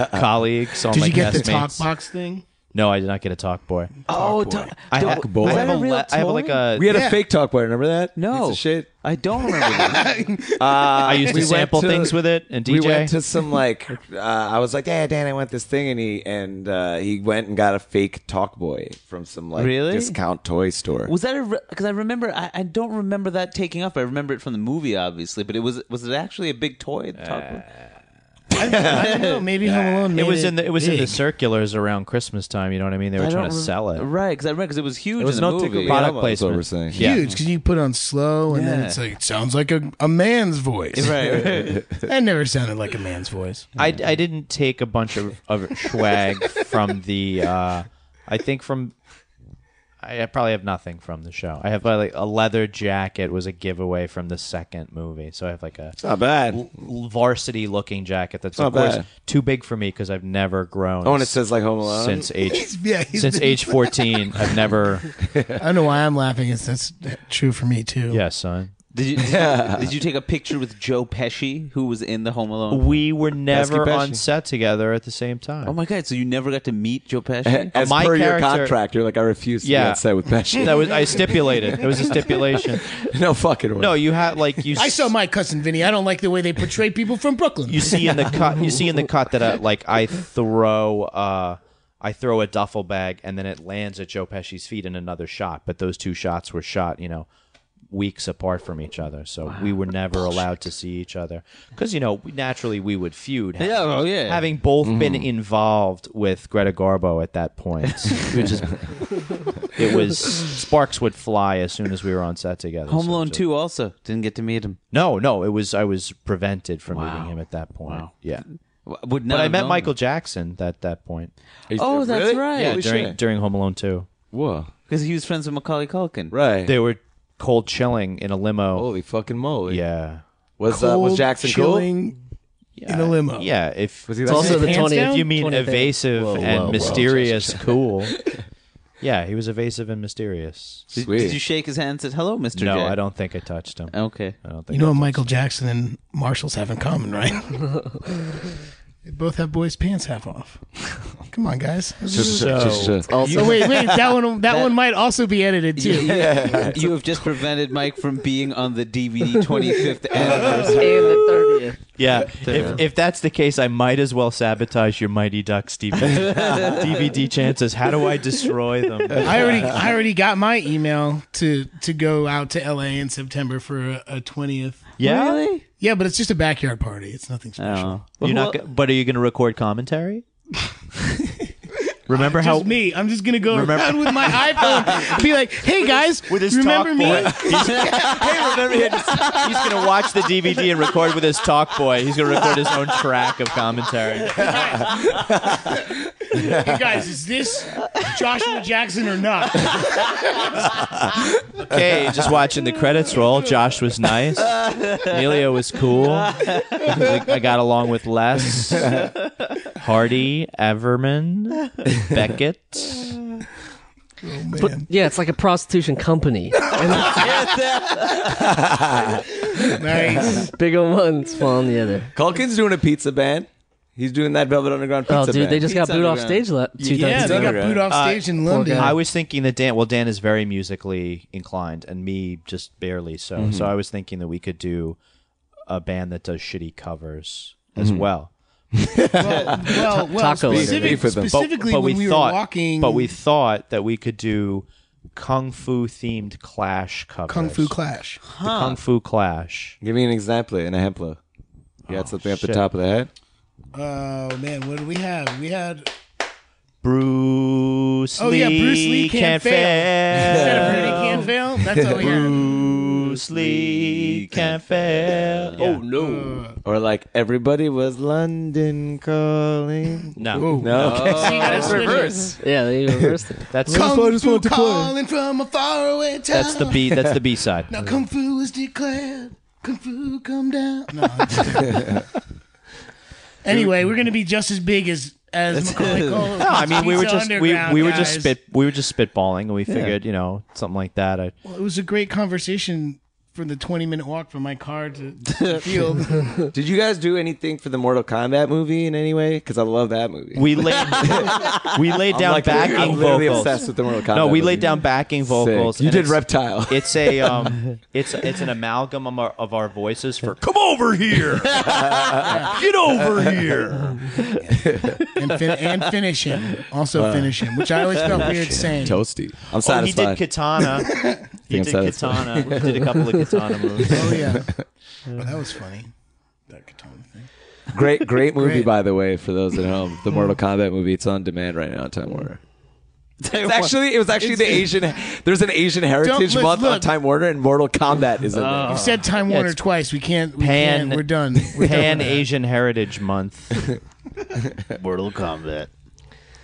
Speaker 7: colleagues, all
Speaker 8: Did
Speaker 7: my
Speaker 8: you get the
Speaker 7: castmates.
Speaker 8: talk box thing?
Speaker 7: No, I did not get a talk boy.
Speaker 9: Oh,
Speaker 7: I, ha-
Speaker 2: boy.
Speaker 7: I
Speaker 2: Was
Speaker 7: have
Speaker 9: that
Speaker 7: a
Speaker 9: a real
Speaker 7: le- I have like
Speaker 9: toy?
Speaker 7: a.
Speaker 2: We had
Speaker 8: Yeah.
Speaker 2: a fake talk boy. Remember that?
Speaker 9: No.
Speaker 2: Piece of shit.
Speaker 9: I don't remember. that.
Speaker 7: Uh, I used to
Speaker 2: we went
Speaker 7: sample
Speaker 2: to-
Speaker 7: things with it and DJ.
Speaker 2: We went to some like uh, I was like, "Yeah, Dan, I want this thing," and he and uh, he went and got a fake talk boy from some like
Speaker 9: Really?
Speaker 2: discount toy store.
Speaker 9: Was that a? Because I remember. I, I don't remember that taking off. I remember it from the movie, obviously. But it was was it actually a big toy? Uh,
Speaker 8: I
Speaker 7: <laughs>
Speaker 8: don't know. Maybe Home Alone.
Speaker 7: it
Speaker 8: made
Speaker 7: was in the it was in the
Speaker 8: big.
Speaker 7: circulars around Christmas time. You know what I mean? They were trying to sell it.
Speaker 9: Right, because I remember because it was huge.
Speaker 7: There was
Speaker 9: in the
Speaker 7: no
Speaker 9: movie.
Speaker 7: product
Speaker 2: Yeah, that's what
Speaker 7: placement.
Speaker 2: we're saying.
Speaker 7: Yeah.
Speaker 8: huge because you put on slow and then
Speaker 9: Yeah.
Speaker 8: it's like it sounds like a, a man's voice.
Speaker 9: Right, right.
Speaker 8: That never sounded like a
Speaker 7: <laughs>
Speaker 8: man's voice.
Speaker 7: I, I didn't take a bunch of, of
Speaker 2: <laughs>
Speaker 7: swag from the. Uh, I think from. I I probably have nothing from the show. I have uh, like a leather jacket was a giveaway from the second movie, so I have like a
Speaker 2: It's not bad.
Speaker 7: varsity looking jacket that's
Speaker 2: Not
Speaker 7: of course
Speaker 2: bad.
Speaker 7: too big for me because I've never grown.
Speaker 2: Oh, and it says like Home Alone. <laughs>
Speaker 7: since age
Speaker 8: Yeah, he's
Speaker 7: since age fourteen, I've never.
Speaker 8: I don't know why I'm laughing. It's that's true for me too.
Speaker 7: Yeah, son.
Speaker 9: <laughs> Did you, did, you, did you take a picture with Joe Pesci, who was in the Home Alone?
Speaker 7: We were never
Speaker 9: Pesci.
Speaker 7: on set together at the same time.
Speaker 9: Oh my god! So you never got to meet Joe Pesci?
Speaker 2: Uh,
Speaker 7: As My per your character- contract,
Speaker 2: you're like, I refuse
Speaker 7: to be Yeah. on set
Speaker 2: with Pesci.
Speaker 7: that was I stipulated. It was a stipulation.
Speaker 2: <laughs> no fucking way.
Speaker 7: No, you had like you.
Speaker 8: I saw my cousin Vinny. I don't like the way they portray people from Brooklyn.
Speaker 7: you
Speaker 9: <laughs>
Speaker 7: see in the cut you see in the cut that uh, like I throw uh I throw a duffel bag and then it lands at Joe Pesci's feet in another shot, but those two shots were shot, you know, weeks apart from each other. So we were never allowed to see each other cuz you know, naturally we would feud.
Speaker 9: Yeah, oh, yeah. Mm-hmm.
Speaker 7: Having both been involved with Greta Garbo at that point,
Speaker 9: <laughs>
Speaker 7: which is it was sparks would fly as soon as we were on set together. <laughs>
Speaker 9: Home
Speaker 7: so
Speaker 9: Alone
Speaker 7: it's a-
Speaker 9: Two also didn't get to meet him.
Speaker 7: No, no, it was I was prevented from meeting
Speaker 9: Wow.
Speaker 7: him at that point.
Speaker 9: Wow.
Speaker 7: Yeah.
Speaker 9: W- Would not
Speaker 7: But I
Speaker 9: have
Speaker 7: met
Speaker 9: known.
Speaker 7: Michael Jackson at that point.
Speaker 9: Oh, that's
Speaker 2: Really?
Speaker 9: right.
Speaker 7: yeah,
Speaker 2: Holy
Speaker 7: during
Speaker 2: shit.
Speaker 7: during Home Alone Two,
Speaker 2: Whoa.
Speaker 9: because he was friends with Macaulay Culkin.
Speaker 2: Right.
Speaker 7: they were cold chilling in a limo.
Speaker 2: Holy fucking moly.
Speaker 7: Yeah,
Speaker 2: Was uh, was Jackson cool?
Speaker 8: chilling in a limo.
Speaker 7: yeah. If
Speaker 2: Was he
Speaker 6: It's
Speaker 2: that
Speaker 6: also the
Speaker 8: Hands
Speaker 6: twentieth.
Speaker 8: down?
Speaker 7: if you mean
Speaker 6: 20th
Speaker 7: evasive
Speaker 6: Whoa,
Speaker 7: and
Speaker 6: whoa, whoa.
Speaker 7: mysterious, cool. <laughs> yeah, he was evasive and mysterious.
Speaker 9: Did,
Speaker 2: Sweet.
Speaker 9: did you shake his hand and said hello, Mister?
Speaker 7: no, I don't think I touched
Speaker 6: Um,
Speaker 7: him. <laughs>
Speaker 9: Okay.
Speaker 7: I don't think.
Speaker 8: You know what Michael Jackson and Marshalls have in common, right? they both have boys' pants half off. Come on, guys.
Speaker 7: uh,
Speaker 2: So,
Speaker 8: oh wait, wait. That one, that, one might also be edited <laughs> too.
Speaker 9: you have just prevented Mike from being on the DVD 25th
Speaker 6: and
Speaker 9: anniversary.
Speaker 6: the thirtieth. <laughs>
Speaker 7: yeah, if, if that's the case, I might as well sabotage your Mighty Ducks DVD,
Speaker 6: <laughs>
Speaker 7: DVD chances. How do I destroy them?
Speaker 8: I already, I already got my email to to go out to LA in September for a twentieth.
Speaker 7: Yeah,
Speaker 9: Really?
Speaker 8: Yeah, but it's just a backyard party. It's nothing special.
Speaker 9: Oh.
Speaker 7: You're not.
Speaker 9: Well,
Speaker 7: go- but are you going to record <laughs> commentary? remember how
Speaker 8: Just me. I'm just gonna go
Speaker 7: Remember-
Speaker 8: around with my iPhone, be like, "Hey guys,
Speaker 7: with his
Speaker 8: remember
Speaker 7: talk <laughs>
Speaker 8: me?"
Speaker 7: boy? He's, hey, remember he had his- he's going to watch the DVD and record with his talk boy. He's going to record his own track of commentary.
Speaker 8: Hey guys, is this Joshua Jackson or not?
Speaker 7: Okay, just watching the credits roll. Josh was nice. Emilio was cool. I got along with Les, Hardy, Everman, Beckett.
Speaker 8: Man,
Speaker 6: Yeah, it's like a prostitution company. <laughs>
Speaker 8: nice.
Speaker 6: Big on one, small on the other.
Speaker 2: Culkin's doing a pizza band. He's doing that Velvet Underground pizza
Speaker 6: oh, dude,
Speaker 2: band.
Speaker 6: they just got
Speaker 9: Pizza
Speaker 6: booed off
Speaker 9: Underground.
Speaker 6: stage la- two
Speaker 8: Yeah,
Speaker 6: times.
Speaker 8: they got
Speaker 2: Underground.
Speaker 8: booed off stage in London.
Speaker 7: I was thinking that Dan. Well, Dan is very musically inclined, and me just barely so. So I was thinking that we could do a band that does shitty covers as well.
Speaker 8: well, well, well
Speaker 6: Taco later.
Speaker 8: specific,
Speaker 2: Beef with them. But-
Speaker 8: specifically
Speaker 7: but we,
Speaker 8: when we,
Speaker 7: thought,
Speaker 8: were walking.
Speaker 7: but we thought that we could do kung fu themed Clash covers.
Speaker 8: Kung Fu Clash.
Speaker 7: The Kung Fu Clash.
Speaker 2: Give me an example in a hemplo. You got something up the
Speaker 7: shit.
Speaker 2: top of the head?
Speaker 8: Oh man, what did we have? We had
Speaker 7: Bruce
Speaker 8: Oh,
Speaker 7: Lee.
Speaker 8: yeah, Bruce Lee can't fail. <laughs> instead of Rudy
Speaker 7: fail.
Speaker 8: can't fail. That's all we had.
Speaker 7: Bruce Lee can't fail. Oh no.
Speaker 2: Or like everybody was London calling.
Speaker 7: No.
Speaker 2: No, okay.
Speaker 8: So you gotta switch it.
Speaker 6: Yeah, they reversed it.
Speaker 7: That's
Speaker 8: Kung
Speaker 2: I just
Speaker 8: Fu
Speaker 2: wanted to play.
Speaker 8: calling from a faraway town.
Speaker 7: that's the B that's the B
Speaker 8: <laughs>
Speaker 7: side.
Speaker 8: Now Kung Fu is declared. Kung Fu, come down. No. <laughs> anyway, we're gonna be just as big as as Macaulay Culkin.
Speaker 7: No, I mean we were
Speaker 8: Pizza
Speaker 7: just we,
Speaker 8: Underground,
Speaker 7: we were just
Speaker 8: guys.
Speaker 7: spit we were just spitballing and we figured, you know, something like that. I,
Speaker 8: Well, it was a great conversation from the twenty minute walk from my car
Speaker 7: <laughs>
Speaker 8: to the field.
Speaker 2: Did you guys do anything for the Mortal Kombat movie in any way? Because I love that movie.
Speaker 8: <laughs>
Speaker 7: we laid <laughs> we laid
Speaker 2: I'm
Speaker 7: down
Speaker 2: like,
Speaker 7: backing
Speaker 2: I'm literally
Speaker 7: vocals.
Speaker 2: obsessed with the Mortal Kombat.
Speaker 7: no, we
Speaker 2: movie.
Speaker 7: laid down backing vocals.
Speaker 2: Sick. You
Speaker 7: and
Speaker 2: did
Speaker 7: it's-
Speaker 2: Reptile.
Speaker 7: It's
Speaker 2: <laughs>
Speaker 7: a um, it's it's an amalgam of our, of our voices for come over <laughs> here, get <laughs> over here.
Speaker 8: and, fin- and finish him. Also
Speaker 7: Uh,
Speaker 8: finish him, which I always felt weird saying.
Speaker 2: Toasty. I'm
Speaker 7: Oh, he did
Speaker 2: <laughs> satisfied. <laughs>
Speaker 7: Katana. He
Speaker 2: I'm
Speaker 7: did
Speaker 2: satisfied.
Speaker 7: Katana. Did a couple of
Speaker 2: <laughs>
Speaker 7: Katana moves.
Speaker 8: Oh
Speaker 7: <laughs>
Speaker 8: yeah, Oh, that was funny. That katana thing.
Speaker 2: great, great movie
Speaker 8: Great.
Speaker 2: by the way for those at home. The Mortal Kombat movie. It's on demand right now on Time Warner. It's actually it was actually the Asian. There's an Asian Heritage
Speaker 8: let's
Speaker 2: Month on
Speaker 8: look.
Speaker 2: Time Warner, and Mortal Kombat is in there.
Speaker 7: Oh.
Speaker 8: You said Time Warner
Speaker 7: it's
Speaker 8: twice. We can't. We
Speaker 7: Uh, Pan-
Speaker 8: can't. We're done. We're
Speaker 7: Pan
Speaker 8: done with
Speaker 7: Asian Heritage Month.
Speaker 9: Mortal Kombat.
Speaker 8: that.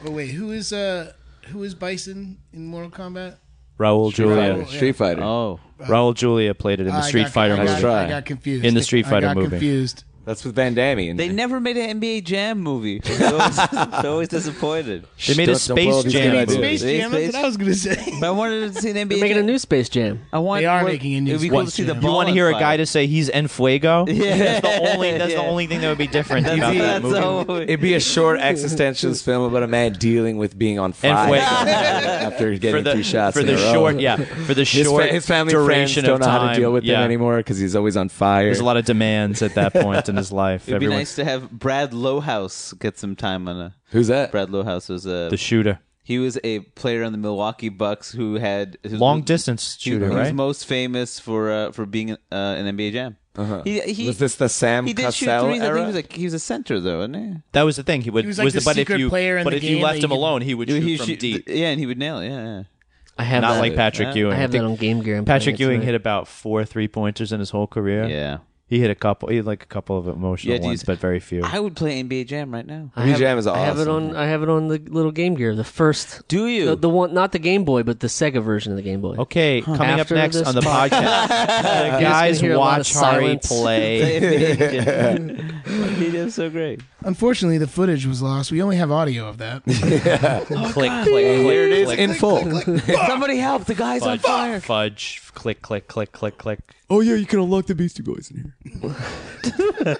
Speaker 8: Oh wait, who is uh who is Bison in Mortal Kombat?
Speaker 7: Raul Julia.
Speaker 2: Street Fighter.
Speaker 9: Oh,
Speaker 7: Raul Julia played it in
Speaker 8: I
Speaker 7: the
Speaker 8: got-
Speaker 7: Street Fighter
Speaker 8: I got,
Speaker 7: movie.
Speaker 8: I got confused.
Speaker 7: In the Street Fighter
Speaker 8: I got
Speaker 7: movie.
Speaker 8: confused.
Speaker 2: That's with Van Damme. And
Speaker 9: They never made an NBA Jam movie. They're always, they're always disappointed.
Speaker 2: They made a Don't- don't Space blow these Jam. good
Speaker 11: Space
Speaker 2: ideas.
Speaker 11: Jam, that's what I was gonna say.
Speaker 9: <laughs> But I wanted to see an NBA.
Speaker 6: They're making a new Space Jam.
Speaker 9: I want.
Speaker 11: They are
Speaker 9: what-
Speaker 11: making a new
Speaker 9: it'd be
Speaker 11: Space
Speaker 9: cool to see
Speaker 11: Jam.
Speaker 9: the
Speaker 11: You
Speaker 9: ball
Speaker 7: want to
Speaker 9: on
Speaker 7: hear a
Speaker 9: fire. <laughs>
Speaker 7: guy to say he's en fuego?
Speaker 9: Yeah.
Speaker 7: That's the only. That's the
Speaker 9: Yeah.
Speaker 7: only thing that would be different
Speaker 9: That's-
Speaker 7: <laughs> about
Speaker 9: that's
Speaker 7: that movie.
Speaker 9: all-
Speaker 2: It'd be a short
Speaker 7: <laughs>
Speaker 2: existentialist film about a man dealing with being on fire
Speaker 7: wait.
Speaker 2: after getting
Speaker 7: For the-
Speaker 2: two shots
Speaker 7: for
Speaker 2: in
Speaker 7: the
Speaker 2: a row.
Speaker 7: short- yeah, for
Speaker 2: <laughs>
Speaker 7: the
Speaker 2: His
Speaker 7: short
Speaker 2: his family
Speaker 7: duration
Speaker 2: friends don't
Speaker 7: of
Speaker 2: know how
Speaker 7: time,
Speaker 2: to deal with
Speaker 7: yeah.
Speaker 2: him anymore because he's always on fire.
Speaker 7: There's a lot of demands at that point in his life.
Speaker 9: It'd be
Speaker 7: Everyone-
Speaker 9: nice to have Brad Lowhouse get some time on a.
Speaker 2: Who's that?
Speaker 9: Brad Lowhouse was a
Speaker 7: the shooter,
Speaker 9: He was a player on the Milwaukee Bucks who had who-
Speaker 7: long distance
Speaker 9: He, he
Speaker 7: shooter,
Speaker 9: was
Speaker 7: right?
Speaker 9: most famous for uh, for being uh, an NBA Jam.
Speaker 2: Uh-huh.
Speaker 9: He, he,
Speaker 2: Was this the Sam
Speaker 9: He did
Speaker 2: Cassell
Speaker 9: shoot threes. I think
Speaker 2: era?
Speaker 9: he was, a, he was a center though, wasn't he?
Speaker 7: That was the thing. He would
Speaker 11: He was like the
Speaker 7: but if
Speaker 11: secret
Speaker 7: you
Speaker 11: player in
Speaker 7: but
Speaker 11: the
Speaker 7: if
Speaker 11: game
Speaker 7: you
Speaker 11: that
Speaker 7: left
Speaker 11: you
Speaker 7: him
Speaker 11: could-
Speaker 7: alone, he would shoot
Speaker 9: he
Speaker 7: from
Speaker 9: shoot-
Speaker 7: deep.
Speaker 9: Yeah, and he would nail it. Yeah, yeah.
Speaker 6: I have
Speaker 7: Not
Speaker 6: that.
Speaker 7: like Patrick
Speaker 9: Yeah.
Speaker 7: Ewing.
Speaker 6: I have
Speaker 7: think
Speaker 6: that on Game Gear. I'm playing
Speaker 7: Patrick
Speaker 6: it
Speaker 7: Ewing
Speaker 6: tonight.
Speaker 7: hit about four three pointers in his whole career.
Speaker 9: Yeah.
Speaker 7: He hit a couple. He had like a couple of emotional
Speaker 9: Yeah, do you-
Speaker 7: ones, but very few.
Speaker 9: I would play NBA Jam right now.
Speaker 6: I have,
Speaker 2: Jam is
Speaker 6: I have it
Speaker 2: awesome.
Speaker 6: on. I have it on the little Game Gear. The first.
Speaker 9: Do you?
Speaker 6: The, the one, not the Game Boy, but the Sega version of the Game Boy.
Speaker 7: Okay, coming
Speaker 6: After
Speaker 7: up next <laughs>
Speaker 6: this
Speaker 7: on the
Speaker 6: pod-
Speaker 7: podcast, the
Speaker 12: <laughs>
Speaker 7: guys
Speaker 6: hear a lot of
Speaker 7: watch Hari
Speaker 6: silence.
Speaker 7: play.
Speaker 9: he did so great.
Speaker 11: Unfortunately, the footage was lost. We only have audio of
Speaker 7: <laughs>
Speaker 11: that.
Speaker 7: click, click, click,
Speaker 2: it is
Speaker 7: click.
Speaker 2: in full.
Speaker 9: <laughs> Somebody help! The guy's on
Speaker 7: fudge,
Speaker 9: fire.
Speaker 7: fudge, f- click, click, click, click, click.
Speaker 12: Oh yeah, you can unlock the Beastie Boys in here. <laughs>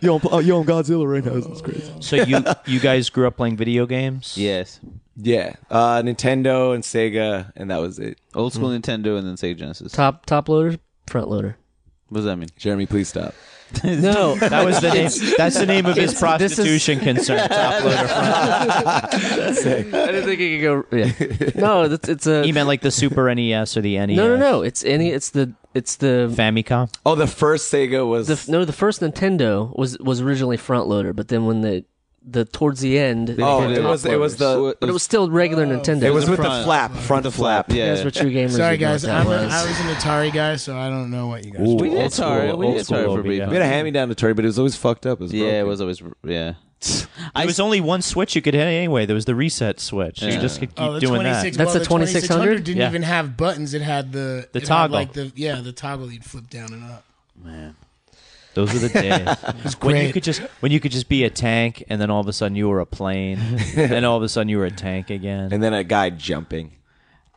Speaker 12: yo, I'm, uh, yo, I'm Godzilla right now. This is crazy.
Speaker 7: So you you guys grew up playing video games?
Speaker 9: Yes,
Speaker 2: yeah, uh, Nintendo and Sega, and that was it.
Speaker 9: old school Nintendo and then Sega Genesis.
Speaker 6: Top top loader, front loader.
Speaker 9: What does that mean?
Speaker 2: Jeremy, please stop.
Speaker 6: No,
Speaker 7: That was the <laughs> name. That's the name of his
Speaker 6: this is-
Speaker 7: prostitution concern. <laughs> Top loader.
Speaker 6: I didn't think it could go. Yeah.
Speaker 7: <laughs>
Speaker 6: No, it's, it's a.
Speaker 7: He meant like the Super NES or the NES.
Speaker 6: No, no, no. It's any. It's the. It's the.
Speaker 7: Famicom.
Speaker 2: Oh, the first Sega was
Speaker 6: The no, the first Nintendo was was originally front loader, but then when the the towards the end, they
Speaker 2: Oh,
Speaker 6: put
Speaker 2: it
Speaker 6: top
Speaker 2: was it was
Speaker 6: loaders.
Speaker 2: the
Speaker 6: but it was Oh. still regular Nintendo.
Speaker 2: it was with the
Speaker 9: front-
Speaker 2: flap, front flap.
Speaker 9: Yeah,
Speaker 6: That's what true gamers.
Speaker 11: Sorry
Speaker 6: would know
Speaker 11: guys,
Speaker 6: what that
Speaker 11: I'm a,
Speaker 6: was.
Speaker 11: I was an Atari guy, so I don't know what you guys.
Speaker 7: Ooh,
Speaker 9: We did
Speaker 7: old school-
Speaker 9: Atari. We
Speaker 7: old
Speaker 9: did
Speaker 7: school
Speaker 9: Atari for
Speaker 7: Obi,
Speaker 9: a brief
Speaker 7: yeah.
Speaker 2: We had a hand me down Atari, but it was always fucked up. It was
Speaker 9: yeah, it
Speaker 2: broken.
Speaker 9: was always yeah.
Speaker 7: There was only one switch you could hit anyway. There was the reset switch. You
Speaker 9: Yeah.
Speaker 7: just could keep
Speaker 11: Oh, the
Speaker 7: doing that.
Speaker 11: 26
Speaker 6: That's
Speaker 11: well,
Speaker 6: a
Speaker 11: the
Speaker 6: 2600?
Speaker 11: didn't
Speaker 7: Yeah.
Speaker 11: even have buttons. It had the
Speaker 7: The
Speaker 11: it had,
Speaker 7: toggle.
Speaker 11: like the yeah, the toggle you'd flip down and up.
Speaker 9: <laughs>
Speaker 7: Those were the days when you
Speaker 11: great.
Speaker 7: could just when you could just be a tank, and then all of a sudden you were
Speaker 9: <laughs>
Speaker 7: a plane, and then all of a sudden you were a tank again.
Speaker 2: and then a guy jumping.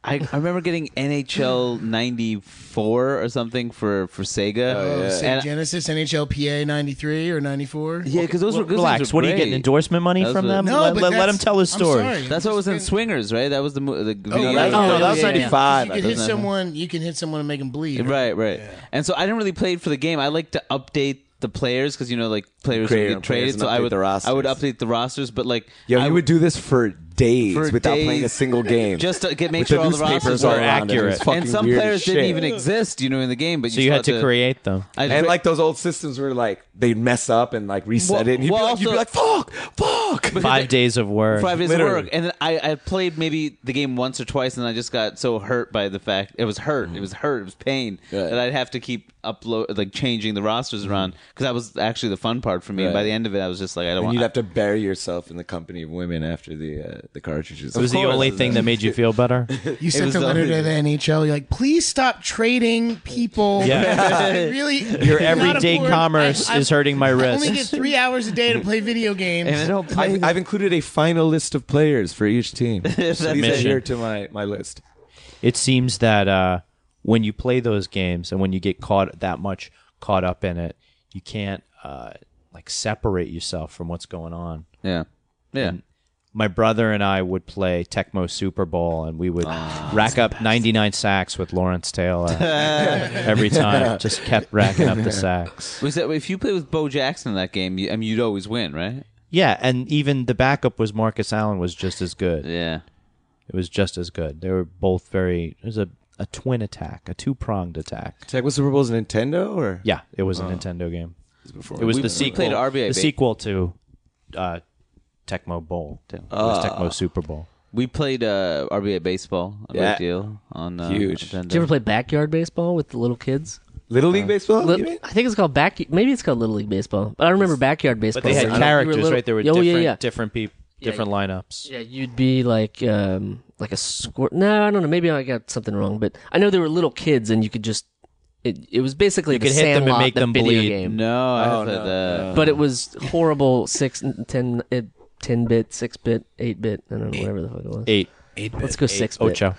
Speaker 9: I, I remember getting NHL '94 or something for for Sega.
Speaker 11: Oh, Sega
Speaker 9: And-
Speaker 11: Genesis NHLPA ninety three or ninety four.
Speaker 9: yeah, because those were those
Speaker 7: Relax.
Speaker 9: things
Speaker 7: What
Speaker 9: were
Speaker 7: are you getting?
Speaker 9: great.
Speaker 7: Endorsement money
Speaker 9: That was
Speaker 7: from
Speaker 9: a-
Speaker 7: them?
Speaker 11: No,
Speaker 7: let,
Speaker 11: but
Speaker 7: let- let
Speaker 11: that's-
Speaker 7: him tell his
Speaker 11: I'm
Speaker 7: story.
Speaker 11: sorry.
Speaker 9: That's what was in Swingers, right? That was the mo- the video.
Speaker 11: yeah.
Speaker 9: game.
Speaker 11: Oh,
Speaker 2: that was
Speaker 11: yeah, yeah.
Speaker 2: 95.
Speaker 11: You can hit someone. You can hit someone and make them bleed.
Speaker 9: Right, right. And so I didn't really play it for the game. I like to update the players because you know, like players would
Speaker 2: Creator
Speaker 9: get
Speaker 2: and players
Speaker 9: traded.
Speaker 2: and
Speaker 9: So I
Speaker 2: update
Speaker 9: would
Speaker 2: the
Speaker 9: I would
Speaker 2: rosters.
Speaker 9: update the rosters, but like
Speaker 2: Yo,
Speaker 9: I
Speaker 2: you would do this for days
Speaker 9: for
Speaker 2: without playing a
Speaker 9: days, <laughs>
Speaker 2: single game.
Speaker 9: just to get make
Speaker 2: With
Speaker 9: sure all the
Speaker 2: newspapers
Speaker 9: rosters
Speaker 2: all
Speaker 9: were
Speaker 2: around it. It was
Speaker 7: accurate.
Speaker 2: fucking
Speaker 9: And some
Speaker 2: weird as
Speaker 9: players didn't
Speaker 2: shit.
Speaker 9: even exist, you know, in the game. But
Speaker 7: So you
Speaker 9: still
Speaker 7: had to create them.
Speaker 9: I just
Speaker 2: And
Speaker 9: crea-
Speaker 2: like those old systems were like they'd mess up and like reset
Speaker 9: Well-
Speaker 2: it. And you'd,
Speaker 9: well,
Speaker 2: be like, you'd be like, "Fuck, fuck."
Speaker 7: Five days of work.
Speaker 9: five days
Speaker 2: Literally.
Speaker 9: of work, and then I, I played maybe the game once or twice, and I just got so hurt by the fact it was hurt, it was hurt, it was pain
Speaker 2: Right.
Speaker 9: that I'd have to keep upload like changing the rosters around because that was actually the fun part for me. And
Speaker 2: Right.
Speaker 9: by the end of it, I was just like, I
Speaker 2: <laughs>
Speaker 9: don't
Speaker 2: And
Speaker 9: want. <laughs>
Speaker 2: you'd have to bury yourself in the company of women after the uh, the cartridges.
Speaker 7: It was the only thing that made you
Speaker 9: <laughs>
Speaker 7: feel better.
Speaker 11: You sent
Speaker 9: was
Speaker 11: the letter
Speaker 9: only-
Speaker 11: to the NHL. You're like, please stop trading people.
Speaker 7: Yeah.
Speaker 8: <laughs>
Speaker 11: I
Speaker 7: <laughs>
Speaker 11: really,
Speaker 7: Your
Speaker 11: I cannot
Speaker 7: everyday
Speaker 11: afford-
Speaker 7: commerce
Speaker 11: I- I-
Speaker 7: is hurting my
Speaker 11: I only
Speaker 7: wrist.
Speaker 11: get three hours a day to play
Speaker 7: <laughs>
Speaker 11: video games.
Speaker 9: and I don't play.
Speaker 2: I've, I've included a final list of players for each
Speaker 9: <laughs>
Speaker 2: team. These are
Speaker 7: it.
Speaker 2: here to my, my list.
Speaker 7: it seems that uh, when you play those games and when you get caught that much caught up in it, you can't uh, like separate yourself from what's going on.
Speaker 9: yeah, yeah.
Speaker 7: My brother and I would play Tecmo Super Bowl, and we would rack up 99 sacks with Lawrence <laughs> Taylor every time. Just kept racking <laughs> up the sacks.
Speaker 9: Was that if you play with Bo Jackson in that game? You, I mean, you'd always win, right?
Speaker 7: Yeah, and even the backup was Marcus Allen was just as good.
Speaker 9: Yeah.
Speaker 7: It was just as good. They were both very. It was a, a twin attack, a two pronged attack.
Speaker 2: Tech was Super Bowl's Nintendo or
Speaker 7: Yeah, it was a Nintendo game.
Speaker 2: before
Speaker 7: It was
Speaker 9: We-
Speaker 7: the
Speaker 9: we
Speaker 7: sequel.
Speaker 9: played RBA,
Speaker 7: the
Speaker 9: babe.
Speaker 7: sequel to uh, Tecmo Bowl. it was Tecmo Super Bowl.
Speaker 9: We played uh, RBA baseball a
Speaker 2: Yeah.
Speaker 9: great deal on uh,
Speaker 2: Huge.
Speaker 9: Nintendo.
Speaker 6: Did you ever play backyard baseball with the little kids?
Speaker 2: Little League Baseball?
Speaker 6: Lit-
Speaker 2: you mean?
Speaker 6: I think it's called back. Maybe it's called Little League Baseball, but I remember backyard baseball.
Speaker 7: But they had
Speaker 6: Like, you were
Speaker 7: characters,
Speaker 6: little-
Speaker 7: right? There were
Speaker 6: Oh,
Speaker 7: different,
Speaker 6: yeah, yeah.
Speaker 7: different people,
Speaker 6: Yeah,
Speaker 7: different lineups.
Speaker 6: Yeah, you'd be like um like a squirt. No, I don't know. Maybe I got something wrong, but I know there were little kids, and you could just It, it was basically the Sandlot, the video game.
Speaker 9: No, I
Speaker 6: Oh,
Speaker 9: haven't played
Speaker 6: no,
Speaker 9: that.
Speaker 6: But it was horrible six, 10, uh, 10 bit, 6 bit, 8 bit, I don't know, whatever the fuck it was.
Speaker 7: Eight.
Speaker 6: 8
Speaker 7: 8-bit,
Speaker 6: Let's go
Speaker 7: eight.
Speaker 6: 6 bit.
Speaker 7: Ocho.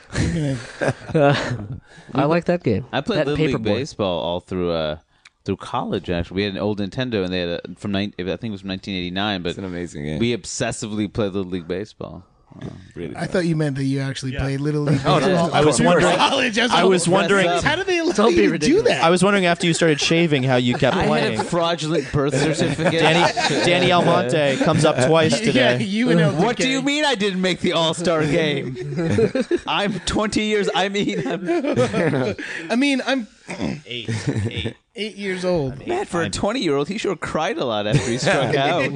Speaker 6: I like that game.
Speaker 9: I played
Speaker 6: that
Speaker 9: Little League
Speaker 6: Paperboy.
Speaker 9: baseball all through uh, through college. Actually, we had an old Nintendo, and they had a, from nine, I think it was from 1989. But it's an
Speaker 2: amazing game.
Speaker 9: We obsessively played Little League baseball. really,
Speaker 8: I thought you meant that you actually played Little League.
Speaker 9: Oh, no,
Speaker 8: Baseball
Speaker 9: I was
Speaker 8: through
Speaker 9: wondering-
Speaker 8: college.
Speaker 7: I was wondering-
Speaker 8: How do they
Speaker 7: Don't
Speaker 8: allow
Speaker 7: be
Speaker 8: you to do that?
Speaker 7: I was wondering after you started shaving how you
Speaker 9: <laughs>
Speaker 7: kept
Speaker 9: I
Speaker 7: playing.
Speaker 9: had a fraudulent birth certificate.
Speaker 7: <laughs> Danny- Danny Almonte
Speaker 9: <laughs>
Speaker 7: comes up twice Yeah, today. you and
Speaker 9: What do you mean I didn't make the All Star
Speaker 7: <laughs>
Speaker 9: game? I'm 20 years. I mean, I'm
Speaker 8: I mean, I'm
Speaker 9: eight, eight.
Speaker 8: eight years old.
Speaker 9: Man, for a 20 year old, he sure cried a lot after he struck out.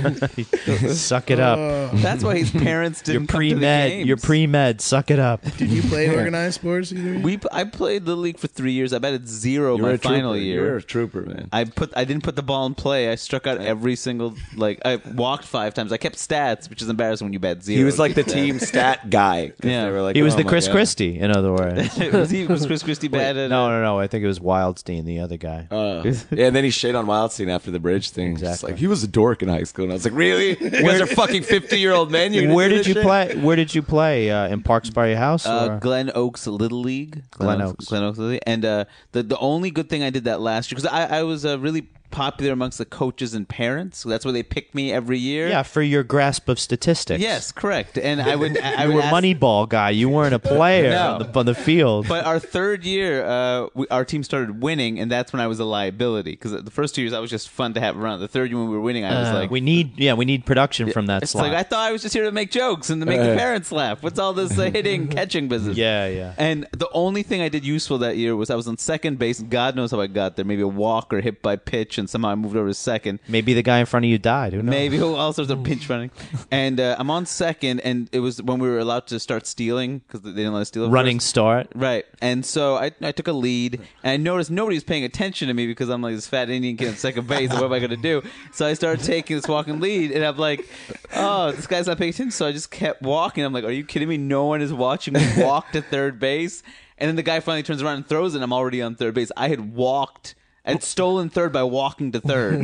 Speaker 7: <laughs> Suck it up.
Speaker 9: That's why his parents didn't
Speaker 7: You're
Speaker 9: come "Oh, to the
Speaker 7: pre med.
Speaker 9: games.
Speaker 7: You're pre med. Suck it up.
Speaker 8: Did you
Speaker 7: <laughs>
Speaker 8: play organized sports? Either?
Speaker 9: We I played the league for three years. I bet it's zero
Speaker 2: You're
Speaker 9: my
Speaker 2: a trooper.
Speaker 9: final year.
Speaker 2: You're a trooper, man.
Speaker 9: I put I didn't put the ball in play. I struck out every single like I walked five times. I kept stats, which is embarrassing when you bet zero.
Speaker 2: He was like the
Speaker 7: <laughs>
Speaker 2: team stat guy. 'cause
Speaker 9: Yeah.
Speaker 2: they were like,
Speaker 7: he was
Speaker 2: "Oh
Speaker 7: the
Speaker 2: my
Speaker 7: Chris
Speaker 2: God."
Speaker 7: Christie, in
Speaker 9: <laughs>
Speaker 7: other words.
Speaker 9: was, <laughs> he, was Chris Christie
Speaker 7: Wait,
Speaker 9: bad at
Speaker 7: no, no, no. I think it was Wildstein, the other guy.
Speaker 9: Oh,
Speaker 2: Uh, yeah, and then he shit on Wildstein after the bridge thing. Exactly. like he was a dork in high school, and I was like, "Really? You guys are fucking fifty-year-old men." You're gonna
Speaker 7: Where
Speaker 2: do
Speaker 7: did
Speaker 2: this
Speaker 7: you
Speaker 2: shit?"
Speaker 7: play? Where did you play? Uh, in Parks by your house?
Speaker 9: Uh,
Speaker 7: or-
Speaker 9: Glen Oaks Little League.
Speaker 7: Glen Oaks.
Speaker 9: Glen Oaks Little League. And uh, the the only good thing I did that last year because I, I was uh, really popular amongst the coaches and parents. So that's where they picked me every year.
Speaker 7: yeah, for your grasp of statistics.
Speaker 9: Yes, correct. And I would I, I
Speaker 7: you
Speaker 9: would
Speaker 7: were
Speaker 9: ask-
Speaker 7: Moneyball guy. You weren't a player
Speaker 9: No.
Speaker 7: on, the, on the field.
Speaker 9: <laughs> But our third year, uh, we, our team started winning, and that's when I was a liability because the first two years I was just fun to have around. The third year when we were winning, I was
Speaker 7: Uh,
Speaker 9: like,
Speaker 7: we need yeah, we need production from that
Speaker 9: it's
Speaker 7: slot.
Speaker 9: like I thought I was just here to make jokes and to make the
Speaker 7: Uh.
Speaker 9: parents laugh. What's all this
Speaker 7: <laughs>
Speaker 9: uh, hitting, catching business?
Speaker 7: Yeah, yeah.
Speaker 9: And the only thing I did useful that year was I was on second base. and God knows how I got there. Maybe a walk or hit by pitch, and somehow I moved over to second.
Speaker 7: Maybe the guy in front of you died. Who knows?
Speaker 9: Maybe <laughs> all sorts of pinch running. And uh, I'm on second, and it was when we were allowed to start stealing because they didn't let us steal. at
Speaker 7: running
Speaker 9: first.
Speaker 7: start.
Speaker 9: Right. And so I, I took a lead, and I noticed nobody was paying attention to me because I'm like this fat Indian kid in second base. and what am I going to do? So I started taking this walking lead, and I'm like, oh, this guy's not paying attention. So I just kept walking. I'm like, are you kidding me? No one is watching me walk to third base. And then the guy finally turns around and throws it, and I'm already on third base. I had walked. I'd stolen third by walking to third.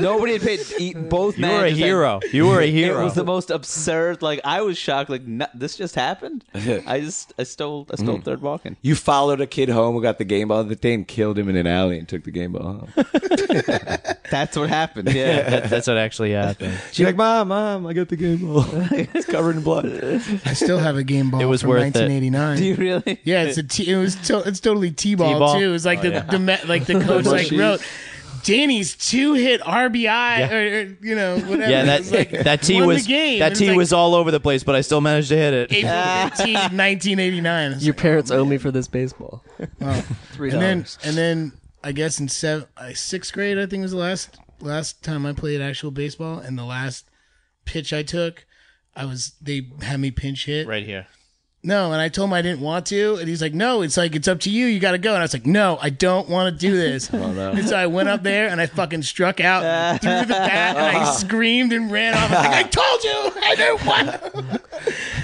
Speaker 9: Nobody had paid. e- Both
Speaker 7: You were a
Speaker 9: managers had-
Speaker 7: hero. You were a
Speaker 9: It
Speaker 7: hero. <laughs>
Speaker 9: was the most absurd. Like I was shocked. Like no, this just happened. I just I stole I stole
Speaker 2: Mhm.
Speaker 9: third walking.
Speaker 2: You followed a kid home who got the game ball. The dame killed him in an alley and took the game ball
Speaker 7: <laughs>
Speaker 2: home.
Speaker 9: That's what happened.
Speaker 7: Yeah, that-
Speaker 9: Yeah.
Speaker 7: that's what actually happened.
Speaker 2: She's like, "Mom, mom, I got the game ball. it's covered in blood."
Speaker 8: I still have a game ball
Speaker 7: It was
Speaker 8: from
Speaker 7: worth it.
Speaker 8: 1989.
Speaker 9: Do <laughs> you really?
Speaker 8: Yeah, it's a t- it was to- it's totally t-ball,
Speaker 7: T-ball?
Speaker 8: too. It was like
Speaker 7: Oh,
Speaker 8: the
Speaker 7: yeah.
Speaker 8: the me- like
Speaker 7: <laughs>
Speaker 8: the coach like
Speaker 7: Mushies.
Speaker 8: wrote Danny's two hit RBI
Speaker 7: Yeah.
Speaker 8: or, or, you know whatever.
Speaker 7: Yeah,
Speaker 8: It <laughs>
Speaker 7: that
Speaker 8: was
Speaker 7: <laughs>
Speaker 8: like,
Speaker 7: that tee
Speaker 8: won
Speaker 7: was
Speaker 8: the game.
Speaker 7: that
Speaker 8: It
Speaker 7: tee
Speaker 8: like
Speaker 7: was all over the place, but I still managed to hit it.
Speaker 8: April 15, 1989. It's
Speaker 6: Your parents owe me for this
Speaker 8: <laughs>
Speaker 6: baseball.
Speaker 8: Wow.
Speaker 6: Three
Speaker 8: and then
Speaker 6: dollars.
Speaker 8: and then I guess in seven, I, sixth grade, I think was the last last time I played actual baseball, and the last pitch I took, I was they had me pinch
Speaker 7: <laughs>
Speaker 8: hit
Speaker 7: right here.
Speaker 8: No, and I told him I didn't want to, and he's like, "No, it's like it's up to you. You got to go." And I was like, "No, I don't want to do this."
Speaker 2: no.
Speaker 8: And so I went up there and I fucking struck out and threw the bat, and I screamed and ran off. I was like, "I told you, I didn't <laughs> want."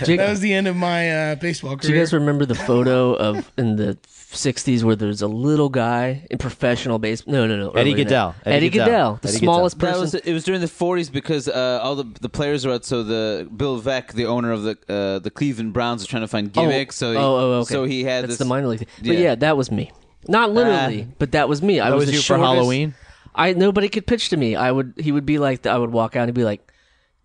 Speaker 6: Jake-
Speaker 8: that was the end of my uh, baseball
Speaker 6: Do
Speaker 8: career.
Speaker 6: you guys remember the photo of in the 60s where there's a little guy in professional baseball? No, no, no.
Speaker 7: Eddie
Speaker 6: earlier than
Speaker 7: Goodell.
Speaker 6: that. Eddie, Goodell, the smallest
Speaker 9: That
Speaker 6: person.
Speaker 9: was- it was during the 40s because uh, all the the players were out. So the Bill Veck, the owner of the uh, the Cleveland Browns, was trying to find gimmicks.
Speaker 6: oh,
Speaker 9: so he,
Speaker 6: oh, oh, okay.
Speaker 9: so he had
Speaker 6: That's
Speaker 9: this
Speaker 6: the minor league. Thing. But yeah. that was me. Not literally,
Speaker 9: Ah.
Speaker 6: but that was me. I
Speaker 9: That
Speaker 6: was,
Speaker 9: was
Speaker 6: the
Speaker 9: you for
Speaker 6: shortest-
Speaker 9: Halloween?
Speaker 6: I nobody could pitch to me. I would. He would be like. I would walk out and he'd be like,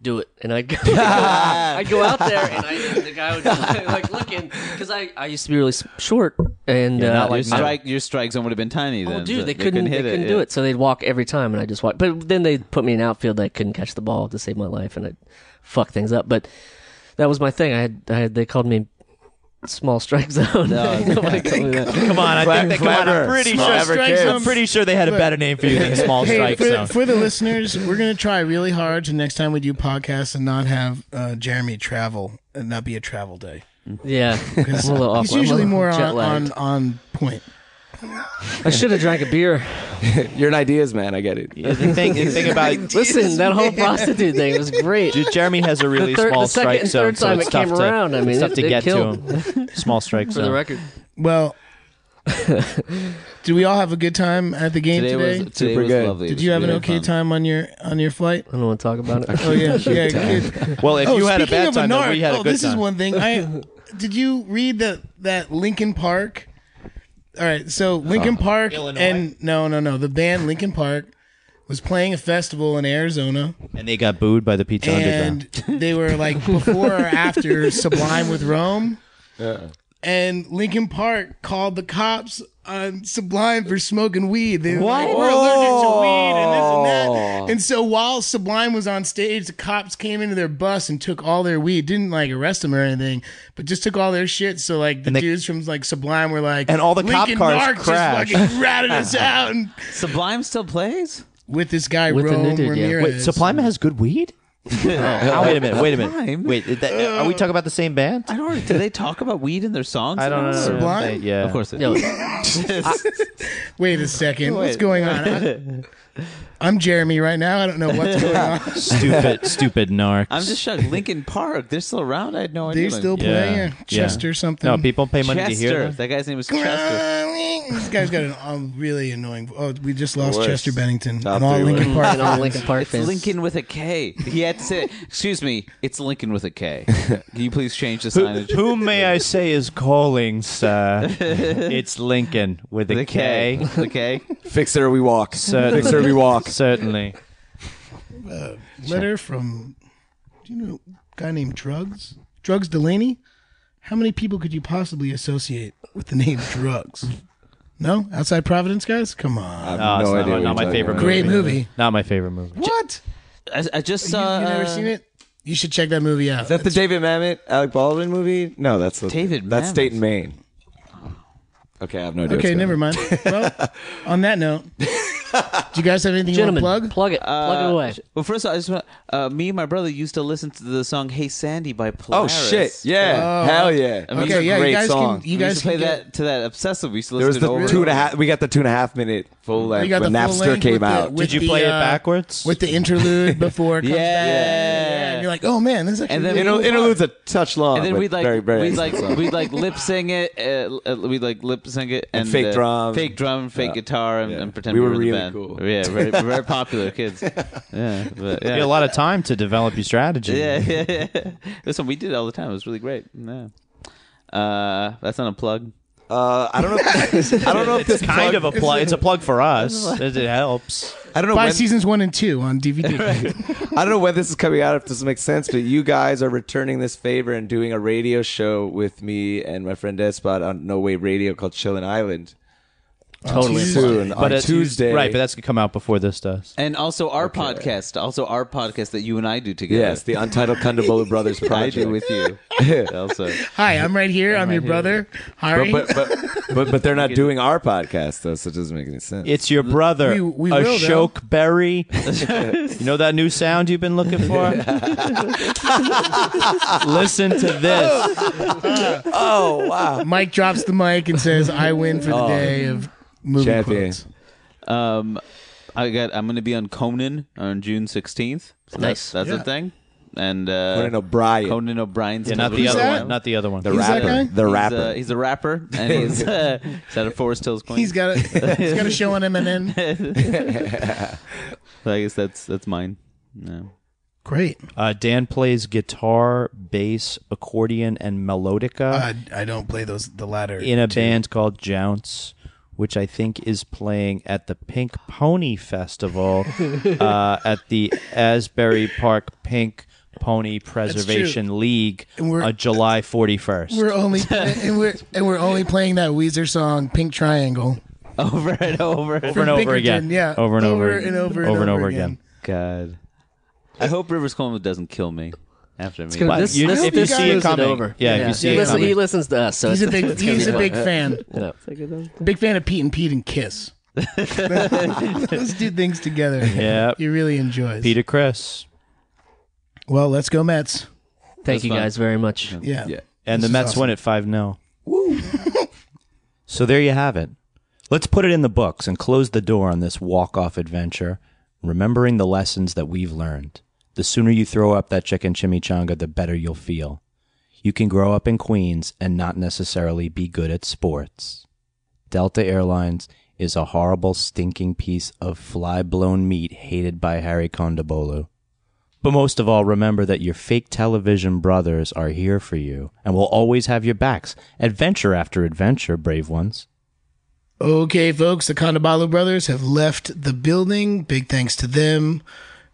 Speaker 6: "Do it," and I'd go. <laughs> I'd
Speaker 9: <laughs>
Speaker 6: go out there and I, the guy would be like <laughs> looking because I, I used to be really s- short and
Speaker 9: Yeah,
Speaker 6: uh,
Speaker 9: not like
Speaker 6: I-
Speaker 9: your strike, your strike zone would have been tiny then.
Speaker 6: Oh, dude,
Speaker 9: so
Speaker 6: they couldn't, they couldn't do
Speaker 9: yeah.
Speaker 6: it, so they'd walk every time, and I just walked. But then they put me in outfield, and I couldn't catch the ball to save my life, and I fuck things up. But that was my thing. I had, I had they called me small strike <laughs> zone. Nobody called me
Speaker 7: <laughs>
Speaker 6: that.
Speaker 7: Come on, I think they, come on, I'm pretty
Speaker 8: Small
Speaker 7: sure.
Speaker 8: strike
Speaker 7: I'm
Speaker 8: zone.
Speaker 7: pretty sure they had a better name for you than small
Speaker 8: Hey,
Speaker 7: strike
Speaker 8: for,
Speaker 7: zone.
Speaker 8: for the listeners, we're gonna try really hard to next time we do podcasts and not have uh, Jeremy travel and not be a travel day.
Speaker 6: Yeah, it's a little
Speaker 8: He's
Speaker 6: awkward.
Speaker 8: usually
Speaker 6: I'm a little
Speaker 8: more on,
Speaker 6: jet-lagged.
Speaker 8: on on point.
Speaker 6: I should have drank a
Speaker 8: <laughs>
Speaker 6: beer.
Speaker 2: You're an ideas man. I get it. <laughs>
Speaker 7: the thing, the thing about
Speaker 6: Listen, that whole prostitute thing
Speaker 7: <laughs>
Speaker 6: was great.
Speaker 7: Dude, Jeremy has a really
Speaker 6: The third-
Speaker 7: small
Speaker 6: the second
Speaker 7: strike
Speaker 6: and
Speaker 7: zone,
Speaker 6: third
Speaker 7: so
Speaker 6: time
Speaker 7: it's
Speaker 6: it
Speaker 7: tough
Speaker 6: came
Speaker 7: to,
Speaker 6: around, I mean,
Speaker 7: it's tough
Speaker 6: it-
Speaker 7: to
Speaker 6: it
Speaker 7: get to
Speaker 6: killed.
Speaker 7: him. small strike
Speaker 6: <laughs> For
Speaker 7: zone.
Speaker 6: the record,
Speaker 8: Well, Did we all have a good time at the game
Speaker 9: Today
Speaker 8: today?
Speaker 9: was- today Super was good. lovely. It
Speaker 8: Did
Speaker 9: was
Speaker 8: you have an
Speaker 9: really
Speaker 8: okay
Speaker 9: fun.
Speaker 8: time on your on your flight?
Speaker 6: I don't want to talk about
Speaker 7: <laughs>
Speaker 6: it.
Speaker 8: Oh yeah, yeah.
Speaker 7: Good time.
Speaker 8: good.
Speaker 7: Well, if <laughs>
Speaker 8: Oh,
Speaker 7: you had a
Speaker 8: speaking
Speaker 7: bad
Speaker 8: of
Speaker 7: time, then we had a
Speaker 8: oh,
Speaker 7: good
Speaker 8: this is
Speaker 7: time.
Speaker 8: one
Speaker 7: <laughs>
Speaker 8: thing. I did you read that that Lincoln Park? All right, so Lincoln
Speaker 7: Oh.
Speaker 8: Park
Speaker 7: Illinois?
Speaker 8: and no, no, no. The band Lincoln Park was playing a festival in Arizona.
Speaker 7: and they got booed by the Pizza
Speaker 8: and
Speaker 7: Underground.
Speaker 8: they were like before
Speaker 7: <laughs>
Speaker 8: or after Sublime with Rome, and Lincoln Park called the cops on Sublime for smoking weed. They were like,
Speaker 9: What?
Speaker 8: we're allergic to weed and this and
Speaker 9: Oh.
Speaker 8: that. And so while Sublime was on stage, the cops came into their bus and took all their weed. Didn't like arrest them or anything, but just took all their shit. So like the dudes from like Sublime were like,
Speaker 7: And all the cop
Speaker 8: Lincoln
Speaker 7: cars
Speaker 8: Park just
Speaker 7: crashed." <laughs>
Speaker 8: fucking ratted us out and
Speaker 9: Sublime still plays.
Speaker 8: with this guy
Speaker 9: With the new
Speaker 8: Rome
Speaker 9: dude, yeah.
Speaker 8: Ramirez.
Speaker 7: Wait, Sublime has good weed? <laughs> Oh, wait a minute, wait a minute.
Speaker 9: Sublime?
Speaker 7: Wait, is that, are we talking about the same band?
Speaker 9: I don't. Do they talk about weed in their songs?
Speaker 7: I don't know.
Speaker 8: Sublime?
Speaker 7: They- yeah.
Speaker 9: Of course they
Speaker 8: No.
Speaker 9: do.
Speaker 8: Wait a second. What's
Speaker 9: Wait.
Speaker 8: going on? I, am Jeremy right now. I don't know what's going on.
Speaker 7: Stupid, stupid narcs.
Speaker 9: I'm just shocked. Lincoln Park, they're still around. I had no
Speaker 8: They
Speaker 9: idea.
Speaker 8: still play yeah. Chester
Speaker 7: <laughs>
Speaker 8: something.
Speaker 7: No, people pay money
Speaker 9: Chester.
Speaker 7: to hear them.
Speaker 9: That guy's name was Chester.
Speaker 8: this guy's got an um, really annoying. Oh, we just lost
Speaker 9: Worst.
Speaker 8: Chester Bennington
Speaker 9: Top
Speaker 8: and all
Speaker 9: three
Speaker 8: Lincoln
Speaker 9: worst.
Speaker 8: Park.
Speaker 9: And all
Speaker 8: fans.
Speaker 6: Linkin Park
Speaker 9: it's
Speaker 6: fans.
Speaker 9: Lincoln with a K. He had to say, "Excuse me, it's Lincoln with a K." Can you please change the
Speaker 7: Who,
Speaker 9: signage?
Speaker 7: who may I say is calling, sir?
Speaker 9: <laughs>
Speaker 7: it's Lincoln with a
Speaker 9: The K.
Speaker 7: K.
Speaker 9: The K.
Speaker 2: Fixer, we walk.
Speaker 7: Certainly.
Speaker 2: Fixer, we walk.
Speaker 7: Certainly.
Speaker 8: Uh, letter from. Do you know a guy named Drugs? Drugs Delaney. How many people could you possibly associate with the name Drugs? No, outside Providence guys. Come on.
Speaker 7: No, Ah, it's
Speaker 2: no
Speaker 7: not,
Speaker 2: idea what
Speaker 7: not
Speaker 2: you're
Speaker 7: my
Speaker 2: talking
Speaker 7: favorite
Speaker 2: about.
Speaker 7: movie.
Speaker 8: Great movie.
Speaker 7: Not my favorite movie.
Speaker 9: What? I, I just
Speaker 8: You,
Speaker 9: saw.
Speaker 8: you never
Speaker 9: uh,
Speaker 8: seen it? You should check that movie out.
Speaker 2: Is that the David Mamet, Alec Baldwin movie? No, that's the,
Speaker 9: David
Speaker 2: That's
Speaker 9: Mamet.
Speaker 2: State and Maine. Okay, I have no idea.
Speaker 8: Okay,
Speaker 2: what's
Speaker 8: never
Speaker 2: going
Speaker 8: mind. Well, on that note, do you guys have anything
Speaker 6: Gentlemen,
Speaker 8: you want to plug?
Speaker 6: plug it. plug
Speaker 7: Uh,
Speaker 6: it away.
Speaker 9: Well, first of all, I just want, uh, me and my brother used to listen to the song "Hey Sandy" by
Speaker 2: on. Oh
Speaker 9: Polaris.
Speaker 2: shit! Yeah,
Speaker 8: Oh.
Speaker 2: hell yeah.
Speaker 9: I mean,
Speaker 8: okay, yeah,
Speaker 2: great
Speaker 8: you guys
Speaker 2: song.
Speaker 8: can. You
Speaker 9: we
Speaker 8: guys
Speaker 9: used to play
Speaker 8: can get-
Speaker 9: that to that obsessive. We used to
Speaker 2: There
Speaker 9: listen
Speaker 2: was
Speaker 9: to it over
Speaker 2: the two and a
Speaker 9: over.
Speaker 2: half. We got the two and a half minute full
Speaker 8: You
Speaker 2: length
Speaker 8: got
Speaker 2: when
Speaker 8: the full
Speaker 2: Napster
Speaker 8: length
Speaker 2: came
Speaker 8: with the-
Speaker 2: out.
Speaker 8: with
Speaker 7: Did you
Speaker 8: the,
Speaker 7: play it
Speaker 8: uh,
Speaker 7: backwards?
Speaker 8: with the interlude before it
Speaker 9: Yeah.
Speaker 8: comes back? Yeah, and you're like, oh man, this is actually
Speaker 9: And then
Speaker 8: really
Speaker 9: we-
Speaker 8: cool.
Speaker 2: Inter- Interlude's a touch long.
Speaker 9: and then
Speaker 2: Oh, but
Speaker 9: we'd like
Speaker 2: very, very
Speaker 9: we'd like
Speaker 2: excellent.
Speaker 9: we'd like lip sing it. Uh, uh, we'd like lip sing it
Speaker 2: And
Speaker 9: and,
Speaker 2: fake
Speaker 9: uh,
Speaker 2: drum.
Speaker 9: fake drum, fake
Speaker 2: Yeah.
Speaker 9: guitar, and,
Speaker 2: Yeah.
Speaker 9: and pretend
Speaker 2: We
Speaker 9: we,
Speaker 2: were
Speaker 9: in
Speaker 2: really
Speaker 9: the band.
Speaker 2: cool.
Speaker 9: Yeah,
Speaker 2: <laughs>
Speaker 9: very very popular kids. Yeah, but,
Speaker 7: You had
Speaker 9: yeah.
Speaker 7: a lot of time to develop your strategy.
Speaker 9: yeah, yeah, yeah. <laughs> That's what we did all the time. It was really great. Yeah. Uh, that's not a plug.
Speaker 2: Uh, I don't know.
Speaker 9: <laughs>
Speaker 2: If, I don't know if this
Speaker 7: Kind
Speaker 2: plug-
Speaker 7: of a plug. It's a plug for us. It it helps.
Speaker 2: I don't know.
Speaker 8: Buy
Speaker 2: When,
Speaker 8: seasons one and two on DVD.
Speaker 2: I don't know when this is coming out. If this makes sense, but you guys are returning this favor and doing a radio show with me and my friend Despot on No Way Radio called Chillin' Island.
Speaker 8: Totally.
Speaker 2: soon on
Speaker 7: it's-
Speaker 2: Tuesday.
Speaker 7: Right, but that's going to come out before this does.
Speaker 9: And also our podcast, also our podcast that you and I do together.
Speaker 2: Yes, the Untitled Kundabolu
Speaker 9: <laughs>
Speaker 2: Brothers
Speaker 9: I
Speaker 2: project.
Speaker 9: do with you.
Speaker 2: <laughs>
Speaker 9: also,
Speaker 8: Hi, I'm right here. I'm, your brother, Harry.
Speaker 2: but, but, but but they're not doing our podcast though, so it doesn't make any sense.
Speaker 7: It's your brother,
Speaker 8: We- we will, though.
Speaker 7: Ashok Berry. you know that new sound you've been looking for? Listen to this.
Speaker 2: oh wow!
Speaker 8: Mike drops the mic and says, "I win for the day of movie
Speaker 2: Champion.
Speaker 8: quotes."
Speaker 9: um, I got. I'm going to be on Conan on June 16th. So That's,
Speaker 6: Nice.
Speaker 9: that's
Speaker 8: Yeah.
Speaker 9: a thing. And uh,
Speaker 2: Conan O'Brien.
Speaker 9: Conan O'Brien's
Speaker 7: Yeah, not the
Speaker 9: Who's
Speaker 7: other
Speaker 9: that?
Speaker 7: one. Not the other one.
Speaker 2: the
Speaker 8: He's that
Speaker 2: rapper,
Speaker 8: guy?
Speaker 2: the
Speaker 9: he's,
Speaker 2: rapper.
Speaker 9: Uh, he's a rapper,
Speaker 2: <laughs>
Speaker 9: and he's, uh, he's out of Forest Hills, Queens.
Speaker 8: He's got a he's got a show on MNN.
Speaker 9: So I guess that's that's mine. No.
Speaker 8: Great.
Speaker 7: Uh, Dan plays guitar, bass, accordion, and melodica
Speaker 8: I, I don't play those the latter.
Speaker 7: in a band called Jounce, which I think is playing at the Pink Pony
Speaker 8: <laughs>
Speaker 7: Festival uh, at the Asbury Park Pink Pony Preservation League
Speaker 8: And we're-
Speaker 7: on July 41st.
Speaker 8: We're only and we're and we're only playing that Weezer song Pink Triangle
Speaker 9: <laughs> Over and over. and
Speaker 7: over and over again.
Speaker 8: Pinkerton, yeah.
Speaker 7: Over and over,
Speaker 8: Over and over and
Speaker 7: over and
Speaker 8: over
Speaker 7: over
Speaker 8: again.
Speaker 7: again.
Speaker 9: God. I hope Rivers Cuomo doesn't kill me after me.
Speaker 6: gonna-
Speaker 7: But
Speaker 6: This-
Speaker 7: you-
Speaker 6: this-
Speaker 7: if you
Speaker 6: this
Speaker 7: see it
Speaker 6: is it
Speaker 7: coming,
Speaker 6: over.
Speaker 7: yeah, if
Speaker 8: Yeah.
Speaker 7: you see
Speaker 6: he,
Speaker 7: it
Speaker 8: listen-
Speaker 6: listens,
Speaker 7: coming,
Speaker 6: he listens to us, so
Speaker 8: He's a
Speaker 6: <laughs> it's,
Speaker 8: big
Speaker 6: it's gonna
Speaker 8: he's
Speaker 6: be
Speaker 8: a
Speaker 6: fun.
Speaker 8: big fan.
Speaker 6: <laughs> Yeah.
Speaker 8: Big fan of Pete and Pete
Speaker 6: <laughs>
Speaker 8: and <laughs> Kiss. Those two things together.
Speaker 7: yeah,
Speaker 8: He really enjoys.
Speaker 7: Peter Chris
Speaker 8: Well, let's go Mets.
Speaker 6: Thank you
Speaker 9: fun.
Speaker 6: guys very much.
Speaker 8: Yeah.
Speaker 2: Yeah.
Speaker 7: and
Speaker 8: This
Speaker 7: the
Speaker 8: is
Speaker 7: Mets
Speaker 8: awesome.
Speaker 7: win at five 0 <laughs> So there you have it. Let's put it in the books and close the door on this walk off adventure, remembering the lessons that we've learned. The sooner you throw up that chicken chimichanga, the better you'll feel. You can grow up in Queens and not necessarily be good at sports. Delta Airlines is a horrible, stinking piece of fly blown meat hated by Harry Kondabolu. But most of all, remember that your fake television brothers are here for you and will always have your backs, adventure after adventure, brave ones.
Speaker 8: Okay, folks, the Condabalu brothers have left the building. Big thanks to them.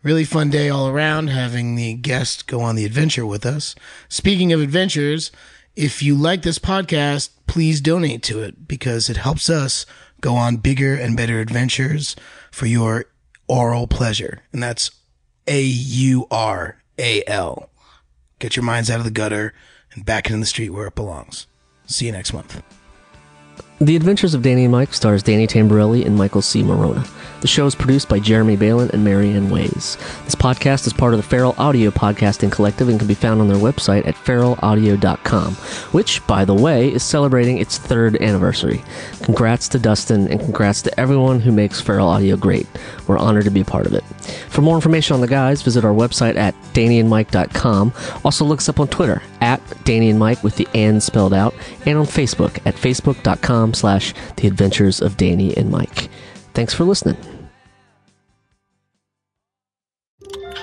Speaker 8: Really fun day all around having the guest go on the adventure with us. Speaking of adventures, if you like this podcast, please donate to it because it helps us go on bigger and better adventures for your oral pleasure. And that's A U R A L. Get your minds out of the gutter and back into the street where it belongs. See you next month.
Speaker 6: The Adventures of Danny and Mike stars Danny Tamborelli and Michael C. Morona. The show is produced by Jeremy Balin and Marianne Ways. This podcast is part of the Feral Audio Podcasting Collective and can be found on their website at feralaudio.com, which, by the way, is celebrating its third anniversary. Congrats to Dustin and congrats to everyone who makes Feral Audio great. We're honored to be a part of it. For more information on the guys, visit our website at dannyandmike.com. Also, look us up on Twitter at Danny and Mike with the and spelled out, and on Facebook at facebook.com slash the adventures of Danny and Mike. Thanks for listening.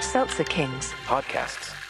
Speaker 13: Seltzer Kings.
Speaker 14: Podcasts.